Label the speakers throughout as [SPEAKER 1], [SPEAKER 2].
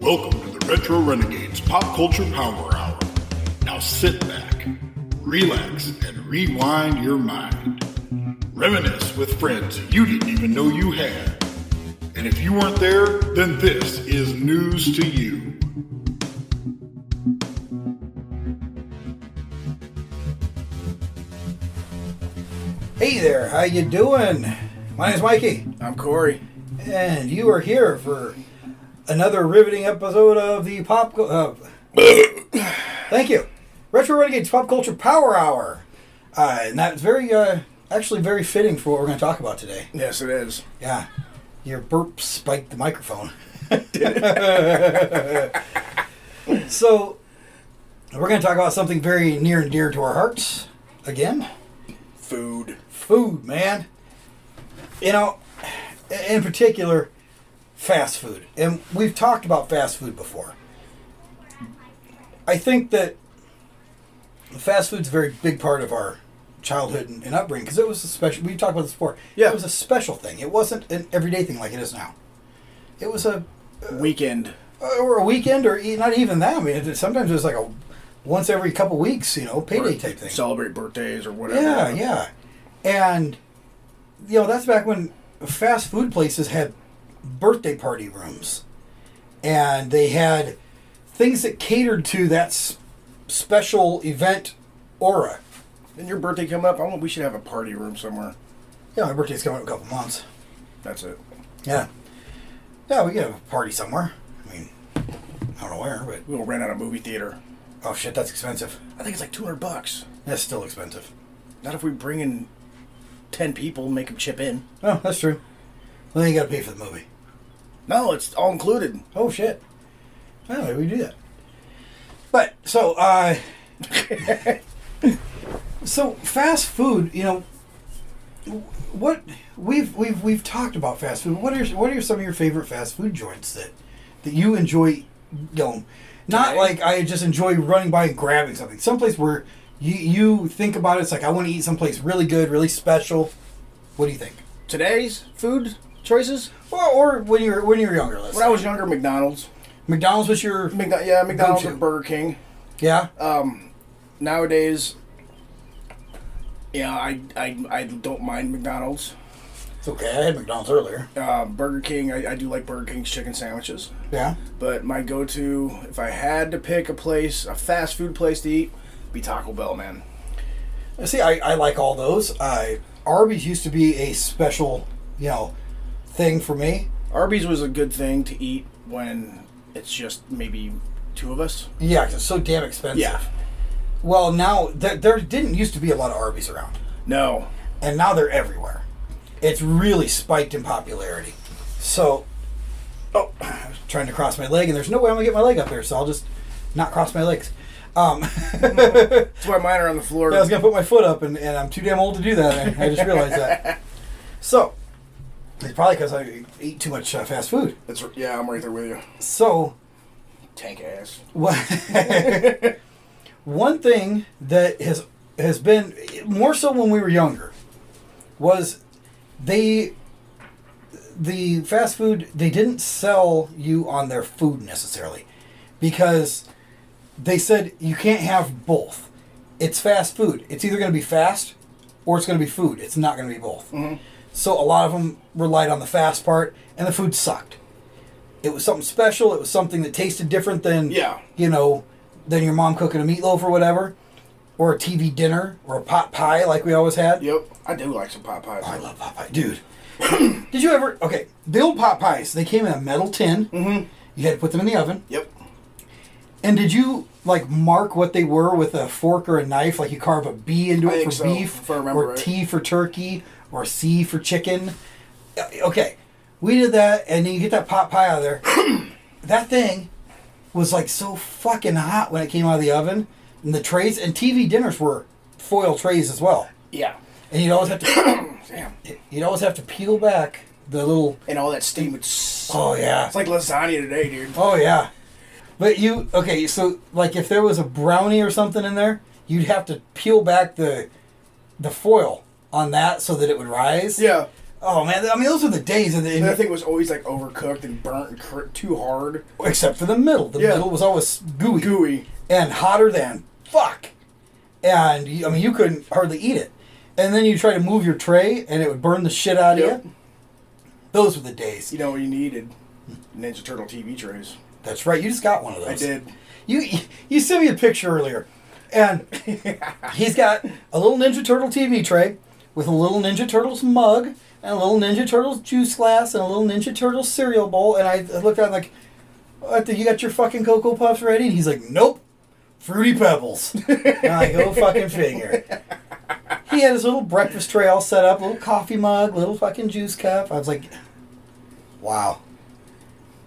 [SPEAKER 1] Welcome to the Retro Renegades Pop Culture Power Hour. Now sit back, relax, and rewind your mind. Reminisce with friends you didn't even know you had. And if you weren't there, then this is news to you.
[SPEAKER 2] Hey there, how you doing? My name's Mikey,
[SPEAKER 3] I'm Corey.
[SPEAKER 2] and you are here for another riveting episode of the Pop. Cu- Uh, thank you, Retro Renegades Pop Culture Power Hour, uh, and that's very, uh, actually, very fitting for what we're going to talk about today.
[SPEAKER 3] Yes, it is.
[SPEAKER 2] Yeah, your burp spiked the microphone. so, we're going to talk about something very near and dear to our hearts again.
[SPEAKER 3] Food.
[SPEAKER 2] food, man. You know, in particular, fast food. And we've talked about fast food before. I think that fast food's a very big part of our childhood and, and upbringing because it was a special. We talked about this before.
[SPEAKER 3] Yeah.
[SPEAKER 2] it was a special thing. It wasn't an everyday thing like it is now. It was a
[SPEAKER 3] Weekend.
[SPEAKER 2] or a weekend or e- not even that. I mean, it, sometimes it was like a once every couple weeks, you know, payday type thing.
[SPEAKER 3] Celebrate birthdays or whatever.
[SPEAKER 2] Yeah, yeah. And you know, that's back when fast food places had birthday party rooms. And they had things that catered to that s- special event aura.
[SPEAKER 3] And your birthday come up. I want. We should have a party room somewhere.
[SPEAKER 2] Yeah, my birthday's coming up in a couple months.
[SPEAKER 3] That's it.
[SPEAKER 2] Yeah. Yeah, we could have a party somewhere. I mean, I don't know where, but
[SPEAKER 3] We'll rent out a movie theater.
[SPEAKER 2] oh shit, that's expensive.
[SPEAKER 3] I think it's like two hundred bucks.
[SPEAKER 2] That's still expensive.
[SPEAKER 3] Not if we bring in ten people, and make them chip in.
[SPEAKER 2] Oh, that's true. Well, then you gotta pay for the movie.
[SPEAKER 3] No, it's all included.
[SPEAKER 2] Oh shit! How did we do that? But so, uh, so fast food. You know, what we've we've we've talked about fast food. What are what are some of your favorite fast food joints that that you enjoy? You know, not
[SPEAKER 3] Today?
[SPEAKER 2] like I just enjoy running by and grabbing something. Someplace where you you think about it, it's like I want to eat someplace really good, really special. What do you think?
[SPEAKER 3] Today's food choices.
[SPEAKER 2] Or, or when you're when you're younger, let's
[SPEAKER 3] When I
[SPEAKER 2] say.
[SPEAKER 3] was younger, McDonald's.
[SPEAKER 2] McDonald's was your
[SPEAKER 3] McDo- yeah, McDonald's
[SPEAKER 2] Go-to.
[SPEAKER 3] and Burger King.
[SPEAKER 2] yeah.
[SPEAKER 3] Um, nowadays, yeah, I, I I don't mind McDonald's.
[SPEAKER 2] It's okay. I had McDonald's earlier.
[SPEAKER 3] Uh, Burger King. I, I do like Burger King's chicken sandwiches.
[SPEAKER 2] Yeah.
[SPEAKER 3] But my go-to, if I had to pick a place, a fast food place to eat, be Taco Bell, man.
[SPEAKER 2] See, I, I like all those. I Arby's used to be a special, you know, thing for me.
[SPEAKER 3] Arby's was a good thing to eat when it's just maybe two of us.
[SPEAKER 2] Yeah, 'cause it's so damn expensive.
[SPEAKER 3] Yeah.
[SPEAKER 2] Well, now th- there didn't used to be a lot of Arby's around,
[SPEAKER 3] No,
[SPEAKER 2] and now they're everywhere. It's really spiked in popularity. So, oh, I was trying to cross my leg, and there's no way I'm gonna get my leg up there, so I'll just not cross my legs. Um,
[SPEAKER 3] that's why mine are on the floor.
[SPEAKER 2] I was gonna put my foot up, and, and I'm too damn old to do that. and I, I just realized that. So, it's probably because I eat too much uh, fast food.
[SPEAKER 3] That's r- yeah, I'm right there with you.
[SPEAKER 2] So,
[SPEAKER 3] Tank ass.
[SPEAKER 2] what, one thing that has has been more so when we were younger was they the fast food they didn't sell you on their food necessarily because they said you can't have both. It's fast food. It's either going to be fast or it's going to be food. It's not going to be both. So a lot of them relied on the fast part, and the food sucked. It was something special. It was something that tasted different than
[SPEAKER 3] Yeah.
[SPEAKER 2] you know, than your mom cooking a meatloaf or whatever, or a TV dinner or a pot pie like we always had.
[SPEAKER 3] Yep, I do like some pot pies.
[SPEAKER 2] I love pot pie, dude. Did you ever? Okay, the old pot pies. They came in a metal tin. Mm-hmm. You had to put them in the oven.
[SPEAKER 3] Yep.
[SPEAKER 2] And did you like mark what they were with a fork or a knife? Like you carve a B into it
[SPEAKER 3] I think
[SPEAKER 2] for
[SPEAKER 3] so,
[SPEAKER 2] beef,
[SPEAKER 3] if I remember
[SPEAKER 2] or
[SPEAKER 3] right.
[SPEAKER 2] T for turkey, or C for chicken. Uh, Okay, we did that, and then you get that pot pie out of there. that thing was like so fucking hot when it came out of the oven, and the trays and TV dinners were foil trays as well.
[SPEAKER 3] Yeah.
[SPEAKER 2] And you'd always have to,
[SPEAKER 3] Damn.
[SPEAKER 2] you'd always have to peel back the little.
[SPEAKER 3] And all that steam would. s-
[SPEAKER 2] Oh yeah,
[SPEAKER 3] It's like lasagna today, dude.
[SPEAKER 2] Oh yeah, but you okay? So like, if there was a brownie or something in there, you'd have to peel back the the foil on that so that it would rise.
[SPEAKER 3] Yeah.
[SPEAKER 2] Oh man, I mean those are the days, and,
[SPEAKER 3] And
[SPEAKER 2] and
[SPEAKER 3] that thing was always like overcooked and burnt and cr- too hard,
[SPEAKER 2] except for the middle, the
[SPEAKER 3] Yeah.
[SPEAKER 2] middle was always gooey,
[SPEAKER 3] gooey.
[SPEAKER 2] and hotter than fuck. And you- I mean, you couldn't hardly eat it. And then you try to move your tray, and it would burn the shit out of
[SPEAKER 3] Yep.
[SPEAKER 2] you. Those were the days.
[SPEAKER 3] You know what you needed? Ninja Turtle TV trays.
[SPEAKER 2] That's right. You just got one of those.
[SPEAKER 3] I did.
[SPEAKER 2] You you sent me a picture earlier, and he's got a little Ninja Turtle TV tray with a little Ninja Turtles mug and a little Ninja Turtles juice glass and a little Ninja Turtles cereal bowl. And I I looked at him like, what, "You got your fucking cocoa puffs ready?" And he's like, "Nope, fruity pebbles." and I go fucking figure. He had his little breakfast tray all set up, little coffee mug, little fucking juice cup. I was like, "Wow."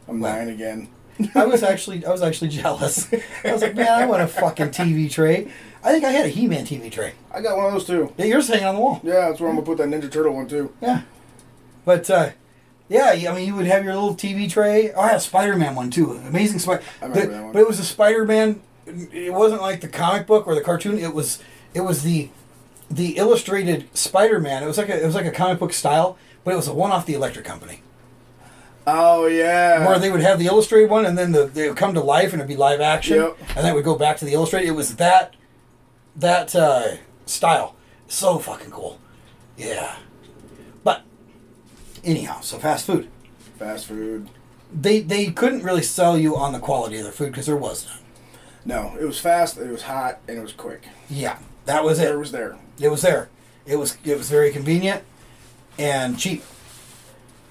[SPEAKER 3] I'm lying again.
[SPEAKER 2] I was actually I was actually jealous. I was like, man, I want a fucking TV tray. I think I had a He-Man TV tray.
[SPEAKER 3] I got one of those too.
[SPEAKER 2] Yeah, yours hanging on the wall.
[SPEAKER 3] Yeah, that's where I'm gonna put that Ninja Turtle one too.
[SPEAKER 2] Yeah, but uh, yeah, I mean, you would have your little TV tray. Oh, I had a Spider-Man one too. Amazing Spider.
[SPEAKER 3] I remember that one.
[SPEAKER 2] But it was a Spider-Man. It wasn't like the comic book or the cartoon. It was it was the the illustrated Spider-Man. It was like a it was like a comic book style, but it was a one off the Electric Company.
[SPEAKER 3] Oh yeah.
[SPEAKER 2] where they would have the illustrated one and then the, they would come to life and it'd be live action
[SPEAKER 3] Yep.
[SPEAKER 2] and then it would go back to the illustrated it was that that uh, style so fucking cool yeah but anyhow so fast food
[SPEAKER 3] Fast food.
[SPEAKER 2] they they couldn't really sell you on the quality of their food because there was none
[SPEAKER 3] No, it was fast. It was hot, and it was quick.
[SPEAKER 2] yeah that was it
[SPEAKER 3] There was there.
[SPEAKER 2] It was there. It was it was very convenient and cheap.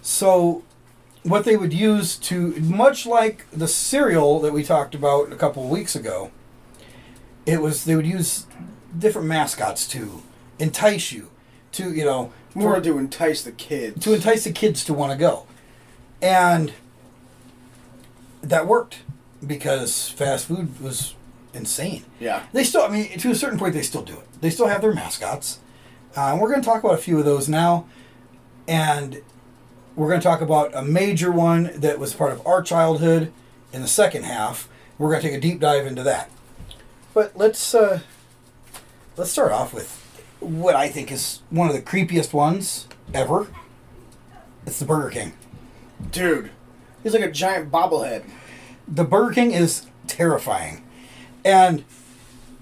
[SPEAKER 2] So what they would use to much like the cereal that we talked about a couple of weeks ago, it was they would use different mascots to entice you to, you know,
[SPEAKER 3] More
[SPEAKER 2] for-
[SPEAKER 3] to entice the kids.
[SPEAKER 2] to entice the kids to want to go. And that worked because fast food was insane.
[SPEAKER 3] Yeah.
[SPEAKER 2] They still, I mean, to a certain point, they still do it. They still have their mascots. Uh, and we're going to talk about a few of those now. And we're going to talk about a major one that was part of our childhood in the second half. We're going to take a deep dive into that. But let's uh, let's start off with what I think is one of the creepiest ones ever. It's the Burger King.
[SPEAKER 3] Dude, he's like a giant bobblehead.
[SPEAKER 2] the Burger King is terrifying, and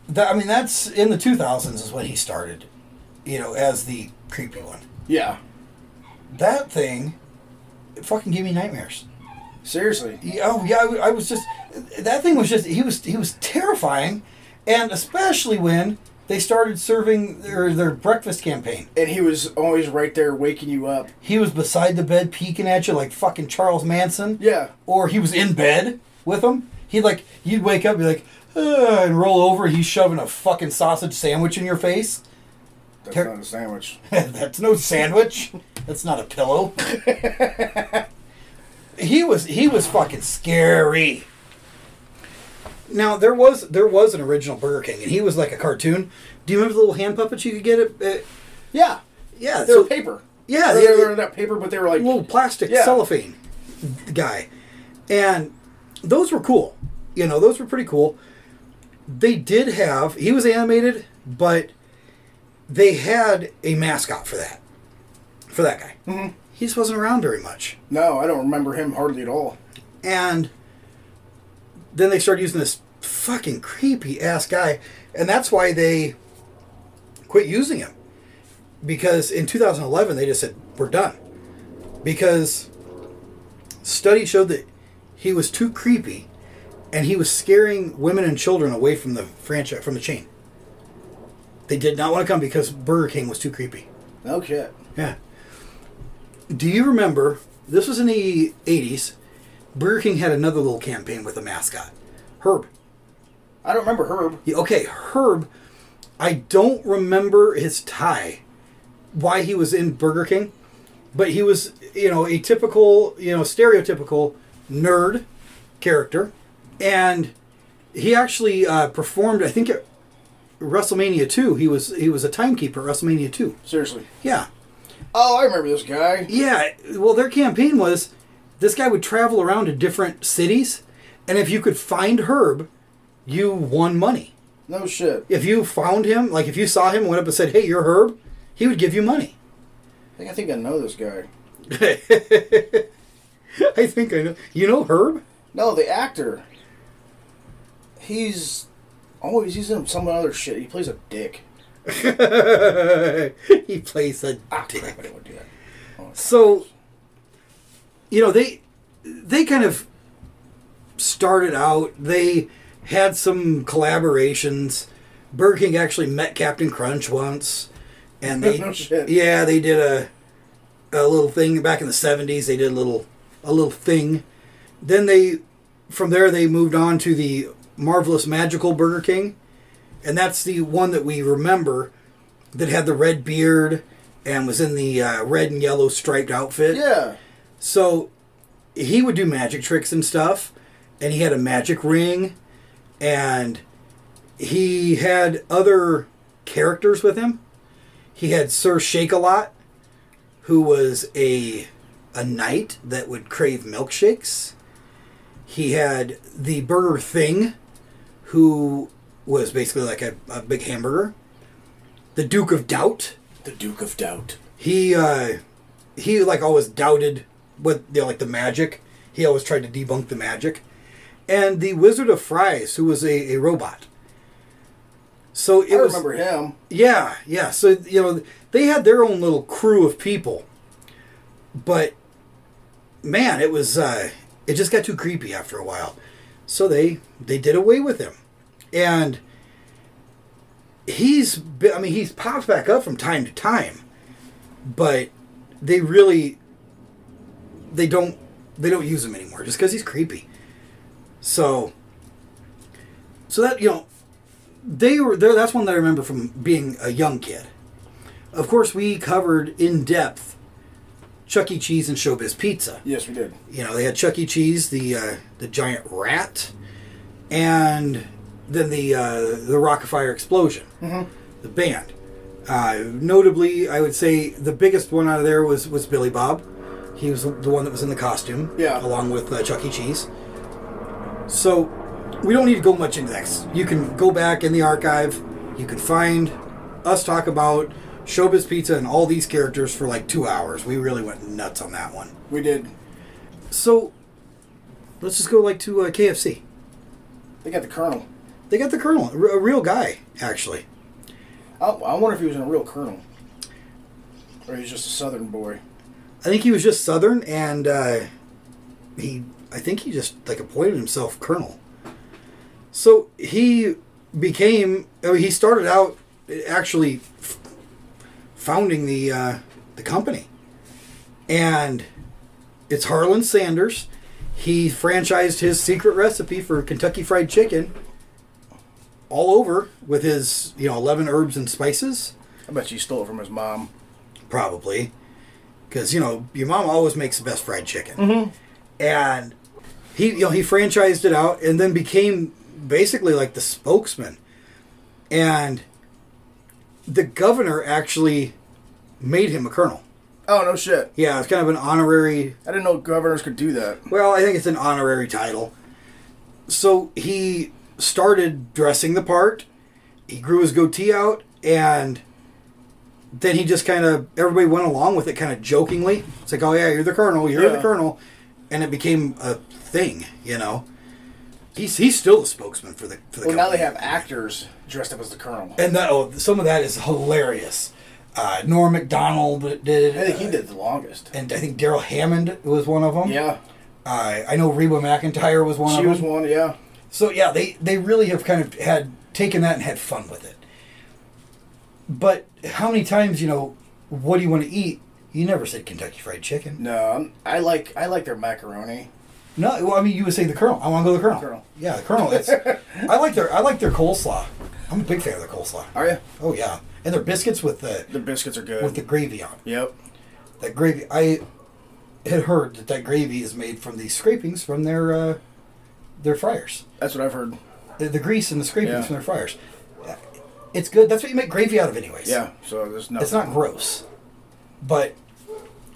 [SPEAKER 2] that I mean that's in the two thousands is when he started, you know, as the creepy one.
[SPEAKER 3] Yeah.
[SPEAKER 2] That thing, it fucking gave me nightmares.
[SPEAKER 3] Seriously.
[SPEAKER 2] Yeah, Oh yeah, I w- I was just that thing was just he was he was terrifying, and especially when they started serving their their breakfast campaign.
[SPEAKER 3] And he was always right there waking you up.
[SPEAKER 2] He was beside the bed peeking at you like fucking Charles Manson.
[SPEAKER 3] Yeah.
[SPEAKER 2] or he was in bed with him. He'd like you'd wake up, be like, "Ugh," and roll over. He's shoving a fucking sausage sandwich in your face.
[SPEAKER 3] That's
[SPEAKER 2] Ter-
[SPEAKER 3] not a sandwich.
[SPEAKER 2] That's no sandwich. That's not a pillow. he was he was fucking scary. Now there was there was an original Burger King, and he was like a cartoon. Do you remember the little hand puppets you could get? At, at,
[SPEAKER 3] Yeah.
[SPEAKER 2] yeah,
[SPEAKER 3] They were
[SPEAKER 2] so-
[SPEAKER 3] paper.
[SPEAKER 2] Yeah,
[SPEAKER 3] Or
[SPEAKER 2] they-
[SPEAKER 3] they were not paper, but they were like
[SPEAKER 2] little plastic
[SPEAKER 3] Yeah.
[SPEAKER 2] cellophane guy. And those were cool. You know, those were pretty cool. They did have, he was animated, but they had a mascot for that. For that guy. Mm-hmm. He just wasn't around very much.
[SPEAKER 3] No, I don't remember him hardly at all.
[SPEAKER 2] And then they started using this fucking creepy ass guy. And that's why they quit using him. Because in 2011, they just said, we're done. Because study showed that he was too creepy and he was scaring women and children away from the franchise, from the chain. They did not want to come because Burger King was too creepy.
[SPEAKER 3] No shit.
[SPEAKER 2] Yeah. Do you remember? This was in the '80s. Burger King had another little campaign with a mascot, Herb.
[SPEAKER 3] I don't remember Herb.
[SPEAKER 2] Yeah, okay, Herb. I don't remember his tie, why he was in Burger King, but he was, you know, a typical, you know, stereotypical nerd character, and he actually uh, performed. I think at WrestleMania two. He was he was a timekeeper at WrestleMania two.
[SPEAKER 3] Seriously.
[SPEAKER 2] Yeah.
[SPEAKER 3] Oh, I remember this guy.
[SPEAKER 2] Yeah, well, their campaign was this guy would travel around to different cities, and if you could find Herb, you won money.
[SPEAKER 3] No shit.
[SPEAKER 2] If you found him, like if you saw him, and went up and said, "Hey, you're Herb," he would give you money.
[SPEAKER 3] I think I think I know this guy.
[SPEAKER 2] I think I know. You know Herb?
[SPEAKER 3] No, the actor. He's always he's in some other shit. He plays a dick.
[SPEAKER 2] he plays a
[SPEAKER 3] Ah,
[SPEAKER 2] dick.
[SPEAKER 3] crap! I didn't want to do that. Oh.
[SPEAKER 2] So, you know, they they kind of started out. They had some collaborations. Burger King actually met Captain Crunch once, and they
[SPEAKER 3] No shit.
[SPEAKER 2] yeah they did a a little thing back in the seventies. They did a little a little thing. Then they from there they moved on to the marvelous magical Burger King, and that's the one that we remember that had the red beard and was in the uh, red and yellow striped outfit.
[SPEAKER 3] Yeah.
[SPEAKER 2] So he would do magic tricks and stuff, and he had a magic ring, and he had other characters with him. He had Sir Shake a Lot, who was a a knight that would crave milkshakes. He had the Burger Thing, who was basically like a, a big hamburger. The Duke of Doubt,
[SPEAKER 3] The Duke of Doubt.
[SPEAKER 2] he uh he like always doubted what you know, like the magic he always tried to debunk the magic and the wizard of fries who was a, a robot so it
[SPEAKER 3] I
[SPEAKER 2] was
[SPEAKER 3] remember him.
[SPEAKER 2] yeah yeah so you know they had their own little crew of people but man it was uh it just got too creepy after a while so they they did away with him and he's be- i mean he's popped back up from time to time but they really they don't they don't use him anymore just because he's creepy so so that you know they were there that's one that i remember from being a young kid of course we covered in depth chuck e cheese and showbiz pizza
[SPEAKER 3] Yes, we did.
[SPEAKER 2] you know they had Chuck E. Cheese, the uh, the giant rat, and then the uh, the Rockefeller explosion, the band. Uh, notably, I would say the biggest one out of there was was Billy Bob. He was the one that was in the costume,
[SPEAKER 3] Yeah.
[SPEAKER 2] along with uh, Chuck E. Cheese. So we don't need to go much into that. 'cause You can go back in the archive. You can find us talk about Showbiz Pizza and all these characters for like two hours. We really went nuts on that one.
[SPEAKER 3] We did.
[SPEAKER 2] So, let's just go like to uh, KFC.
[SPEAKER 3] They got the Colonel.
[SPEAKER 2] They got the colonel, a re- a real guy, actually.
[SPEAKER 3] I, I wonder if he was a real Colonel, or he's just a Southern boy.
[SPEAKER 2] I think he was just Southern, and uh, he, I think he just like appointed himself colonel. So he became. I mean, he started out actually f- founding the uh, the company, and it's Harlan Sanders. He franchised his secret recipe for Kentucky Fried Chicken all over with his you know eleven herbs and spices
[SPEAKER 3] I bet you he stole it from his mom.
[SPEAKER 2] probably because you know your mom always makes the best fried chicken and he you know he franchised it out and then became basically like the spokesman and the governor actually made him a colonel
[SPEAKER 3] Oh no shit!
[SPEAKER 2] yeah it's kind of an honorary
[SPEAKER 3] I didn't know governors could do that.
[SPEAKER 2] well, I think it's an honorary title. So he started dressing the part. He grew his goatee out, and then he just kind of everybody went along with it, kind of jokingly. It's like, oh yeah, you're the colonel, you're the
[SPEAKER 3] Yeah.
[SPEAKER 2] colonel, and it became a thing, you know. He's he's still the spokesman for the for the.
[SPEAKER 3] Well, now they
[SPEAKER 2] company.
[SPEAKER 3] have actors dressed up as the Colonel.
[SPEAKER 2] and that oh, some of that is hilarious. Uh, Norm Macdonald did it,
[SPEAKER 3] I think he
[SPEAKER 2] uh,
[SPEAKER 3] did the longest.
[SPEAKER 2] and I think Daryl Hammond was one of them.
[SPEAKER 3] Yeah,
[SPEAKER 2] Uh, I know Reba McIntyre was one of
[SPEAKER 3] she
[SPEAKER 2] them.
[SPEAKER 3] was one. Yeah,
[SPEAKER 2] So yeah, they they really have kind of had taken that and had fun with it. But how many times, you know, what do you want to eat? You never said Kentucky Fried Chicken.
[SPEAKER 3] no, I'm- I like I like their macaroni.
[SPEAKER 2] No, well, I mean, you would say the Colonel. I want to go to the Colonel.
[SPEAKER 3] Colonel.
[SPEAKER 2] Yeah, the Colonel. It's I like their I like their coleslaw. I'm a big fan of their coleslaw.
[SPEAKER 3] Are you?
[SPEAKER 2] Oh yeah, and their biscuits with the
[SPEAKER 3] The biscuits are good.
[SPEAKER 2] with the gravy on. it.
[SPEAKER 3] yep.
[SPEAKER 2] That gravy, I had heard that that gravy is made from the scrapings from their uh, their fryers.
[SPEAKER 3] That's what I've heard.
[SPEAKER 2] the, the grease and the scrapings
[SPEAKER 3] Yeah.
[SPEAKER 2] from their fryers. It's good. That's what you make gravy out of, anyways.
[SPEAKER 3] Yeah. So there's nothing.
[SPEAKER 2] It's not gross, but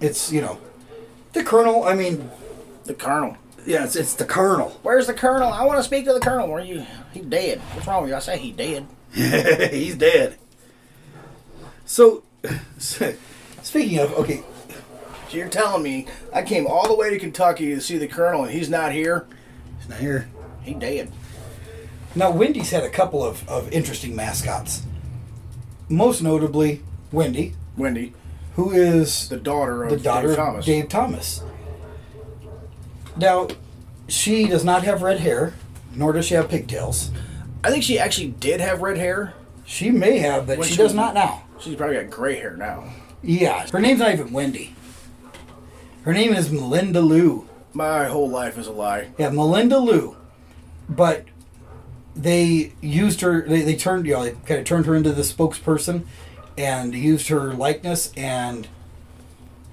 [SPEAKER 2] it's you know, the Colonel. I mean,
[SPEAKER 3] the Colonel.
[SPEAKER 2] yeah, it's it's the Colonel.
[SPEAKER 3] Where's the Colonel? I want to speak to the Colonel. Where you? He dead. What's wrong with you? I say he dead.
[SPEAKER 2] He's dead. So, so Speaking of, okay,
[SPEAKER 3] So you're telling me I came all the way to Kentucky to see the colonel, and he's not here.
[SPEAKER 2] it's not here.
[SPEAKER 3] He dead.
[SPEAKER 2] Now, Wendy's had a couple of, of interesting mascots. Most notably, Wendy,
[SPEAKER 3] Wendy,
[SPEAKER 2] who is
[SPEAKER 3] the daughter of
[SPEAKER 2] the daughter
[SPEAKER 3] Dave
[SPEAKER 2] of
[SPEAKER 3] Thomas.
[SPEAKER 2] Dave Thomas. Now, she does not have red hair, nor does she have pigtails.
[SPEAKER 3] I think she actually did have red hair.
[SPEAKER 2] She may have, but
[SPEAKER 3] When
[SPEAKER 2] she
[SPEAKER 3] she
[SPEAKER 2] does
[SPEAKER 3] was-
[SPEAKER 2] not now.
[SPEAKER 3] She's probably got gray hair now.
[SPEAKER 2] Yeah, her name's not even Wendy. Her name is Melinda Lou.
[SPEAKER 3] My whole life is a lie.
[SPEAKER 2] Yeah, Melinda Lou. But they used her. They, they turned you know they kind of turned her into the spokesperson, and used her likeness, and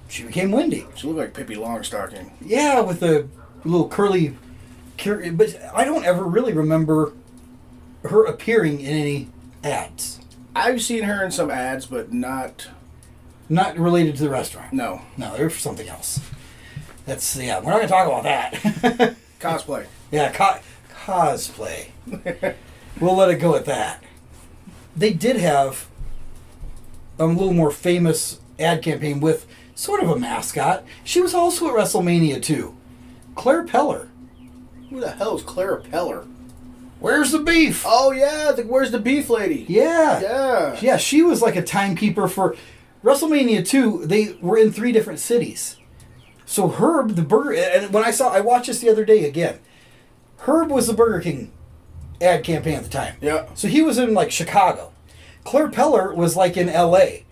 [SPEAKER 2] she became Wendy.
[SPEAKER 3] She looked like Pippi Longstocking.
[SPEAKER 2] Yeah, with a little curly, cur- but I don't ever really remember her appearing in any ads,
[SPEAKER 3] I've seen her in some ads, but not.
[SPEAKER 2] not related to the restaurant.
[SPEAKER 3] No.
[SPEAKER 2] no, they're for something else. That's yeah. We're not gonna talk about that.
[SPEAKER 3] Cosplay.
[SPEAKER 2] Yeah, co- cosplay. we'll let it go at that. They did have a little more famous ad campaign with sort of a mascot. She was also at WrestleMania too. Claire Peller.
[SPEAKER 3] Who the hell is Clara Peller?
[SPEAKER 2] Where's the beef?
[SPEAKER 3] Oh, yeah. The, where's the beef lady?
[SPEAKER 2] Yeah.
[SPEAKER 3] Yeah.
[SPEAKER 2] Yeah, she was like a timekeeper for WrestleMania 2. They were in three different cities. So Herb, the burger, and when I saw, I watched this the other day again. Herb was the Burger King ad campaign at the time.
[SPEAKER 3] Yeah.
[SPEAKER 2] So he was in like Chicago. Claire Peller was like in L.A.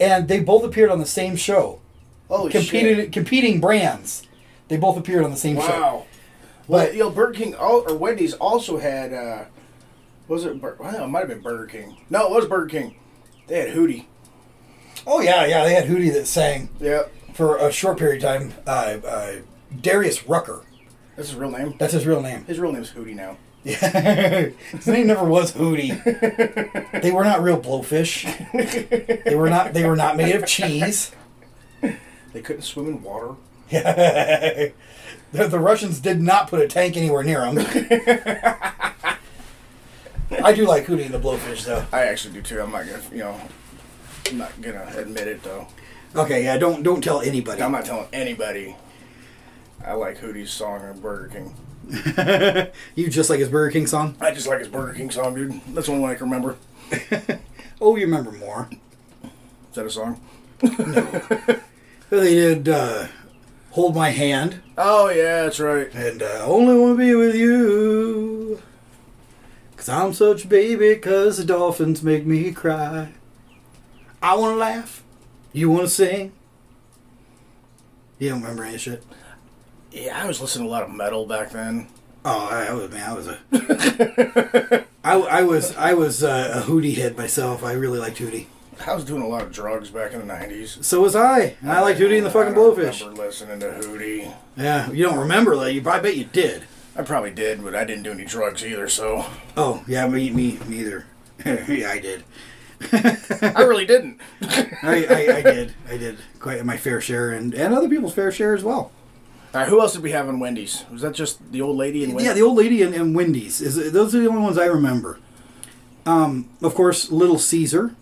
[SPEAKER 2] And they both appeared on the same show,
[SPEAKER 3] Holy
[SPEAKER 2] competed
[SPEAKER 3] shit.
[SPEAKER 2] competing brands. They both appeared on the same show.
[SPEAKER 3] Wow. Well, you know, Burger King al- or Wendy's also had. uh Was it? Bur- Well, it might have been Burger King. No, it was Burger King. They had Hootie.
[SPEAKER 2] Oh yeah, yeah. They had Hootie that sang
[SPEAKER 3] Yeah.
[SPEAKER 2] for a short period of time. Uh, uh, Darius Rucker.
[SPEAKER 3] That's his real name.
[SPEAKER 2] That's his real name.
[SPEAKER 3] His real name's Hootie now.
[SPEAKER 2] His name never was Hootie. They were not real blowfish. They were not. They were not made of cheese.
[SPEAKER 3] They couldn't swim in water.
[SPEAKER 2] the, the Russians did not put a tank anywhere near them. I do like Hootie and the Blowfish, though.
[SPEAKER 3] I actually do too. I'm not gonna, you know, I'm not gonna admit it though.
[SPEAKER 2] Okay, yeah. Don't don't tell anybody.
[SPEAKER 3] I'm not telling anybody. I like Hootie's song on Burger King.
[SPEAKER 2] You just like his Burger King song.
[SPEAKER 3] I just like his Burger King song, dude. That's the only one I can remember.
[SPEAKER 2] Oh, you remember more?
[SPEAKER 3] Is that a song?
[SPEAKER 2] They did uh, "Hold My Hand"
[SPEAKER 3] Oh yeah, that's right.
[SPEAKER 2] and "I Only Want to Be with You." Cause I'm such a baby, cause the dolphins make me cry. I wanna laugh, you wanna sing. You don't remember any shit.
[SPEAKER 3] Yeah, I was listening to a lot of metal back then.
[SPEAKER 2] Oh, I, I was man. I was a. I, I was I was uh, a Hootie head myself. I really liked Hootie.
[SPEAKER 3] I was doing a lot of drugs back in the '90s.
[SPEAKER 2] So was I. And I liked Hootie and the fucking
[SPEAKER 3] I don't
[SPEAKER 2] Blowfish.
[SPEAKER 3] Remember listening to Hootie.
[SPEAKER 2] Yeah, you don't remember that? You I bet you did.
[SPEAKER 3] I probably did, but I didn't do any drugs either. So
[SPEAKER 2] Oh yeah, me me neither. yeah, I did.
[SPEAKER 3] I really didn't.
[SPEAKER 2] I, I, I did. I did quite my fair share and and other people's fair share as well.
[SPEAKER 3] All right, who else did we have in Wendy's? Was that just the old lady in Wendy's?
[SPEAKER 2] Yeah, the old lady and, and Wendy's is those are the only ones I remember. Um, of course, Little Caesar.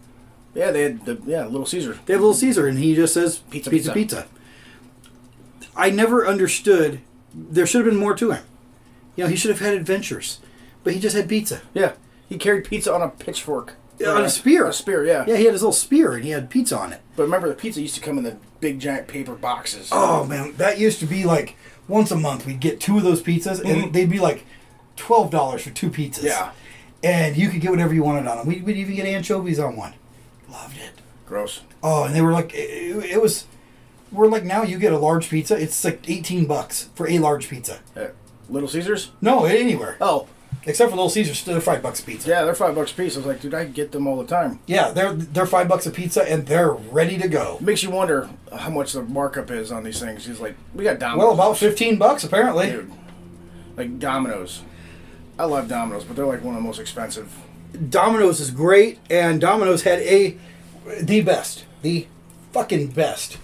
[SPEAKER 3] Yeah, they had the yeah Little Caesar.
[SPEAKER 2] They have Little Caesar, and he just says pizza,
[SPEAKER 3] Pizza,
[SPEAKER 2] pizza, pizza.
[SPEAKER 3] pizza.
[SPEAKER 2] I never understood. There should have been more to him. You know, he should have had adventures, but he just had pizza.
[SPEAKER 3] Yeah, he carried pizza on a pitchfork.
[SPEAKER 2] Yeah, on
[SPEAKER 3] Or
[SPEAKER 2] a spear.
[SPEAKER 3] A spear, yeah.
[SPEAKER 2] Yeah, he had his little spear, and he had pizza on it.
[SPEAKER 3] But remember, the pizza used to come in the big giant paper boxes.
[SPEAKER 2] Oh man, that used to be like once a month we'd get two of those pizzas, and they'd be like twelve dollars for two pizzas.
[SPEAKER 3] Mm-hmm. Yeah.
[SPEAKER 2] and you could get whatever you wanted on them. We'd, we'd even get anchovies on one. Loved it.
[SPEAKER 3] Gross.
[SPEAKER 2] Oh, and they were like, it, it was, we're like now you get a large pizza. It's like eighteen bucks for a large pizza.
[SPEAKER 3] Uh, Little Caesars?
[SPEAKER 2] No, anywhere
[SPEAKER 3] Oh,
[SPEAKER 2] except for Little Caesars, they're five bucks a pizza.
[SPEAKER 3] yeah, they're five bucks a piece. I was like, dude, I get them all the time.
[SPEAKER 2] Yeah, they're they're five bucks a pizza, and they're ready to go.
[SPEAKER 3] Makes you wonder how much the markup is on these things. He's like, we got Domino's.
[SPEAKER 2] Well, about fifteen bucks apparently.
[SPEAKER 3] dude, like Domino's. I love Domino's, but they're like one of the most expensive.
[SPEAKER 2] Domino's is great, and Domino's had a the best, the fucking best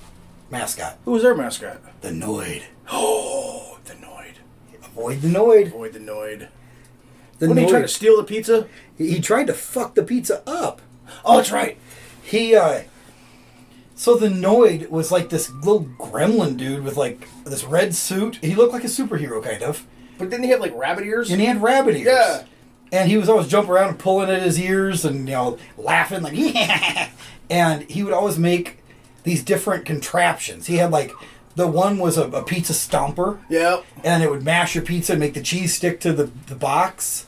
[SPEAKER 2] mascot,
[SPEAKER 3] Who was their mascot?
[SPEAKER 2] the Noid.
[SPEAKER 3] Oh, the Noid.
[SPEAKER 2] Avoid the Noid.
[SPEAKER 3] Boy, the Noid.
[SPEAKER 2] The
[SPEAKER 3] When he tried to
[SPEAKER 2] Noid.
[SPEAKER 3] steal the pizza?
[SPEAKER 2] He tried to fuck the pizza up.
[SPEAKER 3] Oh, that's right.
[SPEAKER 2] He uh, So the Noid was like this little gremlin dude with like this red suit. He looked like a superhero, kind of.
[SPEAKER 3] But didn't he have like rabbit ears?
[SPEAKER 2] And he had rabbit ears.
[SPEAKER 3] Yeah.
[SPEAKER 2] And he was always jumping around and pulling at his ears and, you know, laughing like, And he would always make these different contraptions. He had like, the one was a, a pizza stomper.
[SPEAKER 3] Yep.
[SPEAKER 2] And it would mash your pizza and make the cheese stick to the, the box.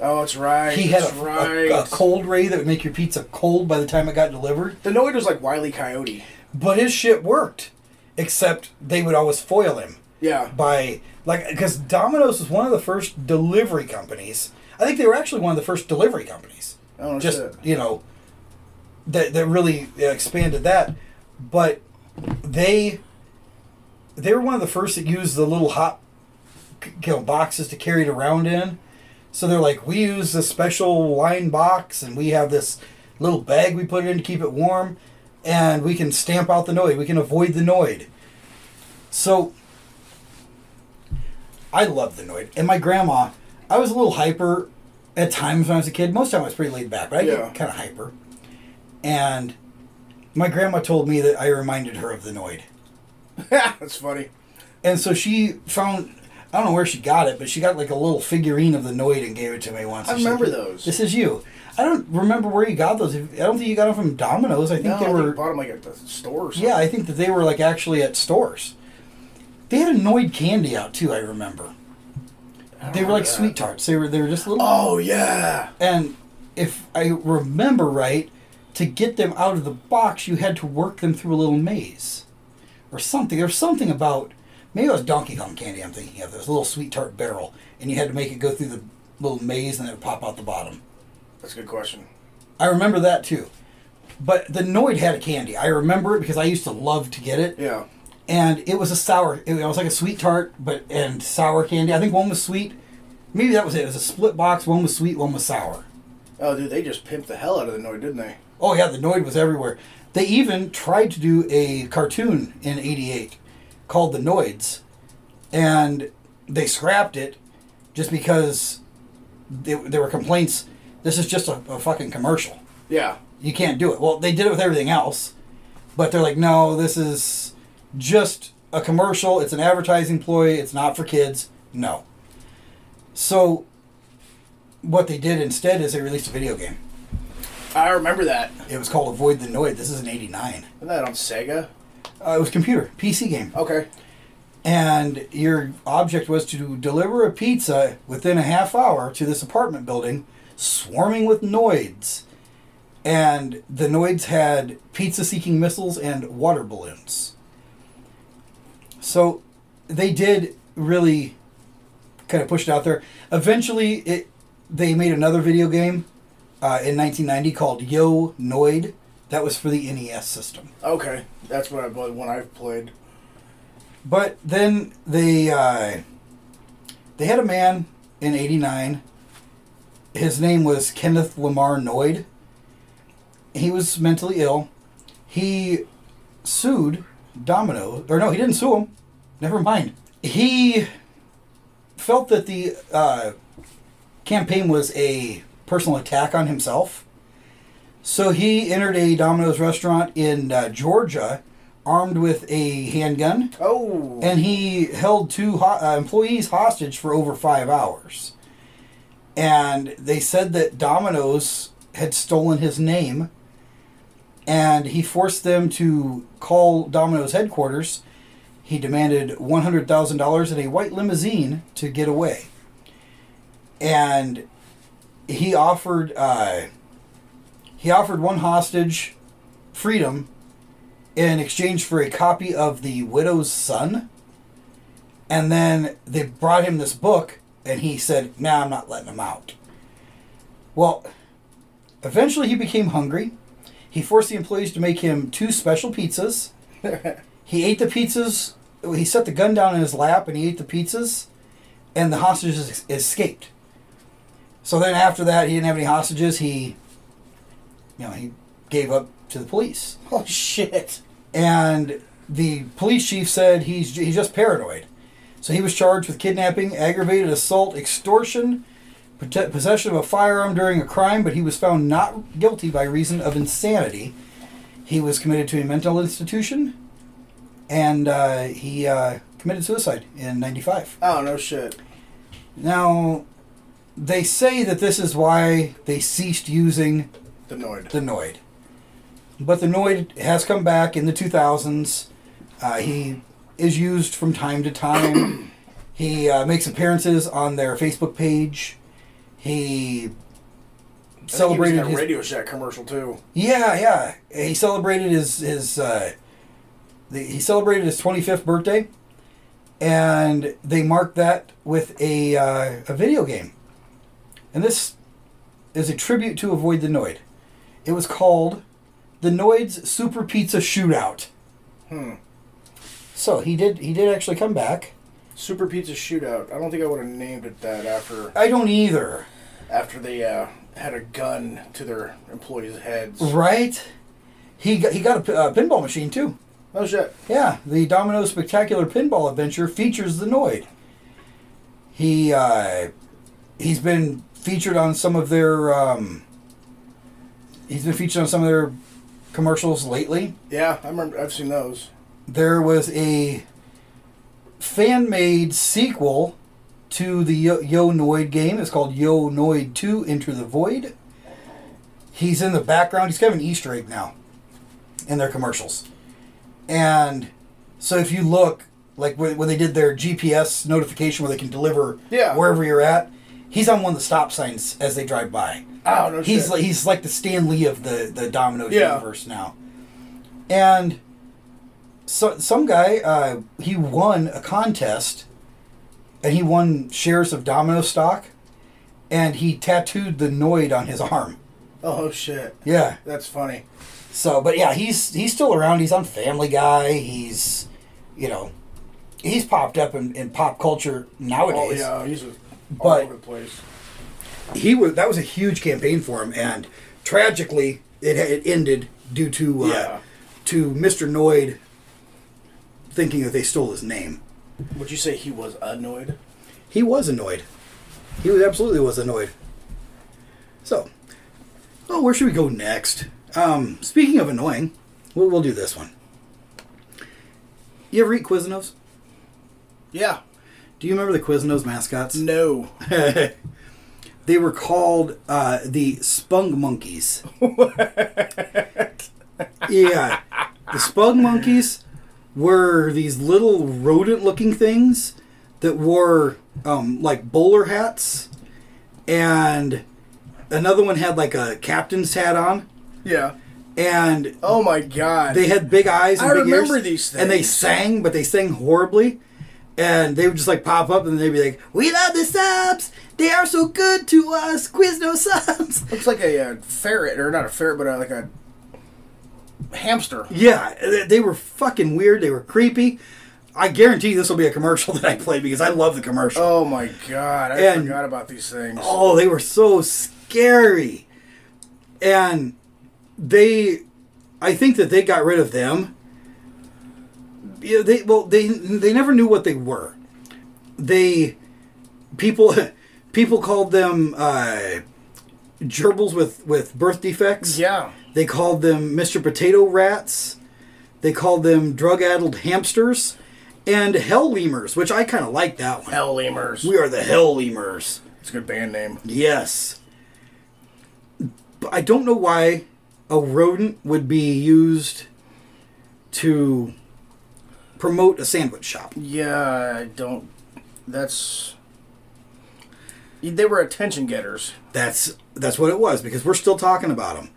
[SPEAKER 3] Oh, that's right.
[SPEAKER 2] He had
[SPEAKER 3] that's
[SPEAKER 2] a, a- a
[SPEAKER 3] right.
[SPEAKER 2] cold ray that would make your pizza cold by the time it got delivered.
[SPEAKER 3] the Noid was like Wiley Coyote.
[SPEAKER 2] But his shit worked, except they would always foil him
[SPEAKER 3] Yeah.
[SPEAKER 2] by like because Domino's was one of the first delivery companies. I think they were actually one of the first delivery companies.
[SPEAKER 3] Oh,
[SPEAKER 2] Just
[SPEAKER 3] shit.
[SPEAKER 2] you know, that that really expanded that, but they they were one of the first that used the little hot c- you know, boxes to carry it around in. So they're like, we use this special line box, and we have this little bag we put it in to keep it warm, and we can stamp out the noid. We can avoid the noid. So I love the Noid. And my grandma, I was a little hyper at times when I was a kid. Most time I was pretty laid back, but I
[SPEAKER 3] Yeah.
[SPEAKER 2] get kind of hyper. And my grandma told me that I reminded her of the Noid.
[SPEAKER 3] that's funny.
[SPEAKER 2] And so she found, I don't know where she got it, but she got like a little figurine of the Noid and gave it to me once.
[SPEAKER 3] I
[SPEAKER 2] And she's
[SPEAKER 3] remember
[SPEAKER 2] like,
[SPEAKER 3] those.
[SPEAKER 2] This is you. I don't remember where you got those. I don't think you got them from Domino's. I think
[SPEAKER 3] No,
[SPEAKER 2] they
[SPEAKER 3] I
[SPEAKER 2] were.
[SPEAKER 3] think bought them like at the store or something.
[SPEAKER 2] Yeah, I think that they were like actually at stores. They had annoyed candy out too. I remember. They were like sweet tarts. They were they were just little.
[SPEAKER 3] Oh yeah.
[SPEAKER 2] And if I remember right, to get them out of the box, you had to work them through a little maze, or something. There's something about maybe it was Donkey Kong candy. I'm thinking of this little sweet tart barrel, and you had to make it go through the little maze, and it would pop out the bottom.
[SPEAKER 3] That's a good question.
[SPEAKER 2] I remember that too. But the Noid had a candy. I remember it because I used to love to get it
[SPEAKER 3] Yeah.
[SPEAKER 2] and it was a sour. It was like a sweet tart, but and sour candy. I think one was sweet. Maybe that was it. It was a split box. One was sweet. One was sour.
[SPEAKER 3] Oh, dude, they just pimped the hell out of the Noid, didn't they?
[SPEAKER 2] Oh yeah, the Noid was everywhere. They even tried to do a cartoon in '88 called the Noids, and they scrapped it just because they, there were complaints. This is just a, a fucking commercial.
[SPEAKER 3] Yeah.
[SPEAKER 2] You can't do it. Well, they did it with everything else, but they're like, no, this is just a commercial. It's an advertising ploy. It's not for kids. No. So, what they did instead is they released a video game.
[SPEAKER 3] I remember that.
[SPEAKER 2] It was called Avoid the Noid. This is an 89.
[SPEAKER 3] Wasn't that on Sega?
[SPEAKER 2] Uh, it was computer, PC game.
[SPEAKER 3] Okay.
[SPEAKER 2] And your object was to deliver a pizza within a half hour to this apartment building swarming with noids. And the noids had pizza seeking missiles and water balloons. So they did really kind of push it out there. Eventually, it they made another video game uh, in 1990 called Yo Noid. That was for the NES system.
[SPEAKER 3] Okay. That's what I played when I've played.
[SPEAKER 2] But then they uh, they had a man in '89. His name was Kenneth Lamar Noyd. He was mentally ill. He sued Domino, or no, he didn't sue him. Never mind. He felt that the uh, campaign was a personal attack on himself. So he entered a Domino's restaurant in uh, Georgia, armed with a handgun
[SPEAKER 3] Oh.
[SPEAKER 2] and he held two ho- uh, employees hostage for over five hours. And they said that Domino's had stolen his name, and he forced them to call Domino's headquarters. He demanded one hundred thousand dollars in a white limousine to get away, and he offered uh, he offered one hostage freedom in exchange for a copy of The Widow's Son. And then they brought him this book, and he said, Nah, I'm not letting him out. Well, eventually he became hungry. He forced the employees to make him two special pizzas. he ate the pizzas, he set the gun down in his lap, and he ate the pizzas, and the hostages es- escaped. So then after that, he didn't have any hostages. He, you know, he gave up to the police
[SPEAKER 3] oh shit.
[SPEAKER 2] and the police chief said he's he's just paranoid. So he was charged with kidnapping, aggravated assault, extortion, prote- possession of a firearm during a crime, but he was found not guilty by reason of insanity. He was committed to a mental institution, and uh, he uh, committed suicide in '95.
[SPEAKER 3] Oh no shit.
[SPEAKER 2] Now, they say that this is why they ceased using
[SPEAKER 3] The Noid.
[SPEAKER 2] the Noid. But the Noid has come back in the 2000s. Uh, he is used from time to time. he uh, makes appearances on their Facebook page. He
[SPEAKER 3] I think he was in
[SPEAKER 2] celebrated
[SPEAKER 3] that
[SPEAKER 2] his
[SPEAKER 3] Radio Shack commercial too.
[SPEAKER 2] yeah, yeah. He celebrated his his uh, the, he celebrated his 25th birthday, and they marked that with a uh, a video game. And this is a tribute to Avoid the Noid. It was called the Noid's Super Pizza Shootout.
[SPEAKER 3] Hmm.
[SPEAKER 2] So he did he did actually come back.
[SPEAKER 3] Super Pizza Shootout. I don't think I would have named it that after
[SPEAKER 2] I don't either,
[SPEAKER 3] after they uh, had a gun to their employees' heads.
[SPEAKER 2] right? He got, he got a p- a pinball machine too.
[SPEAKER 3] No Oh, shit.
[SPEAKER 2] Yeah, the Domino Spectacular Pinball Adventure features the Noid. He uh, he's been featured on some of their um, he's been featured on some of their commercials lately.
[SPEAKER 3] Yeah, I remember. I've seen those.
[SPEAKER 2] There was a fan made sequel to the Yo, Yo Noid game. It's called Yo Noid Two: Enter the Void. He's in the background. He's kind of an Easter egg now in their commercials. And so if you look, like when, when they did their GPS notification where they can deliver
[SPEAKER 3] Yeah.
[SPEAKER 2] wherever you're at, he's on one of the stop signs as they drive by.
[SPEAKER 3] Oh no
[SPEAKER 2] He's
[SPEAKER 3] shit.
[SPEAKER 2] like he's like the Stan Lee of the the Dominoes
[SPEAKER 3] Yeah.
[SPEAKER 2] universe now, and so some guy uh, he won a contest, and he won shares of Domino stock, and he tattooed the Noid on his arm.
[SPEAKER 3] oh shit.
[SPEAKER 2] Yeah.
[SPEAKER 3] That's funny.
[SPEAKER 2] So, but yeah, he's he's still around. He's on Family Guy. He's, you know, he's popped up in, in pop culture
[SPEAKER 3] Oh
[SPEAKER 2] nowadays.
[SPEAKER 3] yeah, he's all
[SPEAKER 2] But-
[SPEAKER 3] over the place.
[SPEAKER 2] He was that was a huge campaign for him, and tragically, it it ended due to uh,
[SPEAKER 3] Yeah.
[SPEAKER 2] to Mr. Noid thinking that they stole his name.
[SPEAKER 3] Would you say he was annoyed?
[SPEAKER 2] He was annoyed. He was absolutely was annoyed. So, oh, where should we go next? Um, speaking of annoying, we'll, we'll do this one. You ever eat Quiznos?
[SPEAKER 3] Yeah.
[SPEAKER 2] Do you remember the Quiznos mascots?
[SPEAKER 3] No.
[SPEAKER 2] They were called uh, the Spung Monkeys. yeah. The Spung Monkeys were these little rodent looking things that wore um, like bowler hats, and another one had like a captain's hat on,
[SPEAKER 3] yeah.
[SPEAKER 2] and
[SPEAKER 3] Oh my god.
[SPEAKER 2] they had big eyes. And
[SPEAKER 3] I
[SPEAKER 2] big
[SPEAKER 3] remember
[SPEAKER 2] ears,
[SPEAKER 3] these
[SPEAKER 2] And they
[SPEAKER 3] things.
[SPEAKER 2] sang, but they sang horribly. And they would just like pop up and they'd be like, "We love the subs. They are so good to us. Quizno subs."
[SPEAKER 3] looks like a, uh ferret, or not a ferret, but uh like a hamster.
[SPEAKER 2] Yeah, they- they were fucking weird. They were creepy. I guarantee this will be a commercial that I play because I love the commercial.
[SPEAKER 3] Oh my god, I
[SPEAKER 2] And-
[SPEAKER 3] forgot about these things.
[SPEAKER 2] Oh, they were so scary. And they I think that they got rid of them. Yeah, they well they they never knew what they were. They people people called them uh gerbils with with birth defects.
[SPEAKER 3] Yeah.
[SPEAKER 2] They called them Mr. Potato Rats. They called them drug-addled hamsters and hell lemurs, which I kind of like that one.
[SPEAKER 3] Hell lemurs.
[SPEAKER 2] We are the hell lemurs.
[SPEAKER 3] It's a good band name.
[SPEAKER 2] Yes. But I don't know why a rodent would be used to promote a sandwich shop.
[SPEAKER 3] Yeah, I don't. That's. They were attention getters.
[SPEAKER 2] That's that's what it was because we're still talking about them.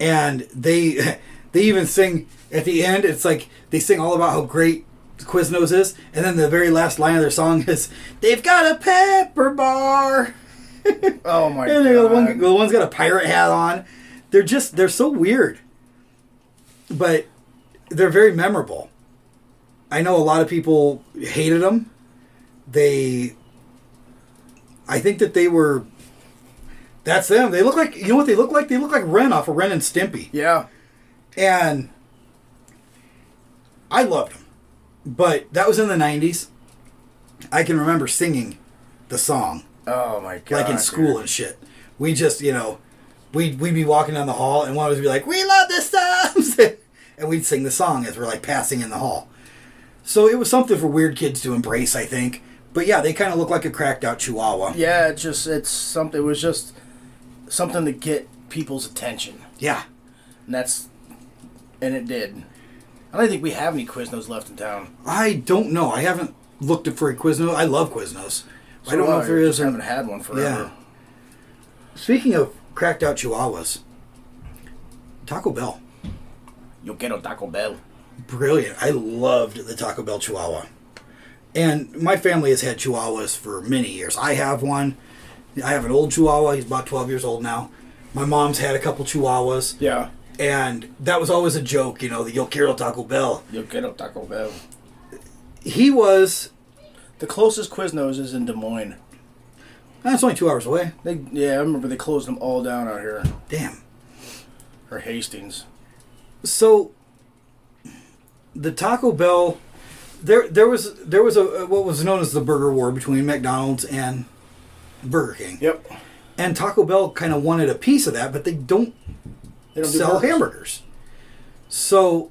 [SPEAKER 2] And they they even sing at the end it's like they sing all about how great Quiznos is and then the very last line of their song is they've got a pepper bar.
[SPEAKER 3] Oh my
[SPEAKER 2] And the, one,
[SPEAKER 3] god.
[SPEAKER 2] the one's got a pirate hat on. They're just they're so weird, but they're very memorable. I know a lot of people hated them. They, I think that they were. That's them. They look like you know what they look like. They look like Ren off of Ren and Stimpy,
[SPEAKER 3] Yeah.
[SPEAKER 2] and I loved them. But that was in the '90s. I can remember singing the song
[SPEAKER 3] Oh my god.
[SPEAKER 2] like in
[SPEAKER 3] dude.
[SPEAKER 2] school and shit. We just, you know, we'd, we'd be walking down the hall and one of us would be like, we love the subs. and we'd sing the song as we're like passing in the hall. So it was something for weird kids to embrace, I think. But yeah, they kind of look like a cracked out chihuahua.
[SPEAKER 3] Yeah, it's just it's something. It was just something to get people's attention,
[SPEAKER 2] Yeah.
[SPEAKER 3] and that's and it did. I don't think we have any Quiznos left in town.
[SPEAKER 2] I don't know. I haven't looked for a Quiznos. I love Quiznos. I don't
[SPEAKER 3] So,
[SPEAKER 2] know
[SPEAKER 3] uh,
[SPEAKER 2] if there is
[SPEAKER 3] just
[SPEAKER 2] or
[SPEAKER 3] haven't had one forever.
[SPEAKER 2] Speaking of cracked out chihuahuas, Taco Bell.
[SPEAKER 3] Yo quiero Taco Bell.
[SPEAKER 2] Brilliant. I loved the Taco Bell Chihuahua. And my family has had Chihuahuas for many years. I have one. I have an old Chihuahua. He's about 12 years old now. My mom's had a couple Chihuahuas.
[SPEAKER 3] Yeah.
[SPEAKER 2] And that was always a joke, you know, the Yo Quiero Taco Bell.
[SPEAKER 3] Yo quiero Taco Bell.
[SPEAKER 2] He was,
[SPEAKER 3] The closest Quiznos is in Des Moines.
[SPEAKER 2] that's only two hours away.
[SPEAKER 3] They, yeah, I remember they closed them all down out here.
[SPEAKER 2] Damn.
[SPEAKER 3] Or Hastings.
[SPEAKER 2] So the Taco Bell there there was there was a what was known as the burger war between McDonald's and Burger King.
[SPEAKER 3] Yep.
[SPEAKER 2] And Taco Bell kind of wanted a piece of that, but they don't,
[SPEAKER 3] They don't
[SPEAKER 2] sell
[SPEAKER 3] burgers.
[SPEAKER 2] hamburgers. So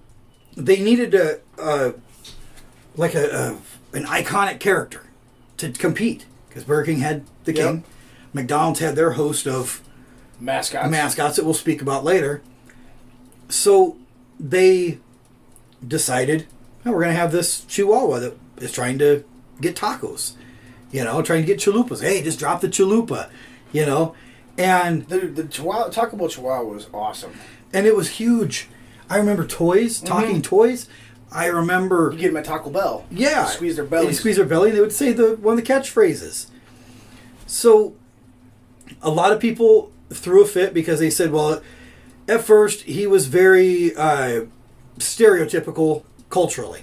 [SPEAKER 2] they needed a, a like a, a an iconic character to compete because Burger King had the
[SPEAKER 3] Yep.
[SPEAKER 2] king, McDonald's had their host of
[SPEAKER 3] mascots.
[SPEAKER 2] mascots that we'll speak about later. So they decided, oh, we're going to have this Chihuahua that is trying to get tacos, you know, trying to get chalupas. Hey, just drop the chalupa, you know, and
[SPEAKER 3] The the chihuahua, Taco Bell Chihuahua was awesome.
[SPEAKER 2] and it was huge. I remember toys, talking toys. I remember
[SPEAKER 3] You get them at Taco Bell.
[SPEAKER 2] Yeah,
[SPEAKER 3] You squeeze their
[SPEAKER 2] They
[SPEAKER 3] bellies.
[SPEAKER 2] squeeze their belly. They would say the one of the catchphrases. So, a lot of people threw a fit because they said, "Well, at first he was very uh, stereotypical culturally,"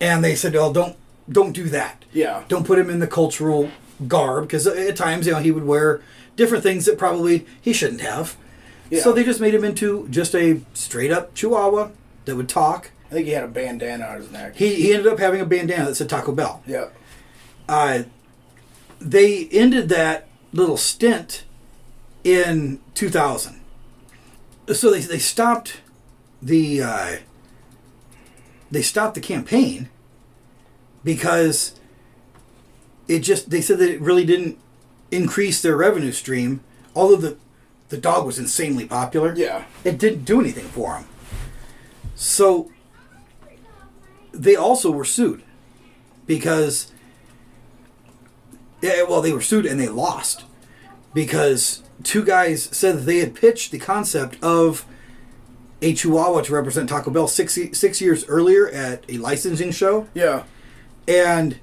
[SPEAKER 2] and they said, "Well, don't don't do that.
[SPEAKER 3] Yeah.
[SPEAKER 2] don't put him in the cultural garb because at times you know he would wear different things that probably he shouldn't have."
[SPEAKER 3] Yeah.
[SPEAKER 2] So they just made him into just a straight up Chihuahua that would talk.
[SPEAKER 3] I think he had a bandana on his neck.
[SPEAKER 2] He, he ended up having a bandana that said Taco Bell
[SPEAKER 3] yeah.
[SPEAKER 2] uh, they ended that little stint in 2000. So they, they stopped the uh, they stopped the campaign because it just they said that it really didn't increase their revenue stream. Although the the dog was insanely popular,
[SPEAKER 3] Yeah.
[SPEAKER 2] it didn't do anything for them. So they also were sued because yeah, well, they were sued and they lost because two guys said that they had pitched the concept of a Chihuahua to represent Taco Bell six ye- six years earlier at a licensing show,
[SPEAKER 3] Yeah.
[SPEAKER 2] and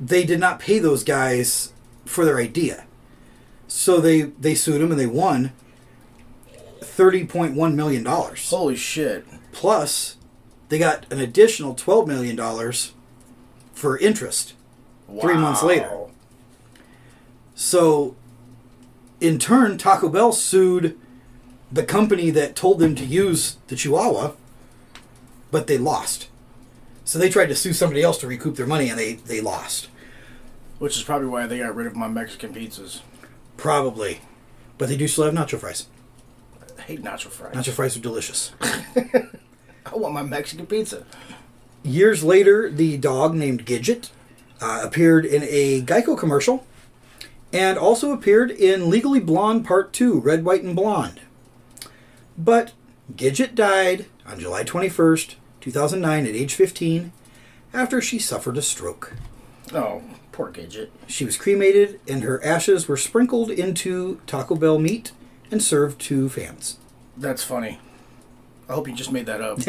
[SPEAKER 2] they did not pay those guys for their idea. So they they sued them and they won thirty point one million dollars.
[SPEAKER 3] Holy shit.
[SPEAKER 2] Plus, they got an additional twelve million dollars for interest. Three months
[SPEAKER 3] Wow.
[SPEAKER 2] later. So, in turn, Taco Bell sued the company that told them to use the Chihuahua, but they lost. So they tried to sue somebody else to recoup their money, and they, they lost.
[SPEAKER 3] Which is probably why they got rid of my Mexican pizzas.
[SPEAKER 2] Probably. But they do still have nacho fries.
[SPEAKER 3] I hate nacho fries.
[SPEAKER 2] Nacho fries are delicious.
[SPEAKER 3] I want my Mexican pizza.
[SPEAKER 2] Years later, the dog named Gidget uh, appeared in a Geico commercial and also appeared in Legally Blonde Part 2 Red, White, and Blonde. But Gidget died on July 21st, 2009, at age 15 after she suffered a stroke.
[SPEAKER 3] Oh, poor Gidget.
[SPEAKER 2] She was cremated and her ashes were sprinkled into Taco Bell meat and served to fans.
[SPEAKER 3] That's funny. I hope you just made that up.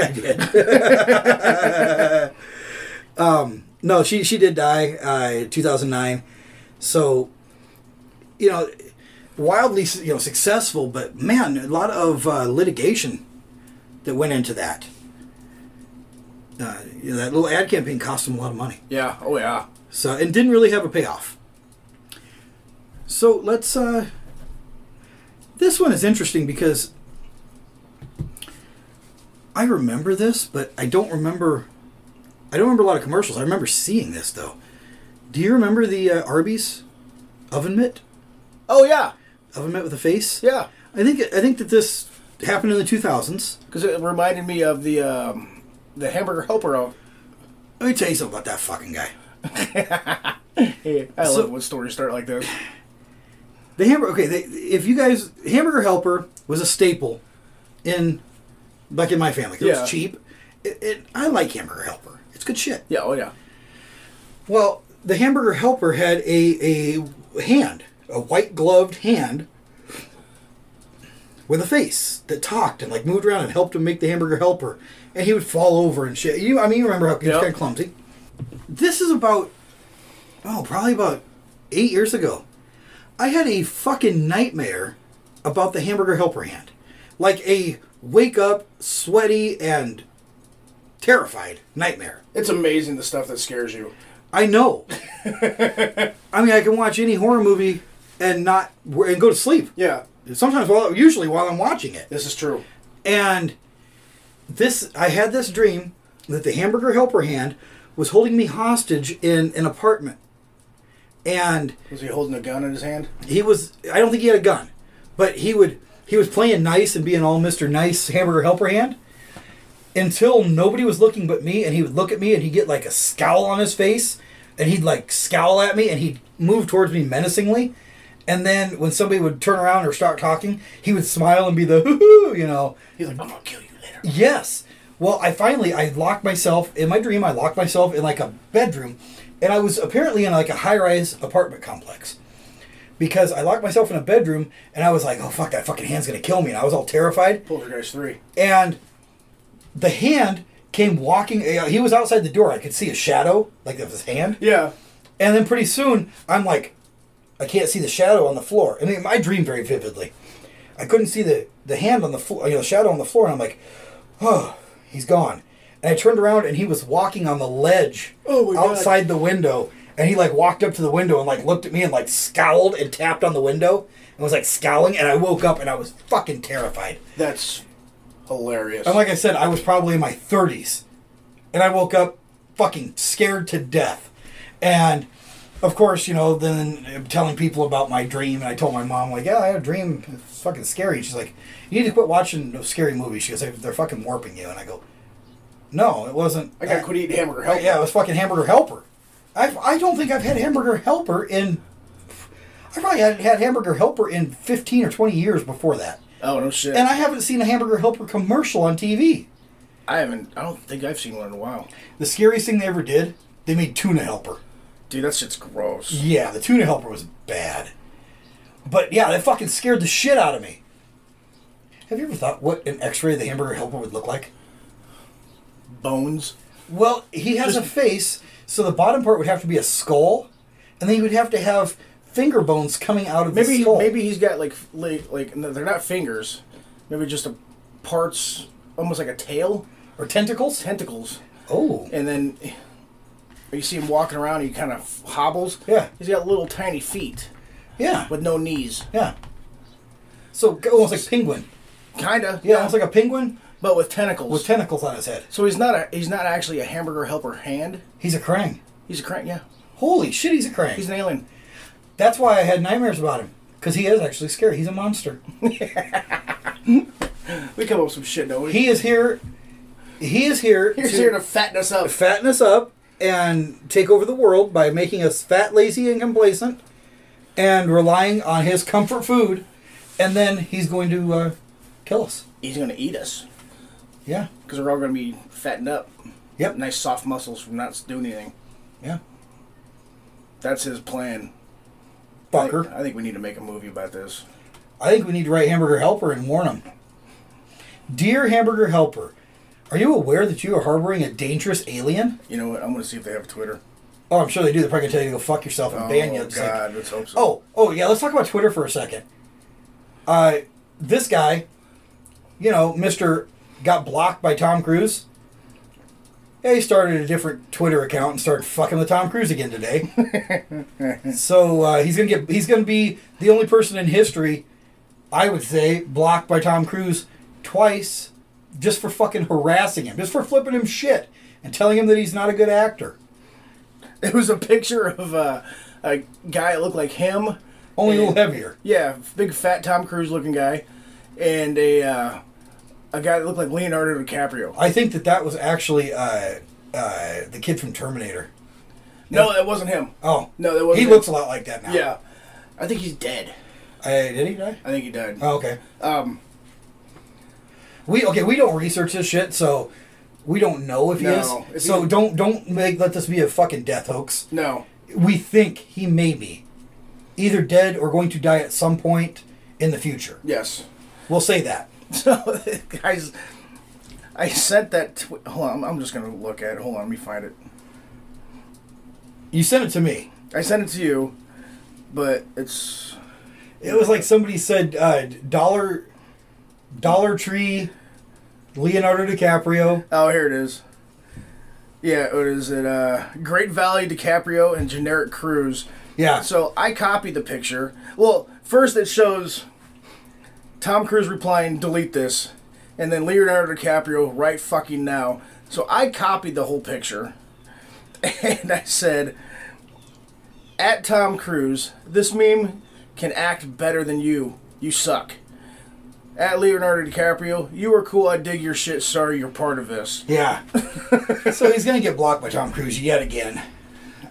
[SPEAKER 2] I did. um, no, she she did die uh, 2009. So, you know, wildly you know successful, but man, a lot of uh, litigation that went into that. Uh, you know, that little ad campaign cost them a lot of money.
[SPEAKER 3] Yeah. Oh yeah.
[SPEAKER 2] So and didn't really have a payoff. So let's uh this one is interesting because I remember this, but I don't remember I don't remember a lot of commercials. I remember seeing this though. Do you remember the uh, Arby's oven mitt?
[SPEAKER 3] Oh yeah.
[SPEAKER 2] Oven mitt with a face?
[SPEAKER 3] Yeah.
[SPEAKER 2] I think I think that this happened in the 2000s.
[SPEAKER 3] because it reminded me of the um, the hamburger helper. Of,
[SPEAKER 2] Let me tell you something about that fucking guy.
[SPEAKER 3] hey, I
[SPEAKER 2] So-
[SPEAKER 3] love when stories start like this.
[SPEAKER 2] The hamburger. Okay, they, if you guys, Hamburger Helper was a staple in, like in my family. It
[SPEAKER 3] Yeah.
[SPEAKER 2] was cheap. It, it, I like Hamburger Helper. It's good shit.
[SPEAKER 3] Yeah, oh yeah,
[SPEAKER 2] Well, the Hamburger Helper had a a hand, a white gloved hand, with a face that talked and like moved around and helped him make the Hamburger Helper, and he would fall over and shit. You, I mean, you remember how he was
[SPEAKER 3] Yep.
[SPEAKER 2] kind of clumsy. This is about oh, probably about eight years ago. I had a fucking nightmare about the Hamburger Helper hand, like a wake up sweaty and terrified nightmare.
[SPEAKER 3] it's amazing the stuff that scares you.
[SPEAKER 2] I know. I mean, I can watch any horror movie and not and go to sleep.
[SPEAKER 3] Yeah,
[SPEAKER 2] Sometimes, while usually while I'm watching it.
[SPEAKER 3] this is true.
[SPEAKER 2] And this, I had this dream that the hamburger helper hand was holding me hostage in an apartment, and
[SPEAKER 3] Was he holding a gun in his hand?
[SPEAKER 2] he was. I don't think he had a gun, but he would. He was playing nice and being all Mister Nice hamburger helper hand until nobody was looking but me and he would look at me and he'd get like a scowl on his face and he'd like scowl at me and he'd move towards me menacingly and then when somebody would turn around or start talking he would smile and be the hoo hoo you know
[SPEAKER 3] He's like, I'm gonna kill you later.
[SPEAKER 2] yes well i finally i locked myself in my dream i locked myself in like a bedroom and i was apparently in like a high-rise apartment complex because i locked myself in a bedroom and i was like oh fuck that fucking hand's gonna kill me and i was all terrified
[SPEAKER 3] Poltergeist three.
[SPEAKER 2] and the hand came walking. uh, He was outside the door. I could see a shadow, like of his hand.
[SPEAKER 3] Yeah,
[SPEAKER 2] And then pretty soon, I'm like, I can't see the shadow on the floor. I mean, I dream very vividly. I couldn't see the the hand on the floor, you know, shadow on the floor, and I'm like, oh, he's gone. And I turned around, and he was walking on the ledge
[SPEAKER 3] Oh, my God.
[SPEAKER 2] outside the window. And he like walked up to the window and like looked at me and like scowled and tapped on the window and was like scowling. And I woke up and I was fucking terrified.
[SPEAKER 3] that's hilarious.
[SPEAKER 2] And like I said, I was probably in my 30s. And I woke up fucking scared to death. And of course, you know, then I'm telling people about my dream. And I told my mom, like, yeah, I had a dream. It's fucking scary. And she's like, you need to quit watching those scary movies. She goes, "They- they're fucking warping you. And I go, no, it wasn't.
[SPEAKER 3] I gotta quit eating hamburger helper.
[SPEAKER 2] Yeah, it was fucking Hamburger Helper. I've, I don't think I've had Hamburger Helper in. I probably hadn't had Hamburger Helper in 15 or 20 years before that.
[SPEAKER 3] Oh no shit.
[SPEAKER 2] And I haven't seen a Hamburger Helper commercial on TV.
[SPEAKER 3] I haven't. I don't think I've seen one in a while.
[SPEAKER 2] The scariest thing they ever did, they made tuna helper.
[SPEAKER 3] Dude, that shit's gross.
[SPEAKER 2] Yeah, the tuna helper was bad. But yeah, that fucking scared the shit out of me. Have you ever thought what an X-ray of the hamburger helper would look like?
[SPEAKER 3] Bones.
[SPEAKER 2] Well, he has a face, so the bottom part would have to be a skull, and then he would have to have finger bones coming out of the
[SPEAKER 3] Maybe
[SPEAKER 2] skull.
[SPEAKER 3] maybe he's got like f- like like no, they're not fingers. Maybe just a parts, almost like a tail,
[SPEAKER 2] or tentacles.
[SPEAKER 3] tentacles,
[SPEAKER 2] Oh,
[SPEAKER 3] and then you see him walking around. He kind of hobbles.
[SPEAKER 2] Yeah.
[SPEAKER 3] he's got little tiny feet
[SPEAKER 2] yeah,
[SPEAKER 3] with no knees.
[SPEAKER 2] yeah. So almost like penguin.
[SPEAKER 3] Kinda.
[SPEAKER 2] Yeah, almost like a penguin
[SPEAKER 3] but with tentacles.
[SPEAKER 2] with tentacles on his head.
[SPEAKER 3] so he's not a he's not actually a hamburger helper hand.
[SPEAKER 2] He's a krang.
[SPEAKER 3] He's a crank. Yeah,
[SPEAKER 2] Holy shit, he's a krang.
[SPEAKER 3] he's an alien.
[SPEAKER 2] That's why I had nightmares about him. Because he is actually scary. He's a monster.
[SPEAKER 3] We come up with some shit, don't we?
[SPEAKER 2] He is here. He is here.
[SPEAKER 3] he's here to fatten us up.
[SPEAKER 2] fatten us up and take over the world by making us fat, lazy, and complacent and relying on his comfort food. And then he's going to uh, kill us.
[SPEAKER 3] He's gonna eat us
[SPEAKER 2] Yeah.
[SPEAKER 3] because we're all gonna be fattened up.
[SPEAKER 2] Yep.
[SPEAKER 3] Nice soft muscles from not doing anything.
[SPEAKER 2] Yeah.
[SPEAKER 3] That's his plan. I think,
[SPEAKER 2] Fucker.
[SPEAKER 3] I think we need to make a movie about this.
[SPEAKER 2] I think we need to write Hamburger Helper and warn him. Dear Hamburger Helper, are you aware that you are harboring a dangerous alien?
[SPEAKER 3] You know what? I'm gonna see if they have Twitter.
[SPEAKER 2] Oh, I'm sure they do. They're probably going to tell you to go fuck yourself and
[SPEAKER 3] Oh
[SPEAKER 2] ban you.
[SPEAKER 3] God,
[SPEAKER 2] It's like-
[SPEAKER 3] let's hope so.
[SPEAKER 2] Oh, oh yeah. Let's talk about Twitter for a second. Uh, this guy, you know, Mister, got blocked by Tom Cruise. Yeah, he started a different Twitter account and started fucking with Tom Cruise again today. so uh, he's gonna get. He's gonna be the only person in history, I would say, blocked by Tom Cruise twice, just for fucking harassing him, just for flipping him shit and telling him that he's not a good actor.
[SPEAKER 3] it was a picture of uh, a guy that looked like him.
[SPEAKER 2] Only a
[SPEAKER 3] and-
[SPEAKER 2] little heavier.
[SPEAKER 3] Yeah, big fat Tom Cruise looking guy, and a uh, a guy that looked like Leonardo DiCaprio.
[SPEAKER 2] I think that that was actually uh, uh, the kid from Terminator.
[SPEAKER 3] No, that wasn't him.
[SPEAKER 2] Oh
[SPEAKER 3] No, that wasn't
[SPEAKER 2] He
[SPEAKER 3] him.
[SPEAKER 2] looks a lot like that now.
[SPEAKER 3] Yeah, I think he's dead.
[SPEAKER 2] Uh, did he die?
[SPEAKER 3] I think he died.
[SPEAKER 2] Oh, okay.
[SPEAKER 3] Um,
[SPEAKER 2] We okay. We don't research this shit, so we don't know if he
[SPEAKER 3] No.
[SPEAKER 2] is.
[SPEAKER 3] If
[SPEAKER 2] so
[SPEAKER 3] he-
[SPEAKER 2] don't don't make let this be a fucking death hoax.
[SPEAKER 3] no,
[SPEAKER 2] We think he may be either dead or going to die at some point in the future.
[SPEAKER 3] yes.
[SPEAKER 2] We'll say that.
[SPEAKER 3] So guys, I sent that. Tw- hold on, I'm, I'm just gonna look at it. Hold on, let me find it.
[SPEAKER 2] You sent it to me.
[SPEAKER 3] I sent it to you, but it's
[SPEAKER 2] It was like somebody said uh, dollar Dollar Tree Leonardo DiCaprio.
[SPEAKER 3] oh here it is. Yeah, what is it? Uh, Great Valley DiCaprio and generic Cruz.
[SPEAKER 2] Yeah.
[SPEAKER 3] So I copied the picture. Well, first it shows Tom Cruise replying, "Delete this," and then Leonardo DiCaprio, "Right fucking now." So I copied the whole picture, and I said, "At Tom Cruise, this meme can act better than you. You suck." At Leonardo DiCaprio, you are cool. I dig your shit. Sorry, you're part of this.
[SPEAKER 2] Yeah. so he's going to get blocked by Tom Cruise yet again.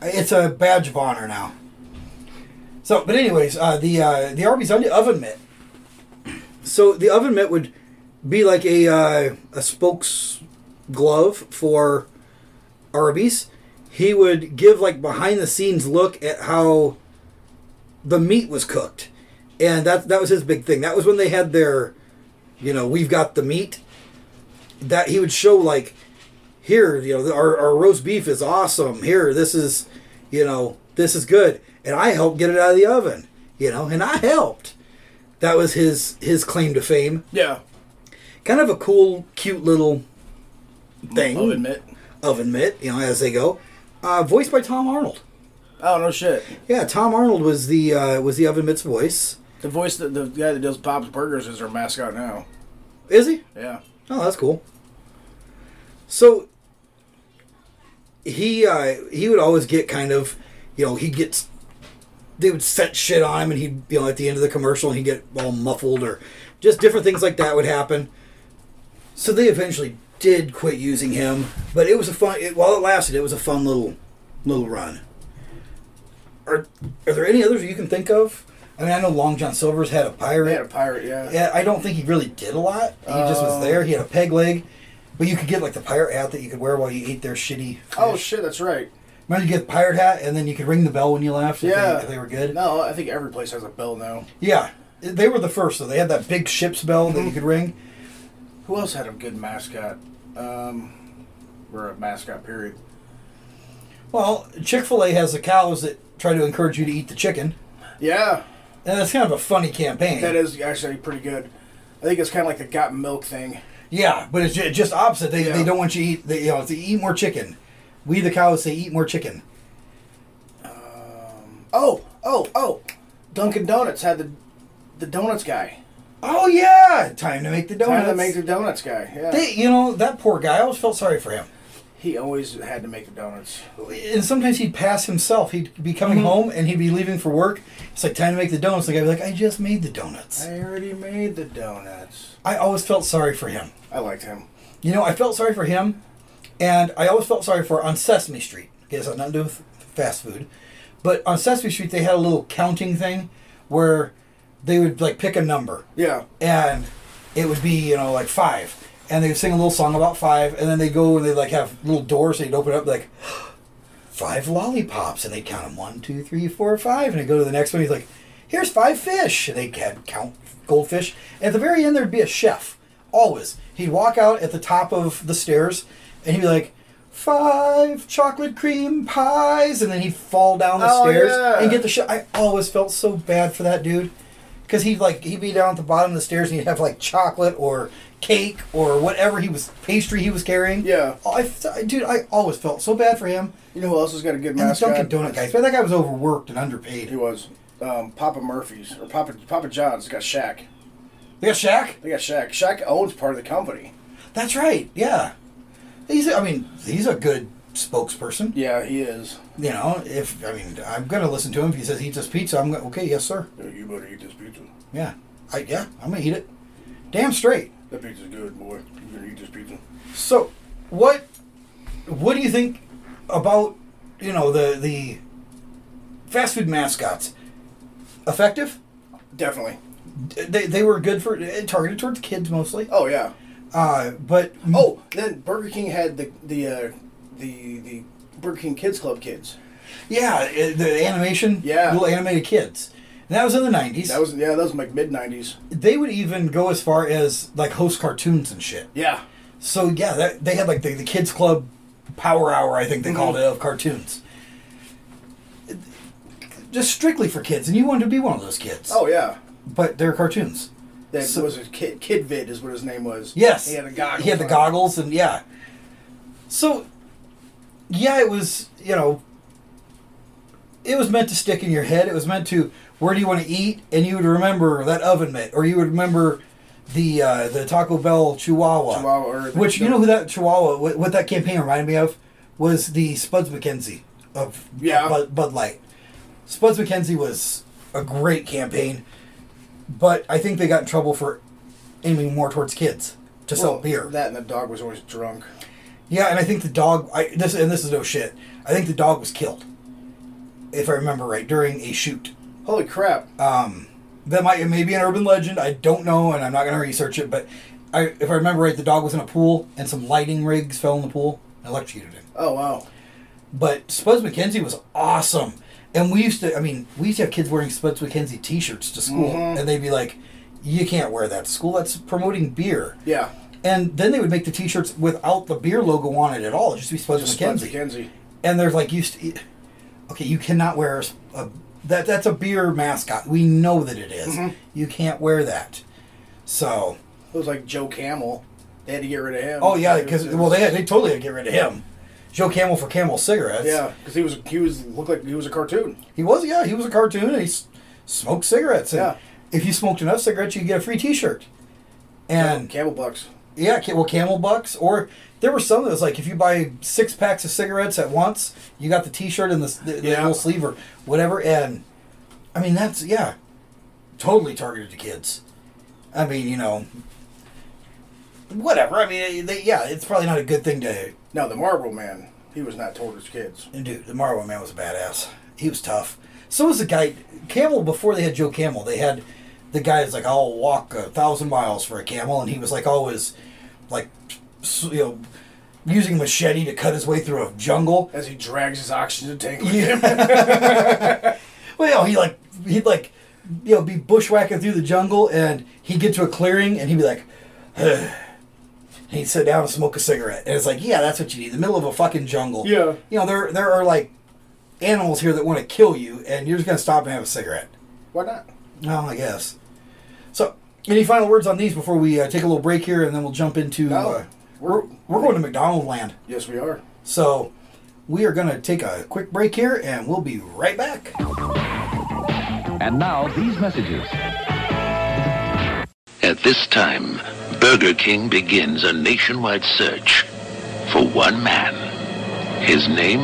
[SPEAKER 2] It's a badge of honor now. So, but anyways, uh, the uh, the Arby's onion oven mitt. So the oven mitt would be like a uh, a spokes glove for Arby's. He would give like behind the scenes look at how the meat was cooked, and that that was his big thing. That was when they had their, you know, we've got the meat that he would show like here you know our, our roast beef is awesome here this is you know this is good and i helped get it out of the oven you know and i helped that was his his claim to fame
[SPEAKER 3] Yeah,
[SPEAKER 2] kind of a cool cute little thing
[SPEAKER 3] I'll admit.
[SPEAKER 2] oven mitt you know as they go uh, voiced by tom arnold
[SPEAKER 3] Oh no shit.
[SPEAKER 2] yeah tom arnold was the uh, was the oven mitt's voice
[SPEAKER 3] The voice that the guy that does Bob's Burgers is our mascot now.
[SPEAKER 2] is he
[SPEAKER 3] Yeah.
[SPEAKER 2] Oh, that's cool. So he uh, he would always get kind of, you know, he gets they would set shit on him, and he'd you know at the end of the commercial, and he'd get all muffled or just different things like that would happen. So they eventually did quit using him, but it was a fun. It, while it lasted, it was a fun little little run. Are are there any others you can think of? I mean, I know Long John Silver's had a pirate.
[SPEAKER 3] They had a pirate, yeah.
[SPEAKER 2] Yeah, I don't think he really did a lot. He just was there. He had a peg leg, but you could get like the pirate hat that you could wear while you ate their shitty.
[SPEAKER 3] Oh
[SPEAKER 2] fish.
[SPEAKER 3] shit, that's right.
[SPEAKER 2] Remember, you get the pirate hat, and then you could ring the bell when you left. If
[SPEAKER 3] Yeah.
[SPEAKER 2] they, if they were good.
[SPEAKER 3] No, I think every place has a bell now.
[SPEAKER 2] Yeah, they were the first. So they had that big ship's bell
[SPEAKER 3] Mm-hmm.
[SPEAKER 2] that you could ring.
[SPEAKER 3] Who else had a good mascot? Um, or a mascot period.
[SPEAKER 2] Well, Chick Fil A has the cows that try to encourage you to eat the chicken,
[SPEAKER 3] Yeah,
[SPEAKER 2] and that's kind of a funny campaign.
[SPEAKER 3] that is actually pretty good. I think it's kind of like the got milk thing.
[SPEAKER 2] Yeah, but it's ju- just opposite. They,
[SPEAKER 3] Yeah.
[SPEAKER 2] they don't want you to eat. They, you know, to eat more chicken. We the cows say eat more chicken.
[SPEAKER 3] Oh, oh, oh! Dunkin' Donuts had the the donuts guy.
[SPEAKER 2] Oh yeah, time to make the donuts.
[SPEAKER 3] Had to make the donuts guy. Yeah,
[SPEAKER 2] They, you know, that poor guy, I always felt sorry for him.
[SPEAKER 3] he always had to make the donuts.
[SPEAKER 2] And sometimes he'd pass himself. He'd be coming home and he'd be leaving for work. It's like time to make the donuts. The guy would be like, I just made the donuts.
[SPEAKER 3] I already made the donuts.
[SPEAKER 2] I always felt sorry for him.
[SPEAKER 3] I liked him.
[SPEAKER 2] You know, I felt sorry for him, and I always felt sorry for on Sesame Street. Okay, so nothing to do with fast food, but on Sesame Street they had a little counting thing where they would like pick a number.
[SPEAKER 3] Yeah,
[SPEAKER 2] and it would be you know like five and they would sing a little song about five and then they go and they like have little doors they'd open up like five lollipops and they count them one two three four five and they go to the next one he's like here's five fish and they had count goldfish at the very end there'd be a chef always he'd walk out at the top of the stairs and he'd be like five chocolate cream pies and then he'd fall down the
[SPEAKER 3] Oh,
[SPEAKER 2] stairs
[SPEAKER 3] yeah.
[SPEAKER 2] and get the shit i always felt so bad for that dude because he'd like he'd be down at the bottom of the stairs and he'd have like chocolate or cake or whatever he was pastry he was carrying.
[SPEAKER 3] Yeah.
[SPEAKER 2] Oh, I, I- dude, I always felt so bad for him.
[SPEAKER 3] you know who else has got a good
[SPEAKER 2] And the
[SPEAKER 3] mascot?
[SPEAKER 2] Dunkin' Donut guys, but that guy was overworked and underpaid.
[SPEAKER 3] He was. Um, Papa Murphy's or Papa Papa John's got Shaq.
[SPEAKER 2] They got Shaq.
[SPEAKER 3] They got Shaq. Shaq owns part of the company.
[SPEAKER 2] That's right. Yeah, he's. I mean, he's a good spokesperson.
[SPEAKER 3] Yeah, he is.
[SPEAKER 2] You know, if I mean, I'm gonna listen to him. If he says eat this pizza, I'm gonna okay, yes sir.
[SPEAKER 3] You better eat this pizza.
[SPEAKER 2] Yeah, I yeah, I'm gonna eat it. Damn straight.
[SPEAKER 3] That pizza's good, boy. You're gonna eat this pizza.
[SPEAKER 2] So, what what do you think about you know the the fast food mascots? Effective?
[SPEAKER 3] Definitely.
[SPEAKER 2] They, they were good for eh, targeted towards kids mostly.
[SPEAKER 3] Oh yeah.
[SPEAKER 2] Uh, but
[SPEAKER 3] Oh, then Burger King had the the uh, the the Burger King Kids Club kids.
[SPEAKER 2] yeah, eh, the animation,
[SPEAKER 3] Yeah.
[SPEAKER 2] little animated kids. And that was in the nineties.
[SPEAKER 3] That was yeah, that was like mid nineties.
[SPEAKER 2] They would even go as far as like host cartoons and shit.
[SPEAKER 3] Yeah.
[SPEAKER 2] So yeah, that, they had like the, the kids club power hour, I think they called it, of cartoons. Just strictly for kids, and you wanted to be one of those kids.
[SPEAKER 3] Oh yeah.
[SPEAKER 2] but they're cartoons.
[SPEAKER 3] That
[SPEAKER 2] So-
[SPEAKER 3] was his kid. Kid Vid is what his name was.
[SPEAKER 2] Yes,
[SPEAKER 3] He had a goggles.
[SPEAKER 2] He had the
[SPEAKER 3] on.
[SPEAKER 2] goggles, and yeah. So, yeah, it was you know, it was meant to stick in your head. It was meant to where do you want to eat, and you would remember that oven mitt, or you would remember the uh, the Taco Bell Chihuahua,
[SPEAKER 3] Chihuahua, or the-
[SPEAKER 2] which you know who that Chihuahua, what, what that campaign reminded me of, was the Spuds McKenzie of
[SPEAKER 3] Yeah.
[SPEAKER 2] Bud, Bud Light. Spuds McKenzie was a great campaign, but I think they got in trouble for aiming more towards kids to sell
[SPEAKER 3] Well,
[SPEAKER 2] beer.
[SPEAKER 3] That and the dog was always drunk.
[SPEAKER 2] yeah, and I think the dog. I, this and this is no shit. I think the dog was killed, if I remember right, during a shoot.
[SPEAKER 3] Holy crap!
[SPEAKER 2] Uh, That might it may be an urban legend. I don't know, and I'm not going to research it. But I, if I remember right, the dog was in a pool, and some lighting rigs fell in the pool and electrocuted him.
[SPEAKER 3] oh wow.
[SPEAKER 2] But Spuds McKenzie was awesome. And we used to, I mean, we used to have kids wearing Spuds McKenzie t shirts to school.
[SPEAKER 3] Mm-hmm.
[SPEAKER 2] And they'd be like, you can't wear that to school. That's promoting beer.
[SPEAKER 3] Yeah.
[SPEAKER 2] And then they would make the t shirts without the beer logo on it at all. It'd just be Spuds
[SPEAKER 3] Just
[SPEAKER 2] McKenzie.
[SPEAKER 3] Spuds McKenzie.
[SPEAKER 2] And they're like, used to, okay, you cannot wear a, a- that. That's a beer mascot. We know that it is.
[SPEAKER 3] Mm-hmm.
[SPEAKER 2] You can't wear that. So,
[SPEAKER 3] It was like Joe Camel. They had to get rid of him.
[SPEAKER 2] oh, yeah,
[SPEAKER 3] It was-
[SPEAKER 2] because,
[SPEAKER 3] it
[SPEAKER 2] well,
[SPEAKER 3] was-
[SPEAKER 2] they, had, they totally had to get rid of him. Joe Camel for Camel Cigarettes.
[SPEAKER 3] yeah, because he was he was looked like he was a cartoon.
[SPEAKER 2] He was, yeah, he was a cartoon and he s- smoked cigarettes. And
[SPEAKER 3] Yeah.
[SPEAKER 2] If you smoked enough cigarettes, you get a free T-shirt. And
[SPEAKER 3] Camel Bucks.
[SPEAKER 2] yeah, ca- well, Camel Bucks or there were some that was like if you buy six packs of cigarettes at once, you got the T-shirt and the, s- the, the
[SPEAKER 3] Yeah.
[SPEAKER 2] little sleeve or whatever. And I mean, that's yeah, totally targeted to kids. I mean, you know, whatever. I mean, they, yeah, it's probably not a good thing to
[SPEAKER 3] Now the Marble Man. He was not told his kids.
[SPEAKER 2] and dude, the Marlboro Man was a badass. He was tough. So was the guy Camel before they had Joe Camel. They had the guy that's like, I'll walk a thousand miles for a camel, and he was like always, like, s- you know, using a machete to cut his way through a jungle.
[SPEAKER 3] As he drags his oxygen tank. with him.
[SPEAKER 2] Yeah. well, you know, he like he'd like you know be bushwhacking through the jungle, and he'd get to a clearing, and he'd be like. And he'd sit down and smoke a cigarette, and it's like, yeah, that's what you need—the middle of a fucking jungle.
[SPEAKER 3] Yeah.
[SPEAKER 2] you know there there are like animals here that want to kill you, and you're just gonna stop and have a cigarette.
[SPEAKER 3] Why not?
[SPEAKER 2] Well, I guess. So, any final words on these before we uh, take a little break here, and then we'll jump into
[SPEAKER 3] No.
[SPEAKER 2] uh, we're we're going to McDonald Land,
[SPEAKER 3] Yes, we are.
[SPEAKER 2] so we are gonna take a quick break here, and we'll be right back.
[SPEAKER 4] And now, these messages.
[SPEAKER 5] At this time, Burger King begins a nationwide search for one man. His name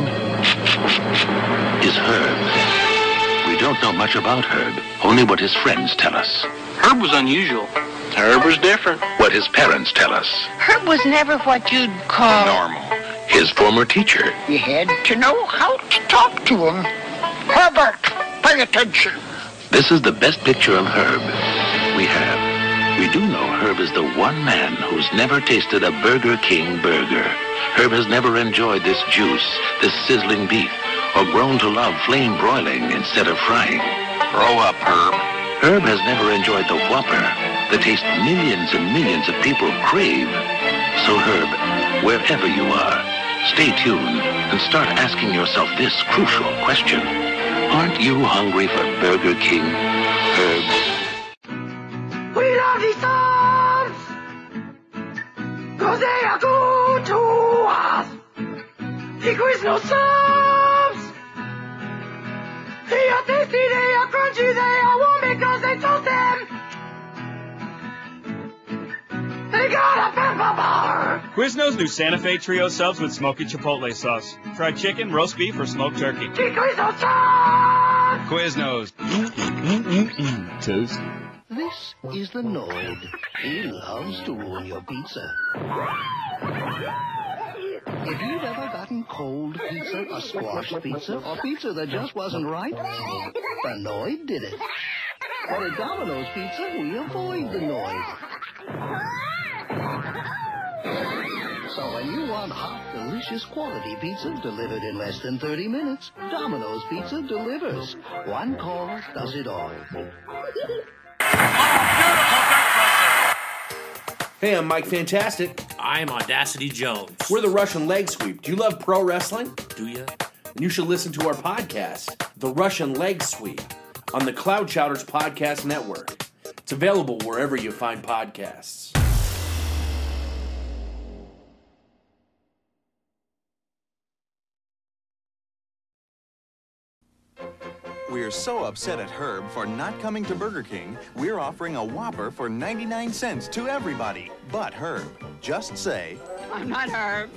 [SPEAKER 5] is Herb. We don't know much about Herb, only what his friends tell us,
[SPEAKER 6] Herb was unusual.
[SPEAKER 7] Herb was different.
[SPEAKER 5] what his parents tell us,
[SPEAKER 8] Herb was never what you'd call.
[SPEAKER 7] Normal.
[SPEAKER 5] his former teacher,
[SPEAKER 8] You had to know how to talk to him. Herbert, pay attention.
[SPEAKER 5] This is the best picture of Herb we have. We do know Herb is the one man who's never tasted a Burger King burger. Herb has never enjoyed this juice, this sizzling beef, or grown to love flame broiling instead of frying.
[SPEAKER 7] Grow up, Herb.
[SPEAKER 5] Herb has never enjoyed the Whopper, the taste millions and millions of people crave. So Herb, wherever you are, stay tuned and start asking yourself this crucial question. Aren't you hungry for Burger King? Herb?
[SPEAKER 8] We love these songs. Cause they are good to us. The quiz no songs. They are tasty, they are crunchy, they are warm because they toast them. They got a pepper bar.
[SPEAKER 9] Quiznos new Santa Fe trio subs with smoky chipotle sauce. Fried chicken, roast beef, or smoked turkey.
[SPEAKER 8] The quiz no songs.
[SPEAKER 9] Quiznos.
[SPEAKER 4] Toast.
[SPEAKER 8] This
[SPEAKER 10] This is the Nord. He loves to ruin your pizza. If you've ever gotten cold pizza, a squash pizza, or pizza that just wasn't right, the Noid did it. But at Domino's Pizza, we avoid the Noid. So when you want hot, delicious quality pizza delivered in less than 30 minutes, Domino's Pizza delivers. One call does it all.
[SPEAKER 6] Hey, I'm Mike Fantastic.
[SPEAKER 11] I'm Audacity Jones.
[SPEAKER 6] We're the Russian Leg Sweep. Do you love pro wrestling?
[SPEAKER 11] Do you?
[SPEAKER 6] You should listen to our podcast, The Russian Leg Sweep, on the Cloud Chowders Podcast Network. It's available wherever you find podcasts.
[SPEAKER 1] We're so upset at Herb for not coming to Burger King, we're offering a Whopper for 99 cents to everybody but Herb. Just say,
[SPEAKER 12] I'm not Herb.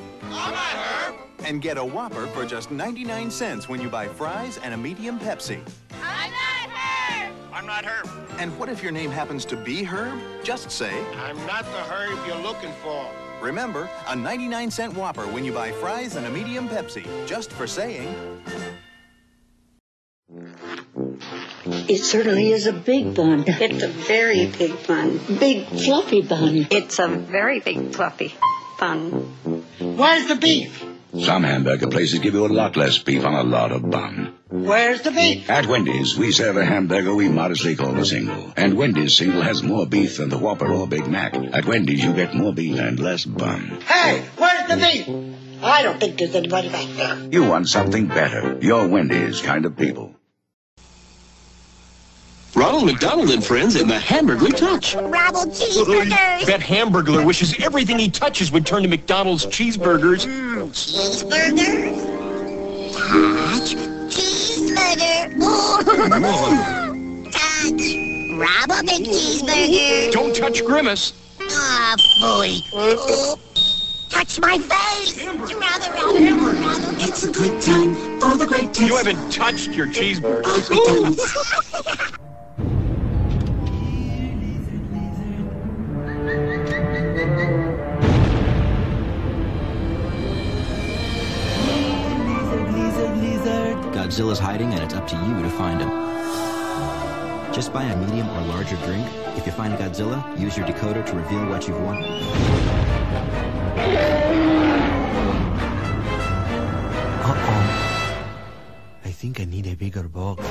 [SPEAKER 1] and get a Whopper for just 99 cents when you buy fries and a medium Pepsi.
[SPEAKER 12] I'm not Herb.
[SPEAKER 13] I'm not Herb.
[SPEAKER 1] And what if your name happens to be Herb? Just say,
[SPEAKER 13] I'm not the Herb you're looking for.
[SPEAKER 1] remember, a 99 cent Whopper when you buy fries and a medium Pepsi, just for saying,
[SPEAKER 8] It certainly is a big bun. It's a very big bun. Big fluffy bun. It's a very big fluffy bun. Where's the beef?
[SPEAKER 5] Some hamburger places give you a lot less beef on a lot of bun.
[SPEAKER 8] Where's the beef?
[SPEAKER 5] At Wendy's, we serve a hamburger we modestly call a single. And Wendy's single has more beef than the Whopper or Big Mac. At Wendy's, you get more beef and less bun.
[SPEAKER 8] Hey, where's the beef? I don't think there's anybody back there.
[SPEAKER 5] You want something better. You're Wendy's kind of people.
[SPEAKER 14] Ronald McDonald and friends in the Hamburglar Touch.
[SPEAKER 15] Robble cheeseburgers.
[SPEAKER 14] That Hamburglar wishes everything he touches would turn to McDonald's cheeseburgers.
[SPEAKER 15] Cheeseburgers. Touch. Cheeseburger. Touch. Robble the cheeseburger.
[SPEAKER 14] Don't touch Grimace.
[SPEAKER 15] Ah, boy. Touch my face. Rather, rather, rather. It's a good time for the great
[SPEAKER 14] You haven't touched your cheeseburger.
[SPEAKER 16] Godzilla's hiding, and it's up to you to find him. Just buy a medium or larger drink. If you find a Godzilla, use your decoder to reveal what you've won.
[SPEAKER 17] I think I need a bigger box.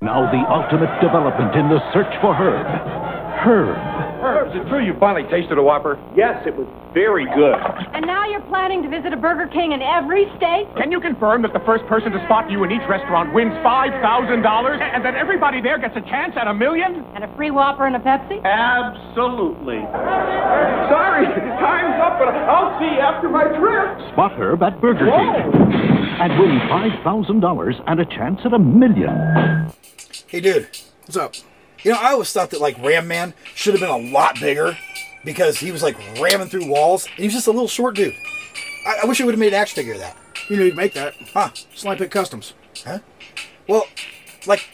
[SPEAKER 18] Now the ultimate development in the search for Herb. Herb.
[SPEAKER 19] Herb, is it true you finally tasted a Whopper? Yes, it was very good.
[SPEAKER 20] And now you're planning to visit a Burger King in every state?
[SPEAKER 19] Can you confirm that the first person to spot you in each restaurant wins $5,000 and that everybody there gets a chance at a million?
[SPEAKER 20] And a free Whopper and a Pepsi?
[SPEAKER 19] Absolutely. Sorry, time's up, but I'll see you after my trip.
[SPEAKER 18] Spot Herb at Burger King. And win $5,000 and a chance at a million.
[SPEAKER 2] Hey, dude, what's up? You know, I always thought that like Ram Man should have been a lot bigger because he was like ramming through walls. And he was just a little short dude. I, I wish I would have made an action figure of that.
[SPEAKER 3] You know, you'd make that.
[SPEAKER 2] Huh?
[SPEAKER 3] Slime Pit Customs.
[SPEAKER 2] Huh? Well, like,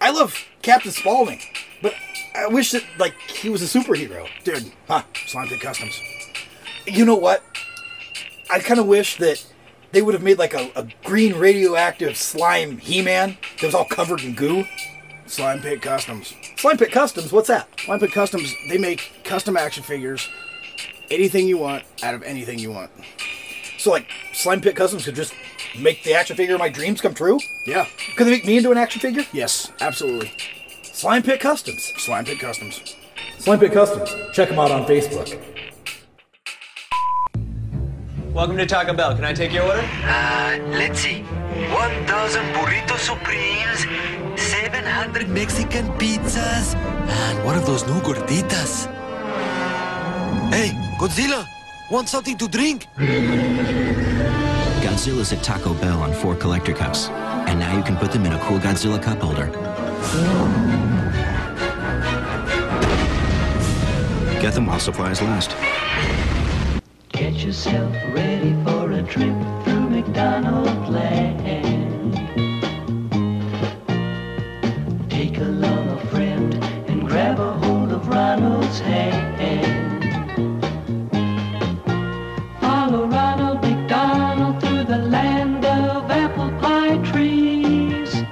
[SPEAKER 2] I love Captain Spaulding, but I wish that like he was a superhero.
[SPEAKER 3] Dude,
[SPEAKER 2] Huh?
[SPEAKER 3] Slime Pit Customs.
[SPEAKER 2] You know what? I kind of wish that they would have made like a, a green radioactive slime He-Man that was all covered in goo.
[SPEAKER 3] Slime Pit Customs.
[SPEAKER 2] Slime Pit Customs, what's that?
[SPEAKER 3] Slime Pit Customs, they make custom action figures, anything you want, out of anything you want.
[SPEAKER 2] So like Slime Pit Customs could just make the action figure of my dreams come true?
[SPEAKER 3] Yeah.
[SPEAKER 2] Could they make me into an action figure?
[SPEAKER 3] Yes, absolutely.
[SPEAKER 2] Slime Pit Customs.
[SPEAKER 3] Slime Pit Customs.
[SPEAKER 2] Slime Pit Customs. Check them out on Facebook.
[SPEAKER 21] Welcome to Taco Bell. Can I take your order?
[SPEAKER 22] Uh, let's see. 1,000 burrito supremes, 700 Mexican pizzas, and one of those new gorditas. Hey, Godzilla! Want something to drink?
[SPEAKER 16] Godzilla's at Taco Bell on four collector cups, and now you can put them in a cool Godzilla cup holder. Get them while supplies last.
[SPEAKER 15] Get yourself ready for a trip through McDonald Land. Take along a friend
[SPEAKER 1] hand. Follow Ronald McDonald through the land of apple pie trees.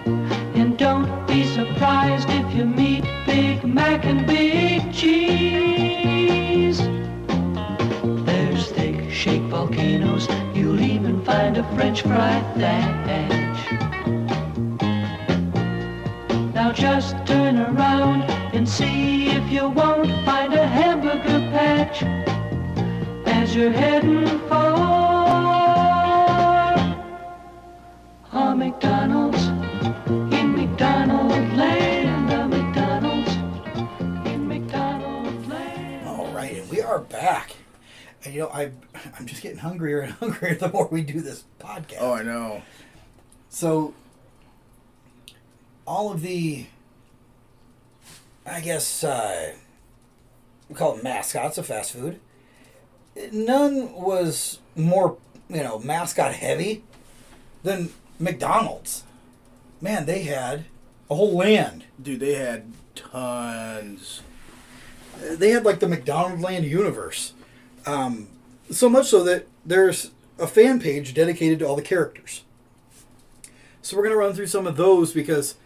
[SPEAKER 1] And don't be surprised if you meet Big Mac and Big Cheese. There's thick shake volcanoes, you'll even find a french fry thatch. Now just turn around and see if you won't find a hamburger patch as you're heading for a McDonald's in McDonald Land, a McDonald's in McDonald Land.
[SPEAKER 2] All right, and we are back. And you know, I I'm just getting hungrier and hungrier the more we do this podcast.
[SPEAKER 3] Oh, I know.
[SPEAKER 2] So all of the I guess uh, we call it mascots of fast food. None was more, you know, mascot heavy than McDonald's. Man, they had a whole land.
[SPEAKER 3] Dude, they had tons.
[SPEAKER 2] They had like the McDonald Land universe. Um, so much so that there's a fan page dedicated to all the characters. So we're going to run through some of those because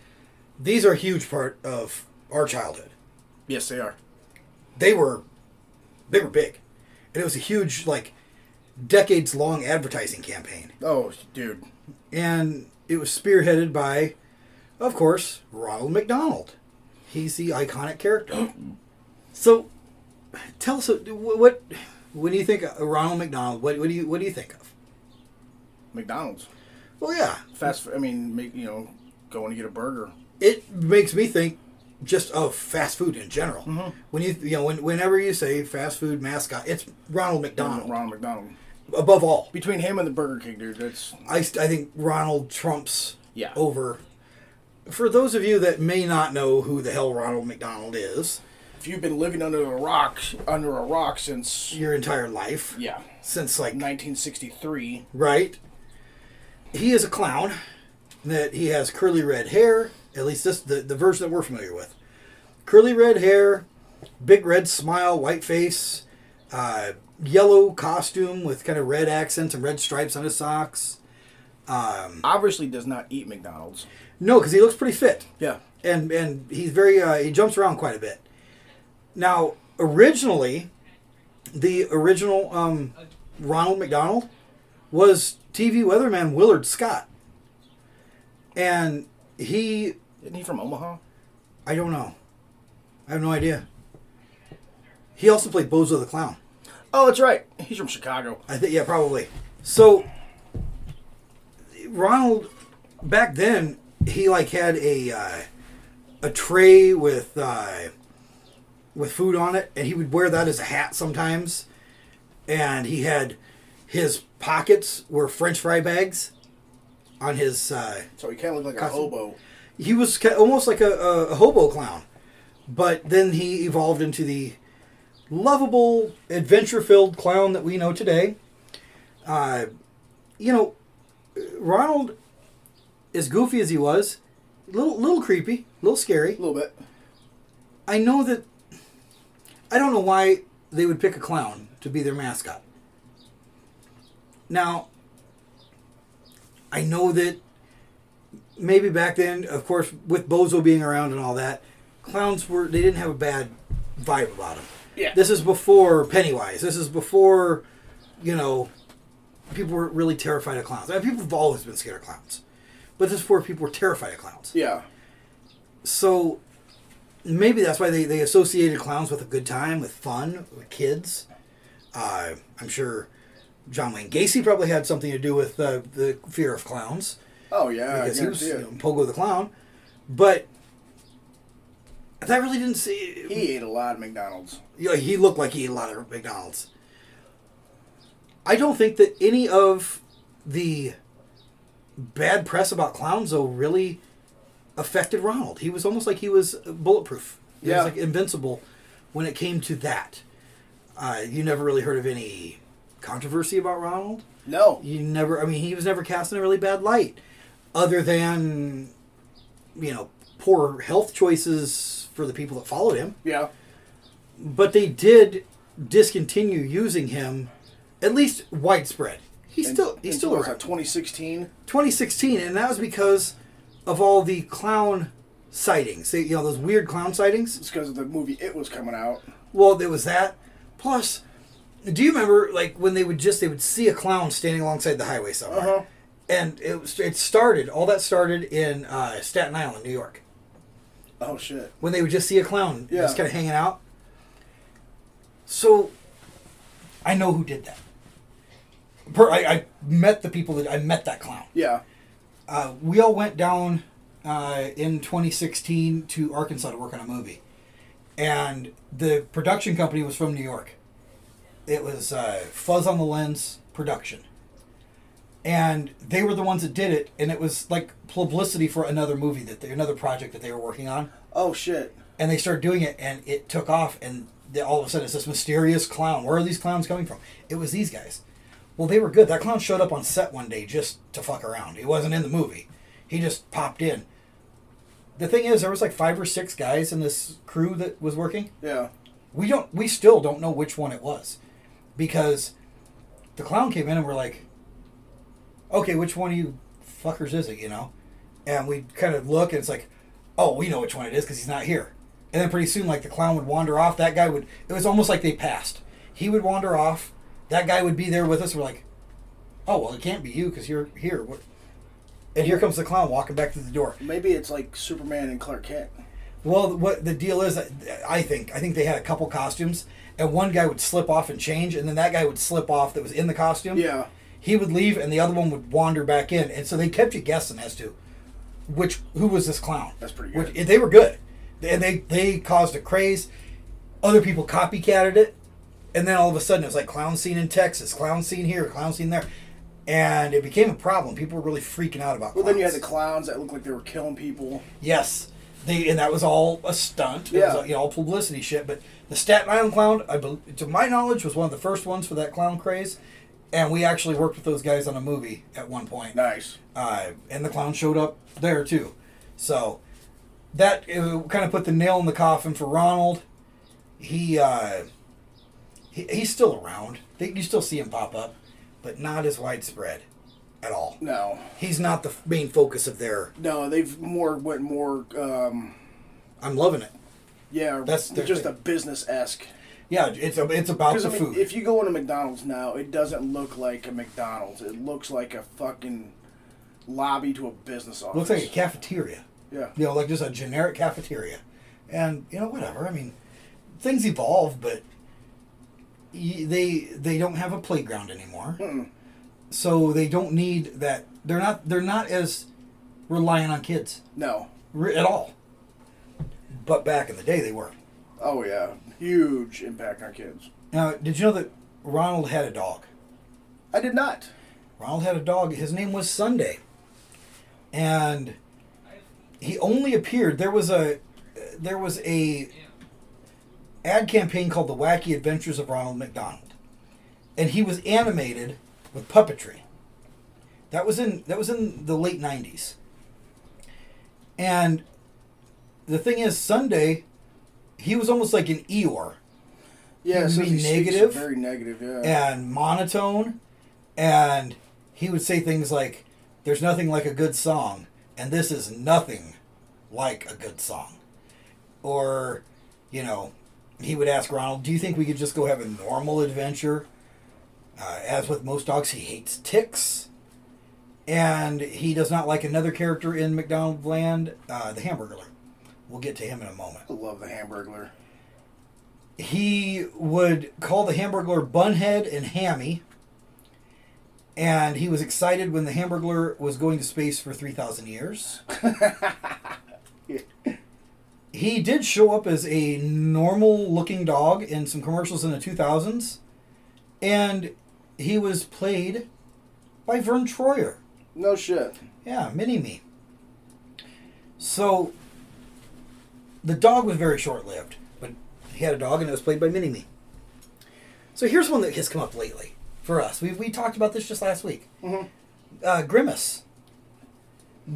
[SPEAKER 2] these are a huge part of our childhood.
[SPEAKER 3] Yes, they are.
[SPEAKER 2] They were they were big. And it was a huge like decades long advertising campaign.
[SPEAKER 3] Oh, dude.
[SPEAKER 2] And it was spearheaded by of course Ronald McDonald. He's the iconic character. so tell us wh- what when you think of Ronald McDonald, what, what do you what do you think of?
[SPEAKER 3] McDonald's.
[SPEAKER 2] Well, yeah.
[SPEAKER 3] Fast. I mean, make, you know, going to get a burger.
[SPEAKER 2] it makes me think just of fast food in general. When you you know when, whenever you say fast food mascot, it's Ronald McDonald
[SPEAKER 3] Ronald McDonald.
[SPEAKER 2] above all.
[SPEAKER 3] Between him and the Burger King, dude, that's
[SPEAKER 2] I, st- I think Ronald trumps
[SPEAKER 3] Yeah.
[SPEAKER 2] over. For those of you that may not know who the hell Ronald McDonald is,
[SPEAKER 3] if you've been living under a rock, under a rock since
[SPEAKER 2] your entire life,
[SPEAKER 3] yeah,
[SPEAKER 2] since like
[SPEAKER 3] 1963.
[SPEAKER 2] right? He is a clown that he has curly red hair, at least this the, the version that we're familiar with. Curly red hair, big red smile, white face, uh, yellow costume with kind of red accents and red stripes on his socks. Um,
[SPEAKER 3] Obviously, does not eat McDonald's.
[SPEAKER 2] no, because he looks pretty fit.
[SPEAKER 3] Yeah.
[SPEAKER 2] and and he's very uh, he jumps around quite a bit. Now, originally, the original um, Ronald McDonald was TV weatherman Willard Scott, and he
[SPEAKER 3] Isn't he from Omaha?
[SPEAKER 2] I don't know, I have no idea. He also played Bozo the Clown.
[SPEAKER 3] Oh, that's right. He's from Chicago.
[SPEAKER 2] I think yeah, probably. So Ronald back then he like had a uh, a tray with uh, with food on it, and he would wear that as a hat sometimes. And he had his pockets were French fry bags on his. Uh,
[SPEAKER 3] So he kind of looked like
[SPEAKER 2] Costume.
[SPEAKER 3] a hobo.
[SPEAKER 2] he was ki- almost like a, a, a hobo clown, but then he evolved into the lovable, adventure-filled clown that we know today. Uh, you know, Ronald, as goofy as he was, little little creepy, little scary.
[SPEAKER 3] A little bit.
[SPEAKER 2] I know that. I don't know why they would pick a clown to be their mascot. Now, I know that maybe back then, of course, with Bozo being around and all that, clowns were they didn't have a bad vibe about them.
[SPEAKER 3] Yeah.
[SPEAKER 2] This is before Pennywise. This is before, you know, people were really terrified of clowns. I mean, people have always been scared of clowns, but this is before people were terrified of clowns.
[SPEAKER 3] Yeah.
[SPEAKER 2] So maybe that's why they, they associated clowns with a good time, with fun, with kids. Uh, I'm sure John Wayne Gacy probably had something to do with uh, the fear of clowns
[SPEAKER 3] Oh yeah. I
[SPEAKER 2] because he was
[SPEAKER 3] guarantee
[SPEAKER 2] you
[SPEAKER 3] it.
[SPEAKER 2] know, Pogo the clown. But that really didn't see.
[SPEAKER 3] He ate a lot of McDonald's.
[SPEAKER 2] you know, he looked like he ate a lot of McDonald's. I don't think that any of the bad press about clowns though really affected Ronald. He was almost like he was bulletproof. He
[SPEAKER 3] Yeah.
[SPEAKER 2] was like invincible when it came to that. Uh, you never really heard of any controversy about Ronald.
[SPEAKER 3] No.
[SPEAKER 2] You never. I mean, he was never cast in a really bad light, other than you know poor health choices for the people that followed him
[SPEAKER 3] Yeah.
[SPEAKER 2] but they did discontinue using him, at least widespread. He's still he's still around.
[SPEAKER 3] 2016.
[SPEAKER 2] 2016, and that was because of all the clown sightings. They, you know those weird clown sightings.
[SPEAKER 3] It's because of the movie It was coming out.
[SPEAKER 2] Well, there was that. Plus, do you remember like when they would just they would see a clown standing alongside the highway somewhere,
[SPEAKER 3] Uh-huh.
[SPEAKER 2] and it was, it started all that started in uh, Staten Island, New York,
[SPEAKER 3] Oh shit.
[SPEAKER 2] when they would just see a clown
[SPEAKER 3] Yeah.
[SPEAKER 2] just kind of hanging out. So, I know who did that. Per, I, I met the people that I met that clown.
[SPEAKER 3] Yeah.
[SPEAKER 2] uh, we all went down uh, in 2016 to Arkansas to work on a movie, and the production company was from New York. It was uh, Fuzz on the Lens Production, and they were the ones that did it, and it was like publicity for another movie that they, another project that they were working on.
[SPEAKER 3] Oh shit!
[SPEAKER 2] And they started doing it, and it took off, and they, all of a sudden it's this mysterious clown. Where are these clowns coming from? It was these guys. Well, they were good. That clown showed up on set one day just to fuck around. He wasn't in the movie. He just popped in. The thing is, there was like five or six guys in this crew that was working.
[SPEAKER 3] Yeah.
[SPEAKER 2] We don't. We still don't know which one it was, because the clown came in and we're like, "Okay, which one of you fuckers is it?" You know, and we kind of look and it's like, "Oh, we know which one it is because he's not here." And then pretty soon, like the clown would wander off. That guy would. It was almost like they passed. He would wander off. That guy would be there with us. We're like, "Oh well, it can't be you because you're here." What- And here comes the clown walking back through the door.
[SPEAKER 3] Maybe it's like Superman and Clark Kent.
[SPEAKER 2] Well, what the deal is, I think, I think they had a couple costumes, and one guy would slip off and change, and then that guy would slip off that was in the costume.
[SPEAKER 3] Yeah.
[SPEAKER 2] He would leave, and the other one would wander back in, and so they kept you guessing as to which who was this clown. That's pretty good. Which, they were good, and they they caused a craze. Other people copycatted it, and then all of a sudden it was like clown scene in Texas, clown scene here, clown scene there, and it became a problem. People were really freaking out about.
[SPEAKER 3] Well, then you had
[SPEAKER 2] clowns.
[SPEAKER 3] the clowns that looked like they were killing people.
[SPEAKER 2] Yes, they and that was all a stunt. It
[SPEAKER 3] Yeah.
[SPEAKER 2] was, you know, all publicity shit. But the Staten Island Clown, I bel to my knowledge, was one of the first ones for that clown craze, and we actually worked with those guys on a movie at one point.
[SPEAKER 3] Nice.
[SPEAKER 2] Uh, and the clown showed up there too, so that kind of put the nail in the coffin for Ronald. He, uh, he he's still around. They, you still see him pop up, but not as widespread at all.
[SPEAKER 3] No.
[SPEAKER 2] He's not the f- main focus of their.
[SPEAKER 3] No, they've more went more. Um,
[SPEAKER 2] I'm loving it.
[SPEAKER 3] yeah,
[SPEAKER 2] That's their
[SPEAKER 3] just
[SPEAKER 2] thing.
[SPEAKER 3] a business esque.
[SPEAKER 2] Yeah, it's a, it's about the food.
[SPEAKER 3] If you go into McDonald's now, it doesn't look like a McDonald's. It looks like a fucking lobby to a business office.
[SPEAKER 2] looks like a cafeteria.
[SPEAKER 3] Yeah.
[SPEAKER 2] You know, like just a generic cafeteria. And, you know, whatever. I mean, things evolve, but y- they they don't have a playground anymore. So they don't need that they're not they're not as reliant on kids.
[SPEAKER 3] No.
[SPEAKER 2] Re- at all. But back in the day they were.
[SPEAKER 3] Oh yeah, huge impact on kids.
[SPEAKER 2] Now, did you know that Ronald had a dog?
[SPEAKER 3] I did not.
[SPEAKER 2] Ronald had a dog. His name was Sunday. And he only appeared there was a there was a ad campaign called The Wacky Adventures of Ronald McDonald. And he was animated with puppetry. That was in that was in the late 90s. And the thing is Sunday he was almost like an Eeyore
[SPEAKER 3] Yeah,
[SPEAKER 2] He
[SPEAKER 3] so
[SPEAKER 2] would
[SPEAKER 3] he
[SPEAKER 2] be
[SPEAKER 3] speaks
[SPEAKER 2] negative?
[SPEAKER 3] very negative. Yeah.
[SPEAKER 2] and monotone and he would say things like there's nothing like a good song and this is nothing like a good song or you know he would ask ronald do you think we could just go have a normal adventure uh, as with most dogs he hates ticks and he does not like another character in mcdonald land uh, the hamburglar we'll get to him in a moment
[SPEAKER 3] I love the Hamburglar.
[SPEAKER 2] he would call the Hamburglar Bunhead and Hammy, and he was excited when the Hamburglar was going to space for 3,000 years. he did show up as a normal looking dog in some commercials in the 2000s, and he was played by Vern Troyer.
[SPEAKER 3] No shit.
[SPEAKER 2] Yeah, Mini Me. So, the dog was very short lived, but he had a dog and it was played by Mini Me. So, here's one that has come up lately for us. We, we talked about this just last week uh, Grimace.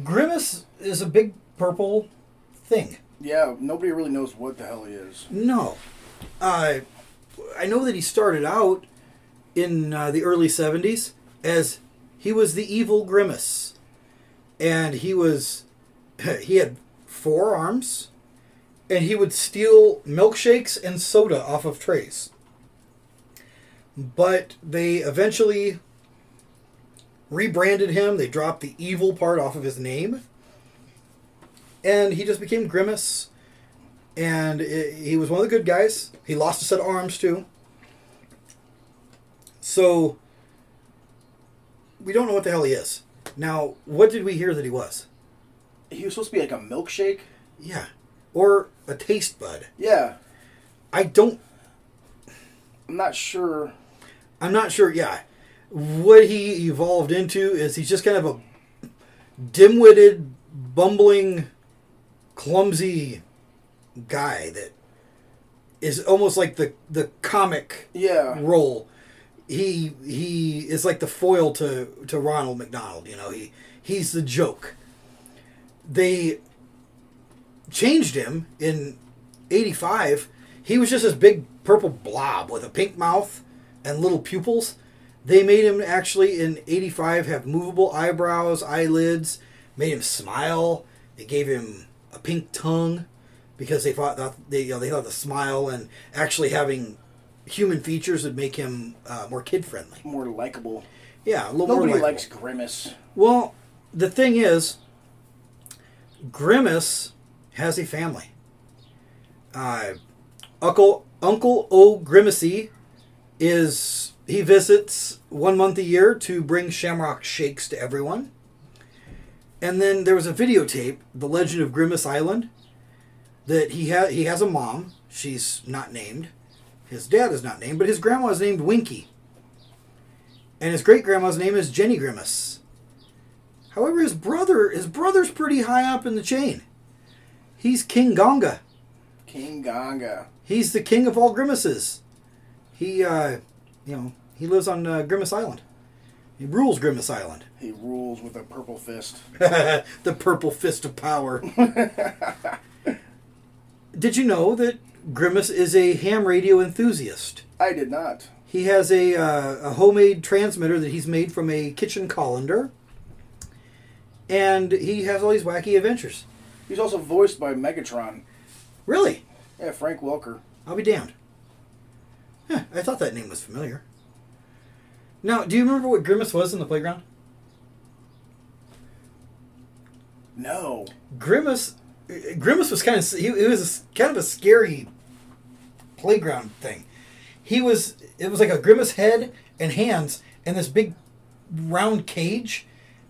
[SPEAKER 2] Grimace is a big purple thing.
[SPEAKER 3] Yeah, nobody really knows what the hell he is.
[SPEAKER 2] No. uh, I know that he started out in uh, the early 70s as he was the evil grimace. And he was, he had four arms, and he would steal milkshakes and soda off of trays. But they eventually rebranded him, they dropped the evil part off of his name, and he just became Grimace. And i he was one of the good guys. He lost a set of arms too. So we don't know what the hell he is. Now, what did we hear that he was?
[SPEAKER 3] He was supposed to be like a milkshake.
[SPEAKER 2] Yeah. Or a taste bud.
[SPEAKER 3] Yeah,
[SPEAKER 2] I don't
[SPEAKER 3] I'm not sure.
[SPEAKER 2] I'm not sure, yeah. What he evolved into is he's just kind of a dim-witted, bumbling, clumsy guy that is almost like the the comic
[SPEAKER 3] Yeah.
[SPEAKER 2] role. He he is like the foil to to Ronald McDonald. You know, he he's the joke. They changed him in '85. He was just this big purple blob with a pink mouth and little pupils. They made him actually in '85 have movable eyebrows, eyelids, made him smile. They gave him a pink tongue because they thought that they you know they thought the smile and actually having human features would make him uh, more kid friendly.
[SPEAKER 3] More likable.
[SPEAKER 2] Yeah, a little
[SPEAKER 3] Nobody
[SPEAKER 2] more likable.
[SPEAKER 3] likes Grimace.
[SPEAKER 2] Well, the thing is, Grimace has a family. Uh, Uncle Uncle O Grimacy is he visits one month a year to bring Shamrock shakes to everyone. And then there was a videotape, The Legend of Grimace Island, that he had he has a mom. She's not named. His dad is not named, but his grandma is named Winky. And his great grandma's name is Jenny Grimace. However, his brother his brother's pretty high up in the chain. He's King Gonga.
[SPEAKER 3] King Ganga.
[SPEAKER 2] He's the king of all grimaces. He, uh, you know, he lives on uh, Grimace Island. He rules Grimace Island.
[SPEAKER 3] He rules with a purple fist.
[SPEAKER 2] the purple fist of power. Did you know that Grimace is a ham radio enthusiast?
[SPEAKER 3] I did not.
[SPEAKER 2] He has a, uh, a homemade transmitter that he's made from a kitchen colander. And he has all these wacky adventures.
[SPEAKER 3] He's also voiced by Megatron.
[SPEAKER 2] Really?
[SPEAKER 3] Yeah, Frank Welker.
[SPEAKER 2] I'll be damned. Huh, I thought that name was familiar. Now, do you remember what Grimace was in the playground?
[SPEAKER 3] No.
[SPEAKER 2] Grimace, Grimace was kind of he, it was kind of a scary playground thing. He was it was like a Grimace head and hands and this big round cage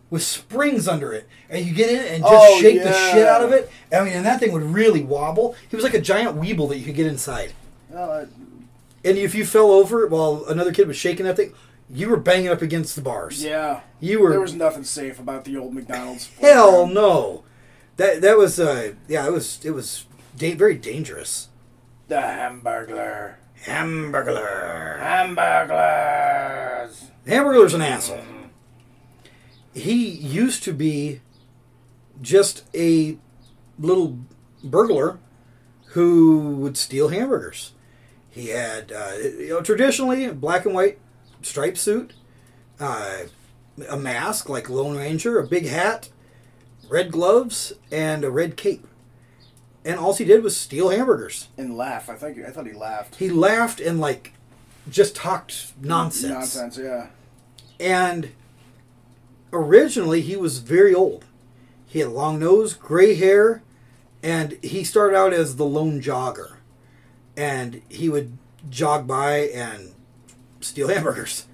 [SPEAKER 2] with springs under it, and you get in it and just
[SPEAKER 3] Oh,
[SPEAKER 2] shake the
[SPEAKER 3] yeah.
[SPEAKER 2] shit out of it. I mean, and that thing would really wobble. He was like a giant weeble that you could get inside.
[SPEAKER 3] Well, uh,
[SPEAKER 2] And if you fell over while another kid was shaking that thing, you were banging up against the bars.
[SPEAKER 3] yeah.
[SPEAKER 2] You were-
[SPEAKER 3] There was nothing safe about the old McDonald's.
[SPEAKER 2] Hell no. That that was uh yeah, it was it was da- very dangerous.
[SPEAKER 3] The Hamburglar.
[SPEAKER 2] Hamburglar.
[SPEAKER 3] Hamburglers.
[SPEAKER 2] Hamburglar's an asshole. He used to be just a little burglar who would steal hamburgers. He had, uh, you know, traditionally a black and white striped suit, uh, a mask like Lone Ranger, a big hat, red gloves, and a red cape. And all he did was steal hamburgers.
[SPEAKER 3] And laugh. I think I thought he laughed.
[SPEAKER 2] He laughed and like just talked nonsense.
[SPEAKER 3] Nonsense. Yeah.
[SPEAKER 2] And originally, he was very old. He had a long nose, gray hair, and he started out as the lone jogger. And he would jog by and steal hamburgers.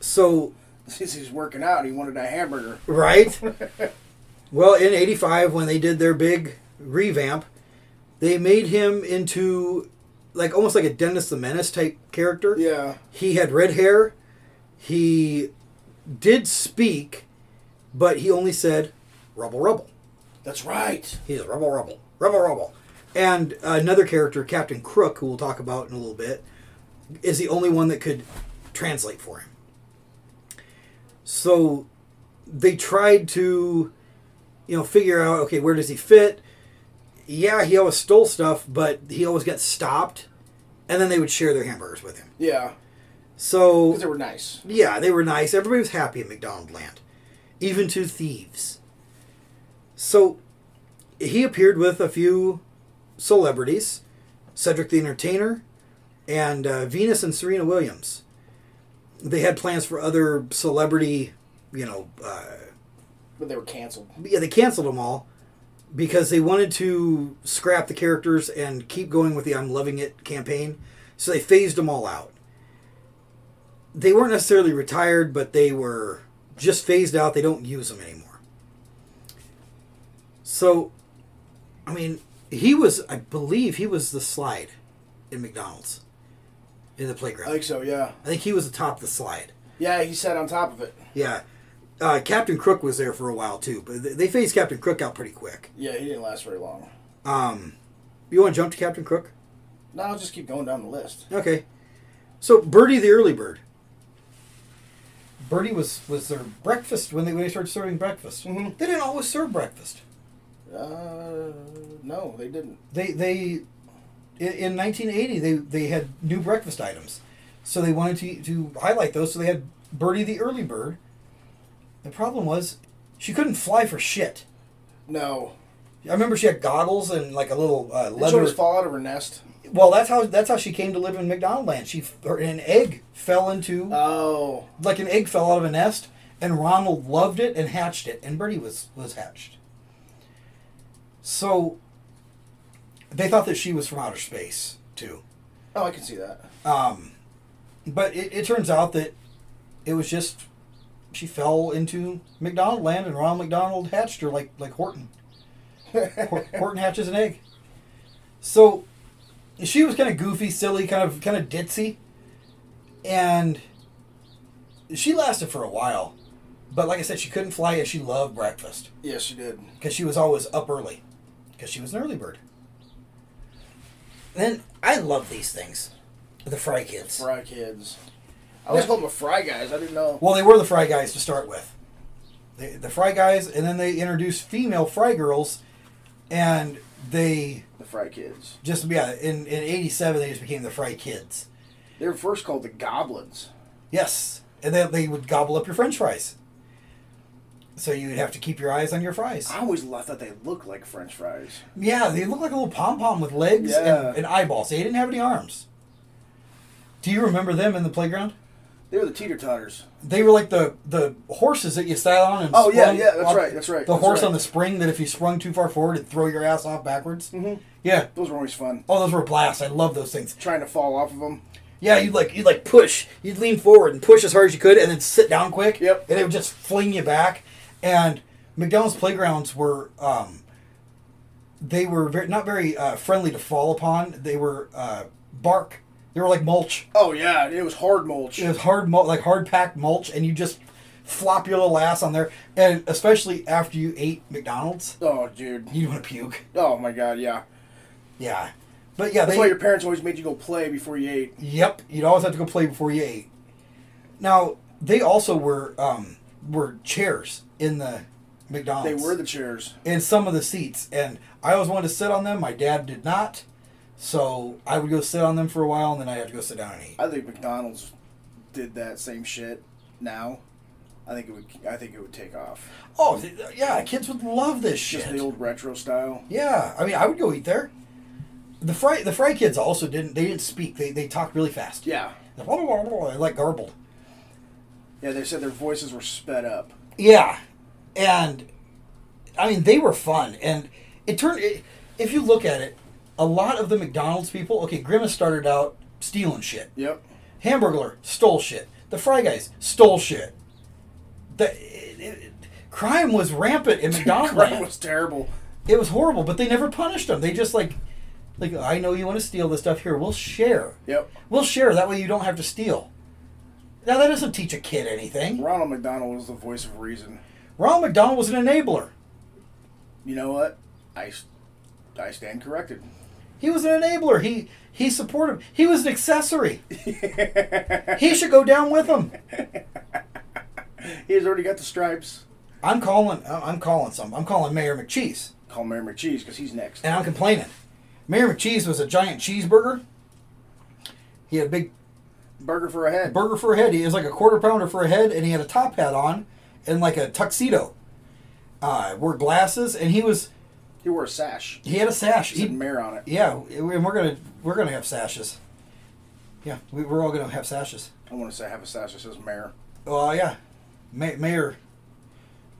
[SPEAKER 2] So,
[SPEAKER 3] Since he's working out, he wanted a hamburger.
[SPEAKER 2] right? well, in 85, when they did their big revamp, they made him into like almost like a Dennis the Menace type character.
[SPEAKER 3] Yeah.
[SPEAKER 2] He had red hair. He did speak, but he only said rubble rubble.
[SPEAKER 3] That's right.
[SPEAKER 2] He's rubble rubble. Rubble rubble. And another character, Captain Crook, who we'll talk about in a little bit, is the only one that could translate for him. So they tried to, you know, figure out okay, where does he fit? yeah, he always stole stuff, but he always got stopped, and then they would share their hamburgers with him.
[SPEAKER 3] Yeah.
[SPEAKER 2] So
[SPEAKER 3] Because they were nice.
[SPEAKER 2] yeah, they were nice. Everybody was happy at McDonald Land, even to thieves. So he appeared with a few celebrities Cedric the Entertainer and uh, Venus and Serena Williams. They had plans for other celebrity, you know, uh,
[SPEAKER 3] But they were canceled.
[SPEAKER 2] yeah, they canceled them all because they wanted to scrap the characters and keep going with the I'm loving it campaign. So they phased them all out. They weren't necessarily retired, but they were just phased out. They don't use them anymore. So, I mean, he was, I believe, he was the slide in McDonald's in the
[SPEAKER 3] I
[SPEAKER 2] playground.
[SPEAKER 3] think so, yeah.
[SPEAKER 2] I think he was atop the slide.
[SPEAKER 3] Yeah, he sat on top of it.
[SPEAKER 2] Yeah. Uh, Captain Crook was there for a while too, but they- they phased Captain Crook out pretty quick.
[SPEAKER 3] Yeah, he didn't last very long.
[SPEAKER 2] Um, you want to jump to Captain Crook?
[SPEAKER 3] No, I'll just keep going down the list.
[SPEAKER 2] Okay. So Birdie the early bird. Birdie was was their breakfast when they when they started serving breakfast. Mm-hmm. They didn't always serve breakfast.
[SPEAKER 3] Uh, no, they didn't.
[SPEAKER 2] They they in, in 1980 they they had new breakfast items, so they wanted to to highlight those. So they had Birdie the early bird. The problem was she couldn't fly for shit.
[SPEAKER 3] No.
[SPEAKER 2] I remember she had goggles and like a little uh,
[SPEAKER 3] Did she
[SPEAKER 2] leather.
[SPEAKER 3] always fall out of her nest?
[SPEAKER 2] Well, that's how that's how she came to live in McDonald Land. She or an egg fell into
[SPEAKER 3] oh
[SPEAKER 2] like an egg fell out of a nest, and Ronald loved it and hatched it, and Birdie was was hatched. So they thought that she was from outer space too,
[SPEAKER 3] Oh, I can see that.
[SPEAKER 2] um, but it, it turns out that it was just she fell into McDonald Land, and Ronald McDonald hatched her like like Horton. Hor- Horton hatches an egg. So she was kind of goofy, silly, kind of kind of ditzy, and she lasted for a while. But like I said, she couldn't fly, and she loved breakfast
[SPEAKER 3] Yes, she did.
[SPEAKER 2] because she was always up early because she was an early bird. Then I love these things, the Fry Kids.
[SPEAKER 3] Fry kids. I always
[SPEAKER 2] Now-
[SPEAKER 3] called them the Fry guys. I didn't know.
[SPEAKER 2] Well, they were the Fry Guys to start with. They, the Fry Guys, and then they introduced female Fry Girls, and they
[SPEAKER 3] The Fry kids.
[SPEAKER 2] just, yeah, in, in 87, they just became the Fry Kids.
[SPEAKER 3] They were first called the Goblins.
[SPEAKER 2] Yes, and then they would gobble up your french fries. So you would have to keep your eyes on your fries.
[SPEAKER 3] I always lo- thought they looked like French fries.
[SPEAKER 2] Yeah, they look like a little pom pom with legs
[SPEAKER 3] Yeah.
[SPEAKER 2] and, and eyeballs. They didn't have any arms. Do you remember them in the playground?
[SPEAKER 3] They were the teeter totters.
[SPEAKER 2] They were like the, the horses that you sat on and
[SPEAKER 3] Oh, yeah,
[SPEAKER 2] sprung
[SPEAKER 3] yeah, that's
[SPEAKER 2] off-
[SPEAKER 3] right, that's right,
[SPEAKER 2] The
[SPEAKER 3] that's
[SPEAKER 2] horse
[SPEAKER 3] right.
[SPEAKER 2] on the spring that if you sprung too far forward, it'd throw your ass off backwards.
[SPEAKER 3] Mhm.
[SPEAKER 2] Yeah.
[SPEAKER 3] Those were always fun.
[SPEAKER 2] Oh, those were blasts. I love those things.
[SPEAKER 3] Trying to fall off of them.
[SPEAKER 2] Yeah, you'd like you'd like push. You'd lean forward and push as hard as you could, and then sit down quick.
[SPEAKER 3] Yep.
[SPEAKER 2] And it would just fling you back. And McDonald's playgrounds were um, they were very, not very uh, friendly to fall upon. They were uh, bark. They were like mulch.
[SPEAKER 3] Oh yeah, it was hard mulch.
[SPEAKER 2] It was hard mul- like hard packed mulch, and you just flop your little ass on there. And especially after you ate McDonald's,
[SPEAKER 3] Oh dude.
[SPEAKER 2] you'd want to puke.
[SPEAKER 3] Oh my god, yeah.
[SPEAKER 2] Yeah. But yeah,
[SPEAKER 3] That's
[SPEAKER 2] they,
[SPEAKER 3] why your parents always made you go play before you ate.
[SPEAKER 2] Yep, you'd always have to go play before you ate. Now they also were um, were chairs in the
[SPEAKER 3] They
[SPEAKER 2] McDonald's.
[SPEAKER 3] were the chairs.
[SPEAKER 2] in some of the seats, and I always wanted to sit on them. My dad did not, so I would go sit on them for a while, and then I'd have to go sit down and eat.
[SPEAKER 3] I think McDonald's did that same shit now. I think it would I think it would take off.
[SPEAKER 2] Oh th- yeah, kids would love this shit.
[SPEAKER 3] Just the old retro style.
[SPEAKER 2] Yeah, I mean, I would go eat there. The fry the fry kids also didn't they didn't speak. They they talked really fast.
[SPEAKER 3] Yeah.
[SPEAKER 2] They like garbled.
[SPEAKER 3] Yeah, they said their voices were sped up.
[SPEAKER 2] Yeah, and I mean they were fun, and it turned. It, if you look at it, a lot of the McDonald's people. Okay, Grimace started out stealing shit.
[SPEAKER 3] Yep.
[SPEAKER 2] Hamburglar stole shit. The Fry Guys stole shit. The it, it- crime was rampant in McDonald's.
[SPEAKER 3] Crime was terrible.
[SPEAKER 2] It was horrible, but they never punished them. They just like, like I know you want to steal this stuff here. We'll share.
[SPEAKER 3] Yep.
[SPEAKER 2] We'll share. That way you don't have to steal. Now that doesn't teach a kid anything.
[SPEAKER 3] Ronald McDonald was the voice of reason.
[SPEAKER 2] Ronald McDonald was an enabler.
[SPEAKER 3] You know what? I, s- I stand corrected.
[SPEAKER 2] He was an enabler. He he supported. He was an accessory. he should go down with him.
[SPEAKER 3] He's already got the stripes.
[SPEAKER 2] I'm calling. I- I'm calling some. I'm calling Mayor McCheese.
[SPEAKER 3] Call Mary McCheese because he's next.
[SPEAKER 2] And I'm complaining. Mary McCheese was a giant cheeseburger. He had a big
[SPEAKER 3] burger for a head.
[SPEAKER 2] Burger for a head. He was like a quarter pounder for a head, and he had a top hat on and like a tuxedo. Uh, wore glasses, and he was
[SPEAKER 3] He wore a sash.
[SPEAKER 2] he had a sash.
[SPEAKER 3] He
[SPEAKER 2] He,
[SPEAKER 3] had mare on it.
[SPEAKER 2] yeah, and we're gonna we're gonna have sashes. Yeah, we, we're all gonna have sashes.
[SPEAKER 3] I want to say have a sash that says mare,
[SPEAKER 2] Oh yeah, Ma- mayor,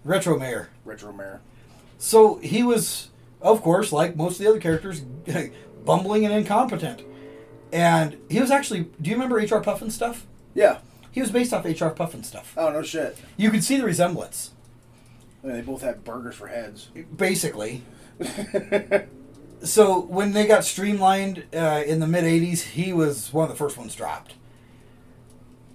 [SPEAKER 2] retro mayor.
[SPEAKER 3] retro mare.
[SPEAKER 2] So he was, of course, like most of the other characters, bumbling and incompetent. And he was actually. Do you remember H.R. Puffin stuff?
[SPEAKER 3] Yeah.
[SPEAKER 2] He was based off H.R. Puffin stuff.
[SPEAKER 3] Oh no shit.
[SPEAKER 2] You could see the resemblance,
[SPEAKER 3] I mean, they both had burgers for heads.
[SPEAKER 2] basically. so when they got streamlined uh, in the mid 80s, he was one of the first ones dropped.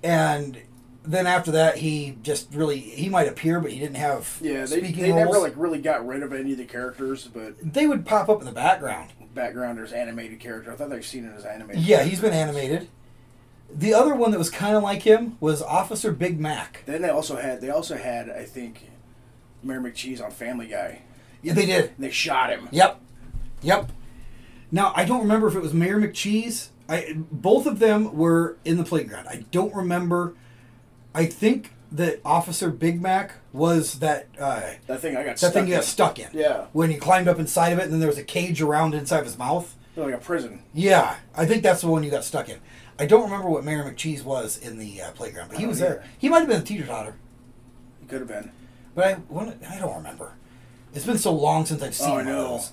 [SPEAKER 2] And then after that, he just really. He might appear, but he didn't have
[SPEAKER 3] Yeah, they,
[SPEAKER 2] speaking
[SPEAKER 3] they never
[SPEAKER 2] roles.
[SPEAKER 3] like really got rid of any of the characters, but
[SPEAKER 2] they would pop up in the background.
[SPEAKER 3] background there's animated character. I thought they've seen it as animated.
[SPEAKER 2] Yeah, he's been animated. The other one that was kind of like him was Officer Big Mac.
[SPEAKER 3] Then they also had they also had I think Mary McCheese on Family Guy.
[SPEAKER 2] Yeah, they did.
[SPEAKER 3] They shot him.
[SPEAKER 2] Yep. Yep. Now, I don't remember if it was Mayor McCheese. I both of them were in the playground. I don't remember. I think that Officer Big Mac was that uh,
[SPEAKER 3] That thing I got
[SPEAKER 2] that
[SPEAKER 3] stuck
[SPEAKER 2] thing you
[SPEAKER 3] in.
[SPEAKER 2] got stuck in.
[SPEAKER 3] Yeah.
[SPEAKER 2] When you climbed up inside of it, and then there was a cage around inside of his mouth.
[SPEAKER 3] Like a prison.
[SPEAKER 2] Yeah, I think that's the one you got stuck in. I don't remember what Mayor McCheese was in the uh, playground, but he
[SPEAKER 3] I don't
[SPEAKER 2] was
[SPEAKER 3] either.
[SPEAKER 2] there. He might have been a teeter totter.
[SPEAKER 3] It could have been.
[SPEAKER 2] But I wanna- I don't remember. It's been so long since I've seen
[SPEAKER 3] Oh, I
[SPEAKER 2] one of
[SPEAKER 3] know.
[SPEAKER 2] those.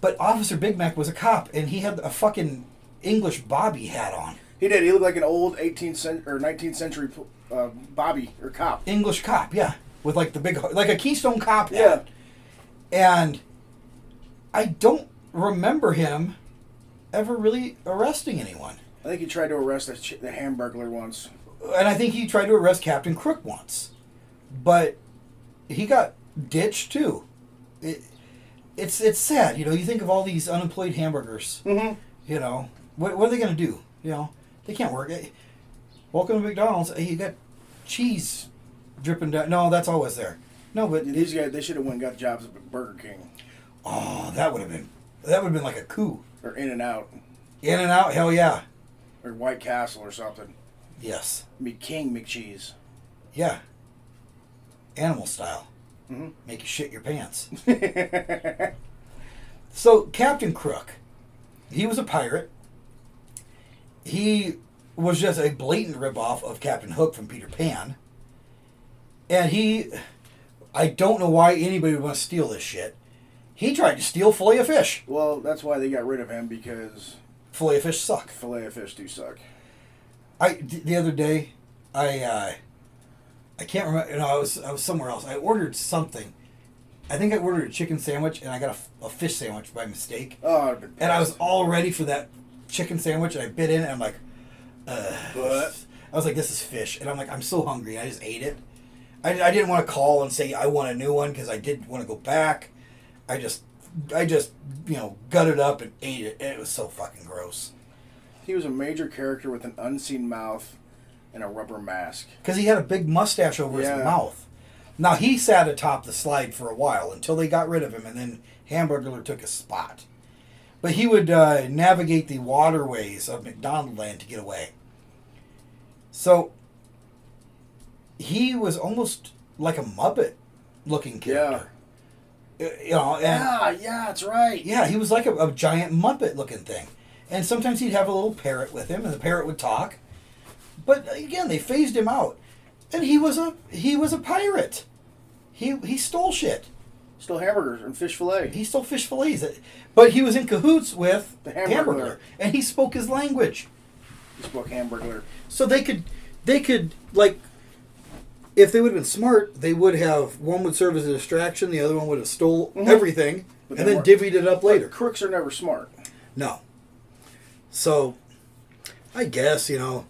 [SPEAKER 2] But Officer Big Mac was a cop, and he had a fucking English bobby hat on.
[SPEAKER 3] He did. He looked like an old 18th cent- or 19th century uh, Bobby or cop.
[SPEAKER 2] English cop, yeah, with like the big, like a Keystone Cop
[SPEAKER 3] Yeah.
[SPEAKER 2] hat. And I don't remember him ever really arresting anyone.
[SPEAKER 3] I think he tried to arrest the, ch- the Hamburglar once.
[SPEAKER 2] And I think he tried to arrest Captain Crook once, but he got ditched too. It, it's it's sad, you know. You think of all these unemployed hamburgers.
[SPEAKER 3] Mm-hmm.
[SPEAKER 2] You know, what, what are they going to do? You know, they can't work. Eh, Welcome to McDonald's. Eh, You got cheese dripping down. No, that's always there. No, but
[SPEAKER 3] These guys, they should have went and got jobs at Burger King
[SPEAKER 2] oh, that would have been that would have been like a coup.
[SPEAKER 3] or In and Out
[SPEAKER 2] In and out, hell yeah,
[SPEAKER 3] or White Castle or something.
[SPEAKER 2] yes,
[SPEAKER 3] Be King McCheese.
[SPEAKER 2] yeah. Animal style,
[SPEAKER 3] Mhm.
[SPEAKER 2] make you shit your pants. so Captain Crook, he was a pirate. He was just a blatant ripoff of Captain Hook from Peter Pan. And he, I don't know why anybody would want to steal this shit. He tried to steal fillet of fish.
[SPEAKER 3] Well, that's why they got rid of him because
[SPEAKER 2] Fillet of fish suck.
[SPEAKER 3] fillet of fish do suck.
[SPEAKER 2] I d- the other day, I uh, I can't remember. You know, I was I was somewhere else. I ordered something. I think I ordered a chicken sandwich and I got a f- a, fish sandwich by mistake.
[SPEAKER 3] Oh, I'd have been
[SPEAKER 2] And I was
[SPEAKER 3] pissed.
[SPEAKER 2] all ready for that chicken sandwich and I bit in and I'm like,
[SPEAKER 3] But
[SPEAKER 2] I was like, this is fish. And I'm like, I'm so hungry. I just ate it. I, I didn't want to call and say I want a new one because I did want to go back. I just, I just, you know, gutted up and ate it. And it was so fucking gross.
[SPEAKER 3] he was a major character with an unseen mouth and a rubber mask.
[SPEAKER 2] Because he had a big mustache over
[SPEAKER 3] Yeah.
[SPEAKER 2] his mouth. Now, he sat atop the slide for a while until they got rid of him and then Hamburglar took his spot. But he would uh, navigate the waterways of McDonaldland to get away. So he was almost like a Muppet looking character. Uh, You know, and
[SPEAKER 3] Yeah, Ah, yeah, that's right.
[SPEAKER 2] yeah, he was like a, a giant Muppet looking thing. And sometimes he'd have a little parrot with him, and the parrot would talk. But uh, again, they phased him out, and he was a he was a pirate. He he stole shit.
[SPEAKER 3] Still hamburgers and fish fillet.
[SPEAKER 2] He stole fish fillets. Uh, But he was in cahoots with
[SPEAKER 3] The Hamburglar.
[SPEAKER 2] Hamburger, and he spoke his language,
[SPEAKER 3] He spoke hamburglar.
[SPEAKER 2] so they could they could like. If they would have been smart, they would have one would serve as a distraction, the other one would have stole everything,
[SPEAKER 3] Mm-hmm. But
[SPEAKER 2] and
[SPEAKER 3] they
[SPEAKER 2] then
[SPEAKER 3] weren't.
[SPEAKER 2] divvied it up later.
[SPEAKER 3] Crooks are never smart.
[SPEAKER 2] No. So, I guess you know.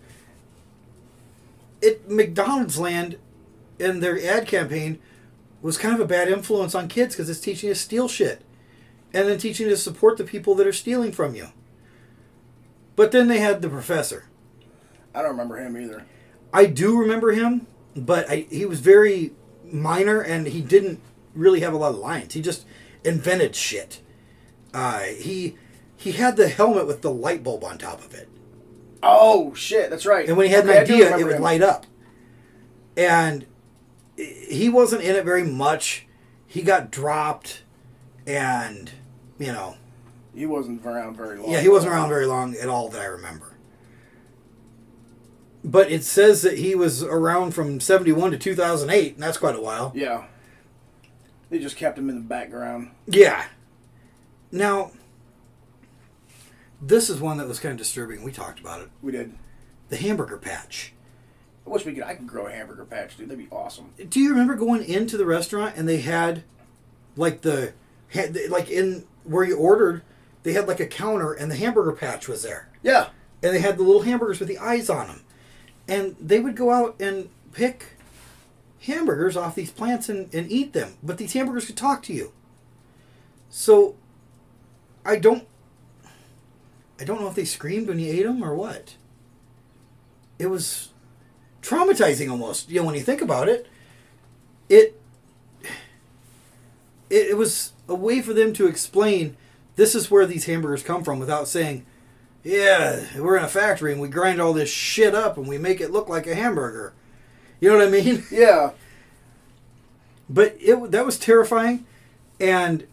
[SPEAKER 2] It McDonald's land, and their ad campaign, was kind of a bad influence on kids because it's teaching you to steal shit, and then teaching you to support the people that are stealing from you. But then they had the professor.
[SPEAKER 3] I don't remember him either.
[SPEAKER 2] I do remember him, but I, he was very minor and he didn't really have a lot of lines. He just invented shit. Uh, he he had the helmet with the light bulb on top of it.
[SPEAKER 3] Oh shit, that's right.
[SPEAKER 2] And when he had
[SPEAKER 3] Okay, I
[SPEAKER 2] an
[SPEAKER 3] do
[SPEAKER 2] idea, it
[SPEAKER 3] remember
[SPEAKER 2] would
[SPEAKER 3] him.
[SPEAKER 2] light up. And he wasn't in it very much. He got dropped, and you know,
[SPEAKER 3] He wasn't around very long.
[SPEAKER 2] yeah, he wasn't around very long at all that I remember. But it says that he was around from '71 to 2008, and that's quite a while.
[SPEAKER 3] Yeah. They just kept him in the background.
[SPEAKER 2] Yeah. Now, this is one that was kind of disturbing. We talked about it.
[SPEAKER 3] We did.
[SPEAKER 2] The hamburger patch.
[SPEAKER 3] I wish we could. I could grow a hamburger patch, dude. That'd be awesome.
[SPEAKER 2] Do you remember going into the restaurant and they had, like the, had, like in where you ordered, they had like a counter and the hamburger patch was there.
[SPEAKER 3] Yeah.
[SPEAKER 2] And they had the little hamburgers with the eyes on them, and they would go out and pick hamburgers off these plants and, and eat them. But these hamburgers could talk to you. So, I don't. I don't know if they screamed when you ate them or what. It was traumatizing almost. You know, when you think about it, it it, it was a way for them to explain this is where these hamburgers come from without saying, "Yeah, we're in a factory and we grind all this shit up and we make it look like a hamburger." You know what I mean?
[SPEAKER 3] Yeah.
[SPEAKER 2] But it that was terrifying, and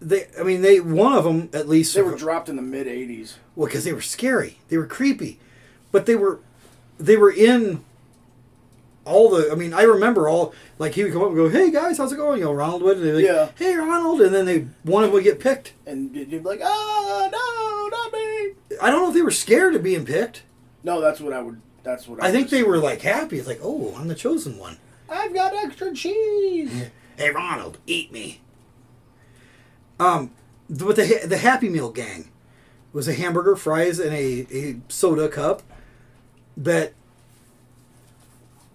[SPEAKER 2] they I mean they one of them at least
[SPEAKER 3] They were dropped in the mid '80s.
[SPEAKER 2] well, because they were scary, they were creepy, but they were, they were in all the. I mean, I remember all like he would come up and go, "Hey guys, how's it going?" You know, Ronald would, and they'd be like,
[SPEAKER 3] Yeah.
[SPEAKER 2] "Hey Ronald," and then they one of them would get picked.
[SPEAKER 3] And you'd be like, "Oh no, not me!"
[SPEAKER 2] I don't know if they were scared of being picked.
[SPEAKER 3] No, that's what I would. That's what I.
[SPEAKER 2] I think
[SPEAKER 3] would
[SPEAKER 2] they
[SPEAKER 3] say.
[SPEAKER 2] were like happy. It's like, "Oh, I'm the chosen one."
[SPEAKER 3] I've got extra cheese.
[SPEAKER 2] Hey Ronald, eat me. Um, the, but the ha- the Happy Meal gang was a hamburger, fries, and a, a soda cup that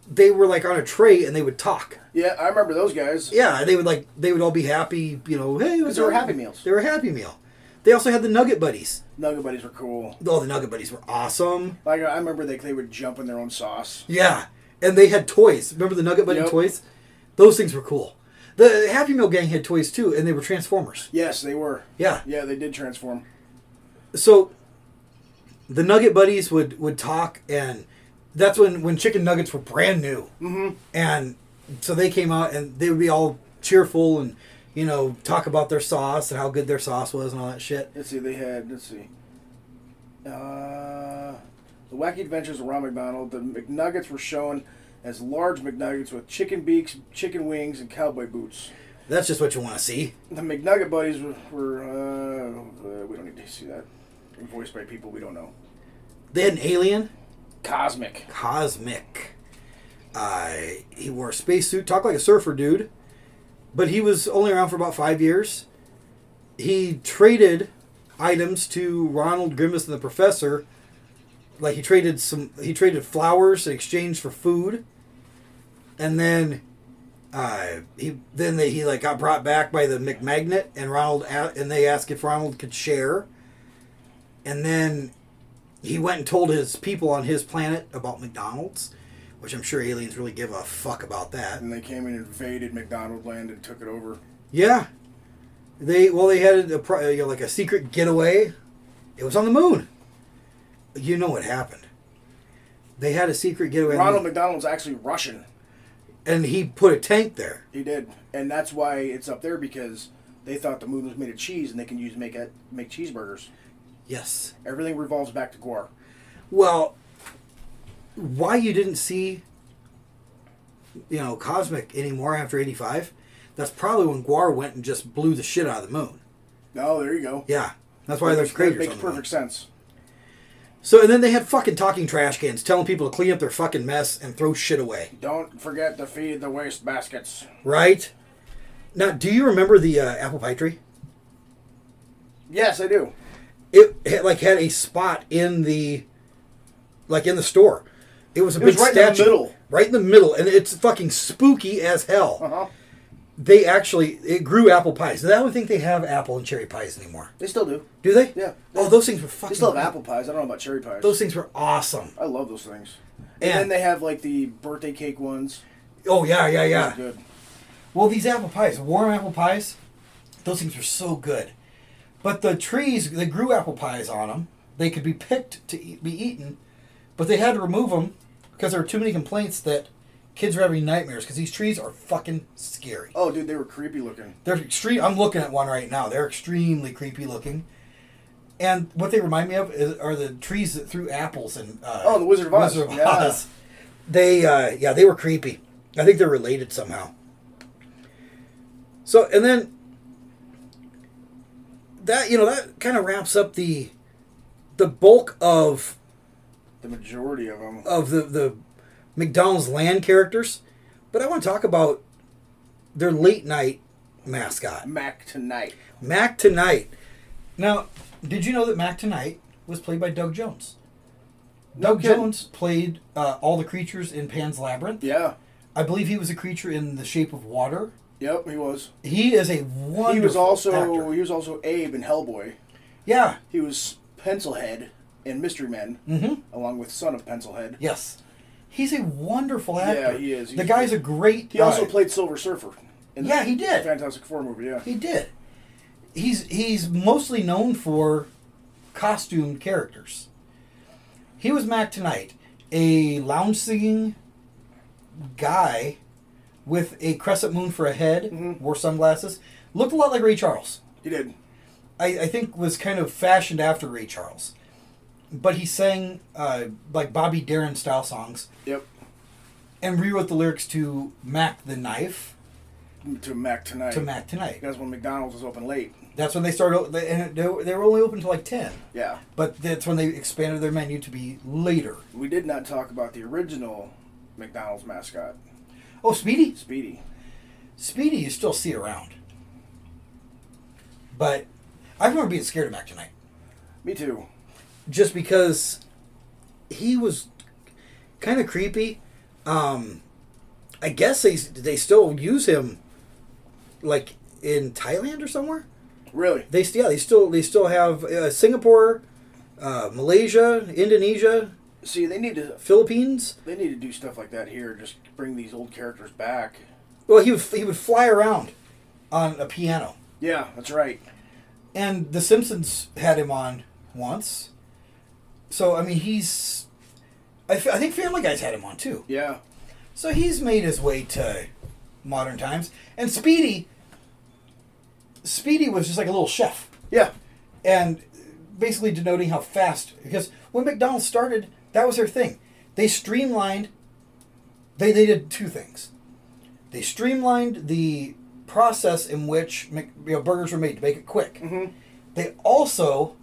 [SPEAKER 2] they were like on a tray and they would talk.
[SPEAKER 3] Yeah, I remember those guys.
[SPEAKER 2] Yeah, they would like they would all be happy, you know. Hey, what's
[SPEAKER 3] they were
[SPEAKER 2] up?
[SPEAKER 3] Happy Meals.
[SPEAKER 2] They were Happy Meal. They also had the Nugget Buddies.
[SPEAKER 3] Nugget buddies were cool.
[SPEAKER 2] All the Nugget Buddies were awesome.
[SPEAKER 3] Like I remember they they would jump in their own sauce.
[SPEAKER 2] Yeah, and they had toys. Remember the Nugget Buddy
[SPEAKER 3] Yep.
[SPEAKER 2] toys? Those things were cool. The Happy Meal gang had toys too, and they were Transformers.
[SPEAKER 3] Yes, they were.
[SPEAKER 2] Yeah.
[SPEAKER 3] Yeah, they did transform.
[SPEAKER 2] so the nugget buddies would would talk and that's when when chicken nuggets were brand new mm-hmm. and so they came out and they would be all cheerful and you know talk about their sauce and how good their sauce was and all that shit
[SPEAKER 3] Let's see, they had. Let's see. Uh, the Wacky Adventures of Ron McDonald. The McNuggets were shown as large McNuggets with chicken beaks, chicken wings, and cowboy boots.
[SPEAKER 2] that's just what you want to see
[SPEAKER 3] The McNugget buddies were. were uh, uh, we don't need to see that. Voiced by people we don't know.
[SPEAKER 2] they had an alien
[SPEAKER 3] Cosmic.
[SPEAKER 2] cosmic uh, he wore a spacesuit talked like a surfer dude but he was only around for about five years he traded items to Ronald Grimace and the Professor. Like he traded some, he traded flowers in exchange for food, and then, uh, he then they, he like got brought back by the McMagnet, and Ronald a- and they asked if Ronald could share, and then he went and told his people on his planet about McDonald's, which I'm sure aliens really give a fuck about that.
[SPEAKER 3] And they came and invaded McDonald Land and took it over.
[SPEAKER 2] Yeah, they well they had a pro- you know, like a secret getaway. It was on the moon. You know what happened? They had a secret getaway, on the
[SPEAKER 3] Ronald
[SPEAKER 2] moon,
[SPEAKER 3] McDonald's actually Russian.
[SPEAKER 2] and he put a tank there.
[SPEAKER 3] He did, and that's why it's up there because they thought the moon was made of cheese, and they can use make it make cheeseburgers.
[SPEAKER 2] Yes.
[SPEAKER 3] Everything revolves back to Gore.
[SPEAKER 2] Well, why you didn't see, you know, Cosmic anymore after '85? That's probably when Guar went and just blew the shit out of the moon.
[SPEAKER 3] No, Oh, there you go.
[SPEAKER 2] Yeah, that's why there's
[SPEAKER 3] That
[SPEAKER 2] craters.
[SPEAKER 3] Makes
[SPEAKER 2] on the moon.
[SPEAKER 3] perfect sense.
[SPEAKER 2] So and then they had fucking talking trash cans telling people to clean up their fucking mess and throw shit away.
[SPEAKER 3] Don't forget to feed the waste baskets.
[SPEAKER 2] Right? Now, do you remember the uh, apple pie tree?
[SPEAKER 3] Yes, I do.
[SPEAKER 2] It had, like had a spot in the, like in the store. It was a
[SPEAKER 3] It
[SPEAKER 2] big
[SPEAKER 3] was right in the
[SPEAKER 2] statue,
[SPEAKER 3] middle.
[SPEAKER 2] right in the middle, and it's fucking spooky as hell.
[SPEAKER 3] Uh huh.
[SPEAKER 2] They actually it grew apple pies. Now, I don't think they have apple and cherry pies anymore.
[SPEAKER 3] They still do.
[SPEAKER 2] Do they?
[SPEAKER 3] Yeah.
[SPEAKER 2] Oh, those things were fucking.
[SPEAKER 3] They still have apple pies. I don't know about cherry pies.
[SPEAKER 2] Those things were awesome.
[SPEAKER 3] I love those things. And,
[SPEAKER 2] And-
[SPEAKER 3] then they have like the birthday cake ones.
[SPEAKER 2] Oh yeah, yeah,
[SPEAKER 3] Those
[SPEAKER 2] yeah.
[SPEAKER 3] are Good.
[SPEAKER 2] Well, these apple pies, warm apple pies, Those things were so good. But the trees, they grew apple pies on them. They could be picked to eat, be eaten, but they had to remove them because there were too many complaints that kids were having nightmares because these trees are fucking scary.
[SPEAKER 3] Oh, dude, they were creepy looking.
[SPEAKER 2] They're extreme. I'm looking at one right now. They're extremely creepy looking. And what they remind me of is, are the trees that threw apples and uh,
[SPEAKER 3] Oh, the Wizard of Oz.
[SPEAKER 2] Wizard of
[SPEAKER 3] Yeah.
[SPEAKER 2] Oz. They uh, yeah, they were creepy. I think they're related somehow. So and then that you know that kind of wraps up the the bulk of
[SPEAKER 3] The majority of them.
[SPEAKER 2] of the the McDonald's land characters. But I want to talk about their late night mascot.
[SPEAKER 3] Mac tonight.
[SPEAKER 2] Mac Tonight. Now, did you know that Mac Tonight was played by Doug Jones? Doug
[SPEAKER 3] kidding.
[SPEAKER 2] Jones played uh, all the creatures in Pan's Labyrinth.
[SPEAKER 3] Yeah.
[SPEAKER 2] I believe he was a creature in The Shape of Water.
[SPEAKER 3] Yep, he was.
[SPEAKER 2] He is a wonderful
[SPEAKER 3] he was also
[SPEAKER 2] actor.
[SPEAKER 3] he was also Abe in Hellboy.
[SPEAKER 2] Yeah.
[SPEAKER 3] He was Pencilhead in Mystery Men,
[SPEAKER 2] Mhm.
[SPEAKER 3] along with Son of Pencilhead.
[SPEAKER 2] Yes. He's a wonderful actor.
[SPEAKER 3] Yeah, he is.
[SPEAKER 2] the
[SPEAKER 3] He's-
[SPEAKER 2] guy's a great
[SPEAKER 3] He also
[SPEAKER 2] guy.
[SPEAKER 3] played Silver Surfer. the
[SPEAKER 2] Yeah, he did.
[SPEAKER 3] Fantastic Four movie. Yeah,
[SPEAKER 2] He did. He's he's mostly known for costumed characters. He was Mac Tonight, a lounge singing guy with a crescent moon for a head, wore sunglasses, looked a lot like Ray Charles.
[SPEAKER 3] He did.
[SPEAKER 2] I, I think was kind of fashioned after Ray Charles. But he sang uh, like Bobby Darin style songs
[SPEAKER 3] Yep.
[SPEAKER 2] and rewrote the lyrics to Mac the Knife
[SPEAKER 3] To Mac tonight.
[SPEAKER 2] to Mac Tonight.
[SPEAKER 3] That's when McDonald's was open late.
[SPEAKER 2] That's when they started, they- and they were they were only open to like 10.
[SPEAKER 3] Yeah.
[SPEAKER 2] But that's when they expanded their menu to be later.
[SPEAKER 3] We did not talk about the original McDonald's mascot,
[SPEAKER 2] Oh, Speedy?
[SPEAKER 3] Speedy.
[SPEAKER 2] Speedy, you still see around. But I remember being scared of Mac tonight.
[SPEAKER 3] Me too.
[SPEAKER 2] Just because he was kind of creepy. Um, I guess they, they still use him like in Thailand or somewhere.
[SPEAKER 3] Really?
[SPEAKER 2] They still, yeah, they still, they still have uh, Singapore, uh, Malaysia, Indonesia,
[SPEAKER 3] See, they need to
[SPEAKER 2] Philippines.
[SPEAKER 3] they need to do stuff like that here. Just bring these old characters back.
[SPEAKER 2] Well, he would, he would fly around on a piano.
[SPEAKER 3] Yeah, that's right.
[SPEAKER 2] And The Simpsons had him on once. So, I mean, he's. I, f- I think Family Guy's had him on too.
[SPEAKER 3] Yeah.
[SPEAKER 2] So he's made his way to modern times. And Speedy. Speedy was just like a little chef.
[SPEAKER 3] Yeah.
[SPEAKER 2] And basically denoting how fast. Because when McDonald's started, that was their thing. They streamlined. They, they did two things. They streamlined the process in which Mc, you know, burgers were made to make it quick
[SPEAKER 3] Mm-hmm.
[SPEAKER 2] they also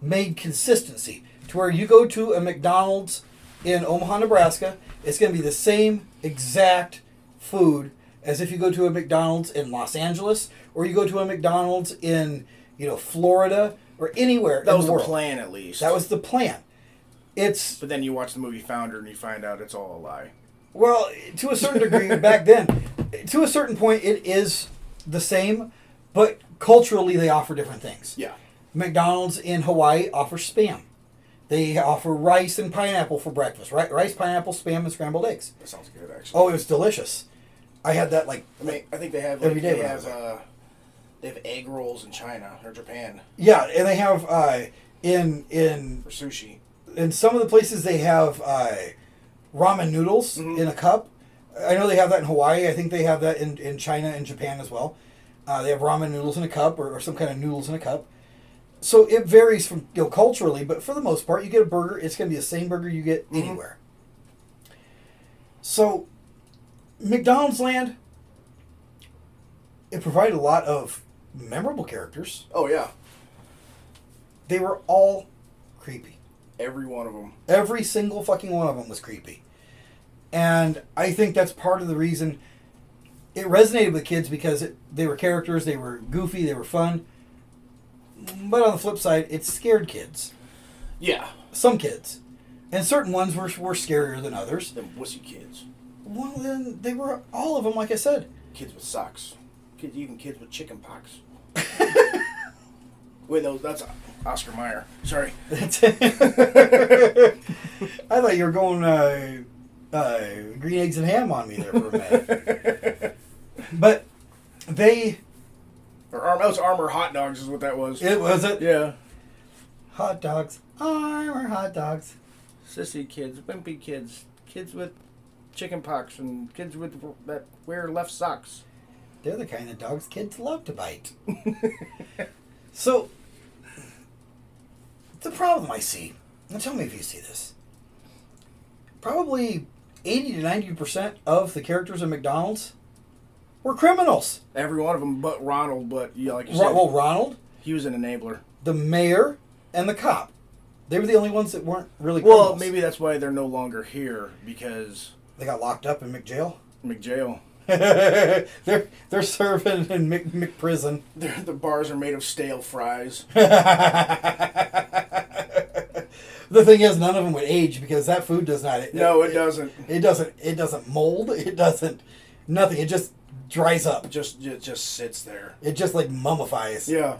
[SPEAKER 2] made consistency to where you go to a McDonald's in Omaha, Nebraska, it's going to be the same exact food as if you go to a McDonald's in Los Angeles or you go to a McDonald's in, you know, Florida or anywhere
[SPEAKER 3] That
[SPEAKER 2] in
[SPEAKER 3] was
[SPEAKER 2] the
[SPEAKER 3] the
[SPEAKER 2] world.
[SPEAKER 3] plan, at least.
[SPEAKER 2] That was the plan. It's
[SPEAKER 3] But then you watch the movie Founder and you find out it's all a lie.
[SPEAKER 2] Well, to a certain degree, back then, to a certain point, it is the same, but culturally they offer different things.
[SPEAKER 3] Yeah.
[SPEAKER 2] McDonald's in Hawaii offers spam. They offer rice and pineapple for breakfast. Right, rice, pineapple, spam, and scrambled eggs.
[SPEAKER 3] That sounds good, actually.
[SPEAKER 2] Oh, it was delicious. I had that like
[SPEAKER 3] I mean, I think they have like,
[SPEAKER 2] Every day
[SPEAKER 3] They
[SPEAKER 2] when I was
[SPEAKER 3] have
[SPEAKER 2] there.
[SPEAKER 3] uh, they have egg rolls in China or Japan
[SPEAKER 2] yeah, and they have uh, in in
[SPEAKER 3] for sushi.
[SPEAKER 2] in some of the places they have uh, ramen noodles in a cup. I know they have that in Hawaii. I think they have that in, in China and Japan as well. Uh, they have ramen noodles in a cup or, or some kind of noodles in a cup. So it varies from you know, culturally, but for the most part, you get a burger. It's going to be the same burger you get anywhere. So McDonald's Land it provided a lot of memorable characters.
[SPEAKER 3] Oh yeah,
[SPEAKER 2] They were all creepy.
[SPEAKER 3] every one of them.
[SPEAKER 2] Every single fucking one of them was creepy. And I think that's part of the reason it resonated with kids because it, they were characters, they were goofy, they were fun. But on the flip side, it scared kids.
[SPEAKER 3] Yeah,
[SPEAKER 2] Some kids. And certain ones were, were scarier than others.
[SPEAKER 3] them wussy kids,
[SPEAKER 2] Well, then they were all of them, like I said.
[SPEAKER 3] kids with socks, kids even kids with chicken pox. Wait, those that's Oscar Mayer. Sorry.
[SPEAKER 2] That's it. I thought you were going uh, uh, green eggs and ham on me there for a minute. but they
[SPEAKER 3] Or arm, that was Armor Hot Dogs, is what that was.
[SPEAKER 2] It was it?
[SPEAKER 3] Yeah.
[SPEAKER 2] Hot dogs. Armor hot dogs.
[SPEAKER 3] Sissy kids, wimpy kids, kids with chicken pox, and kids with that wear left socks.
[SPEAKER 2] They're the kind of dogs kids love to bite. so, the problem I see, and tell me if you see this, probably 80 to 90% of the characters in McDonald's were criminals.
[SPEAKER 3] Every one of them but Ronald, but yeah, like you
[SPEAKER 2] Ro-
[SPEAKER 3] said,
[SPEAKER 2] well, Ronald,
[SPEAKER 3] he was an enabler.
[SPEAKER 2] the mayor, and the cop. They were the only ones that weren't really
[SPEAKER 3] Well,
[SPEAKER 2] criminals.
[SPEAKER 3] maybe that's why they're no longer here because
[SPEAKER 2] They got locked up in McJail.
[SPEAKER 3] McJail.
[SPEAKER 2] they're they're serving in Mc, McPrison.
[SPEAKER 3] They're- the bars are made of stale fries.
[SPEAKER 2] The thing is, none of them would age because that food does not.
[SPEAKER 3] No, it doesn't.
[SPEAKER 2] It doesn't. It doesn't mold. It doesn't. Nothing. It just dries up.
[SPEAKER 3] Just it just sits there.
[SPEAKER 2] It just like mummifies.
[SPEAKER 3] Yeah.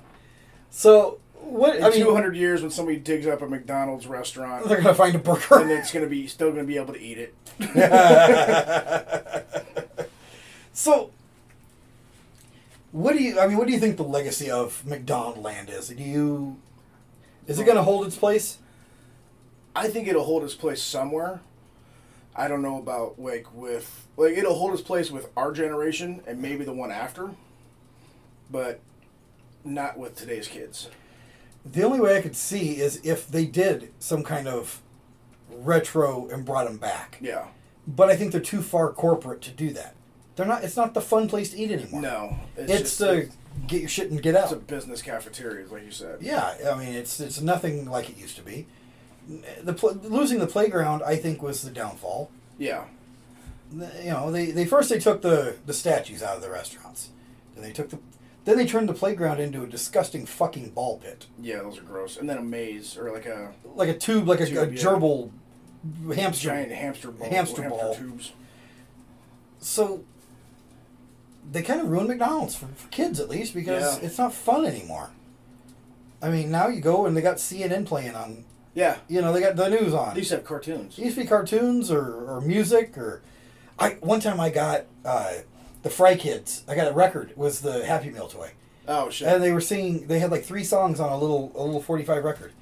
[SPEAKER 2] So what?
[SPEAKER 3] In
[SPEAKER 2] I mean,
[SPEAKER 3] 200 years, when somebody digs up a McDonald's restaurant,
[SPEAKER 2] They're gonna find a burger.
[SPEAKER 3] and it's gonna be still gonna be able to eat it.
[SPEAKER 2] so what do you? I mean, what do you think the legacy of McDonaldland is? Do you? Is it going to hold its place?
[SPEAKER 3] I think it'll hold its place somewhere. I don't know about like with like it'll hold its place with our generation and maybe the one after, but not with today's kids.
[SPEAKER 2] The only way I could see is if they did some kind of retro and brought them back.
[SPEAKER 3] Yeah.
[SPEAKER 2] But I think they're too far corporate to do that. They're not. It's not the fun place to eat anymore.
[SPEAKER 3] No,
[SPEAKER 2] It's,
[SPEAKER 3] just-
[SPEAKER 2] the get your shit and get out.
[SPEAKER 3] it's a business cafeteria, like you said.
[SPEAKER 2] Yeah, I mean, it's it's nothing like it used to be. The pl- losing the playground, I think, was the downfall.
[SPEAKER 3] Yeah.
[SPEAKER 2] The- You know, they, they first they took the the statues out of the restaurants, then they took the then they turned the playground into a disgusting fucking ball pit,
[SPEAKER 3] Yeah, those are gross. And then a maze or like a
[SPEAKER 2] like a tube, like a,
[SPEAKER 3] Tube,
[SPEAKER 2] a
[SPEAKER 3] yeah.
[SPEAKER 2] gerbil hamster,
[SPEAKER 3] giant hamster ball,
[SPEAKER 2] hamster ball.
[SPEAKER 3] tubes.
[SPEAKER 2] So they kind of ruined McDonald's for, for kids, at least, because
[SPEAKER 3] Yeah.
[SPEAKER 2] it's not fun anymore. I mean, now you go and they got CNN playing on.
[SPEAKER 3] Yeah,
[SPEAKER 2] You know, they got the news on.
[SPEAKER 3] they used to have cartoons.
[SPEAKER 2] It used to be cartoons or, or music or I one time I got uh, the Fry Kids. I got a record it was the Happy Meal toy,
[SPEAKER 3] Oh shit!
[SPEAKER 2] and they were singing. They had like three songs on a little a little forty five record,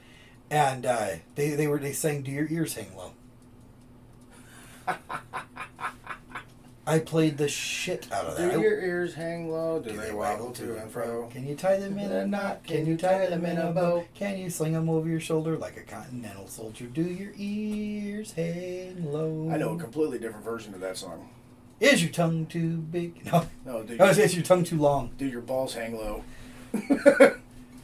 [SPEAKER 2] and uh, they they were they sang "Do Your Ears Hang Low." I played the shit out of
[SPEAKER 3] do
[SPEAKER 2] that. I-
[SPEAKER 3] your ears hang low? Do, they, wobble to and fro?
[SPEAKER 2] Can you tie them in a knot? Can you tie them in a bow? Can you sling them over your shoulder like a continental soldier? Do your ears hang low?
[SPEAKER 3] I know a completely different version of that song.
[SPEAKER 2] Is your tongue too big? No.
[SPEAKER 3] No, do
[SPEAKER 2] Oh,
[SPEAKER 3] your,
[SPEAKER 2] is, is your tongue too long?
[SPEAKER 3] do your balls hang low?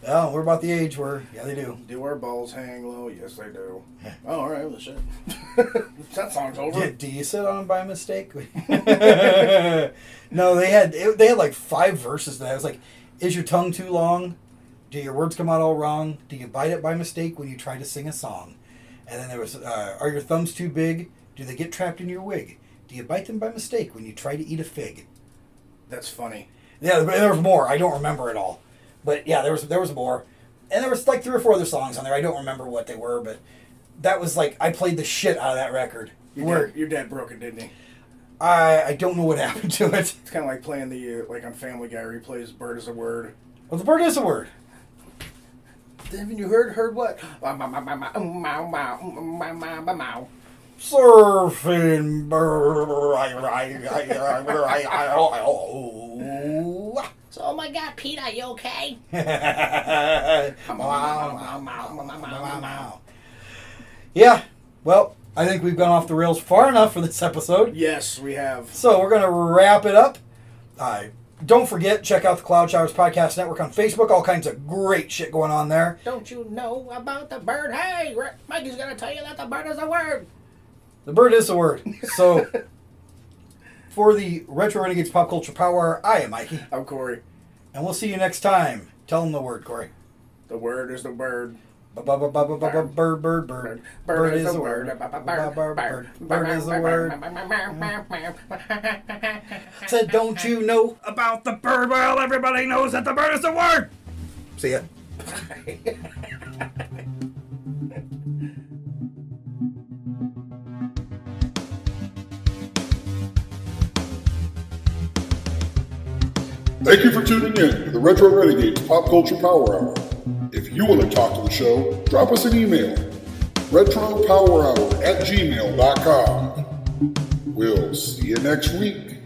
[SPEAKER 2] Oh, we're about the age where yeah they do.
[SPEAKER 3] Do our balls hang low? Yes, they do. Oh, all right, well, shit. that song's over.
[SPEAKER 2] Do, do you sit on them by mistake? no, they had it, they had like five verses that I was like, is your tongue too long? Do your words come out all wrong? Do you bite it by mistake when you try to sing a song? And then there was, uh, are your thumbs too big? Do they get trapped in your wig? Do you bite them by mistake when you try to eat a fig?
[SPEAKER 3] That's funny.
[SPEAKER 2] Yeah, there there was more. I don't remember it all, but yeah, there was there was more, and there was like three or four other songs on there. I don't remember what they were, but that was like I played the shit out of that record.
[SPEAKER 3] Your
[SPEAKER 2] Where
[SPEAKER 3] dad, your dad broke it, didn't he?
[SPEAKER 2] I I don't know what happened to it.
[SPEAKER 3] It's kind of like playing the uh, like on Family Guy where he plays Bird is a Word.
[SPEAKER 2] Well, the bird is a word.
[SPEAKER 3] Haven't you heard heard what? Wow, wow, wow, wow, wow, wow, wow, wow, wow, wow.
[SPEAKER 2] Surfing bird.
[SPEAKER 10] So, oh my god, Pete, are you okay?
[SPEAKER 2] yeah. Well, I think we've gone off the rails far enough for this episode.
[SPEAKER 3] Yes, we have.
[SPEAKER 2] So we're going to wrap it up. Uh, don't forget, check out the Cloud Showers Podcast Network on Facebook. All kinds of great shit going on there.
[SPEAKER 10] Don't you know about the bird? Hey, Ra- Mikey's gonna tell you that the bird is a word.
[SPEAKER 2] The bird is the word. So for the Retro Renegades Pop Culture Power, I am Mikey.
[SPEAKER 3] I'm Corey.
[SPEAKER 2] And we'll see you next time. Tell them the word, Corey.
[SPEAKER 3] The word is the bird.
[SPEAKER 2] Bird, bird, bird, bird, bird. Bird is the word. Bird bird is the word. Said, don't you know about the bird? Well, everybody knows that the bird is the word. See ya.
[SPEAKER 4] Thank you for tuning in to the Retro Renegades Pop Culture Power Hour. If you want to talk to the show, drop us an email. RetroPowerHour at gmail.com. We'll see you next week.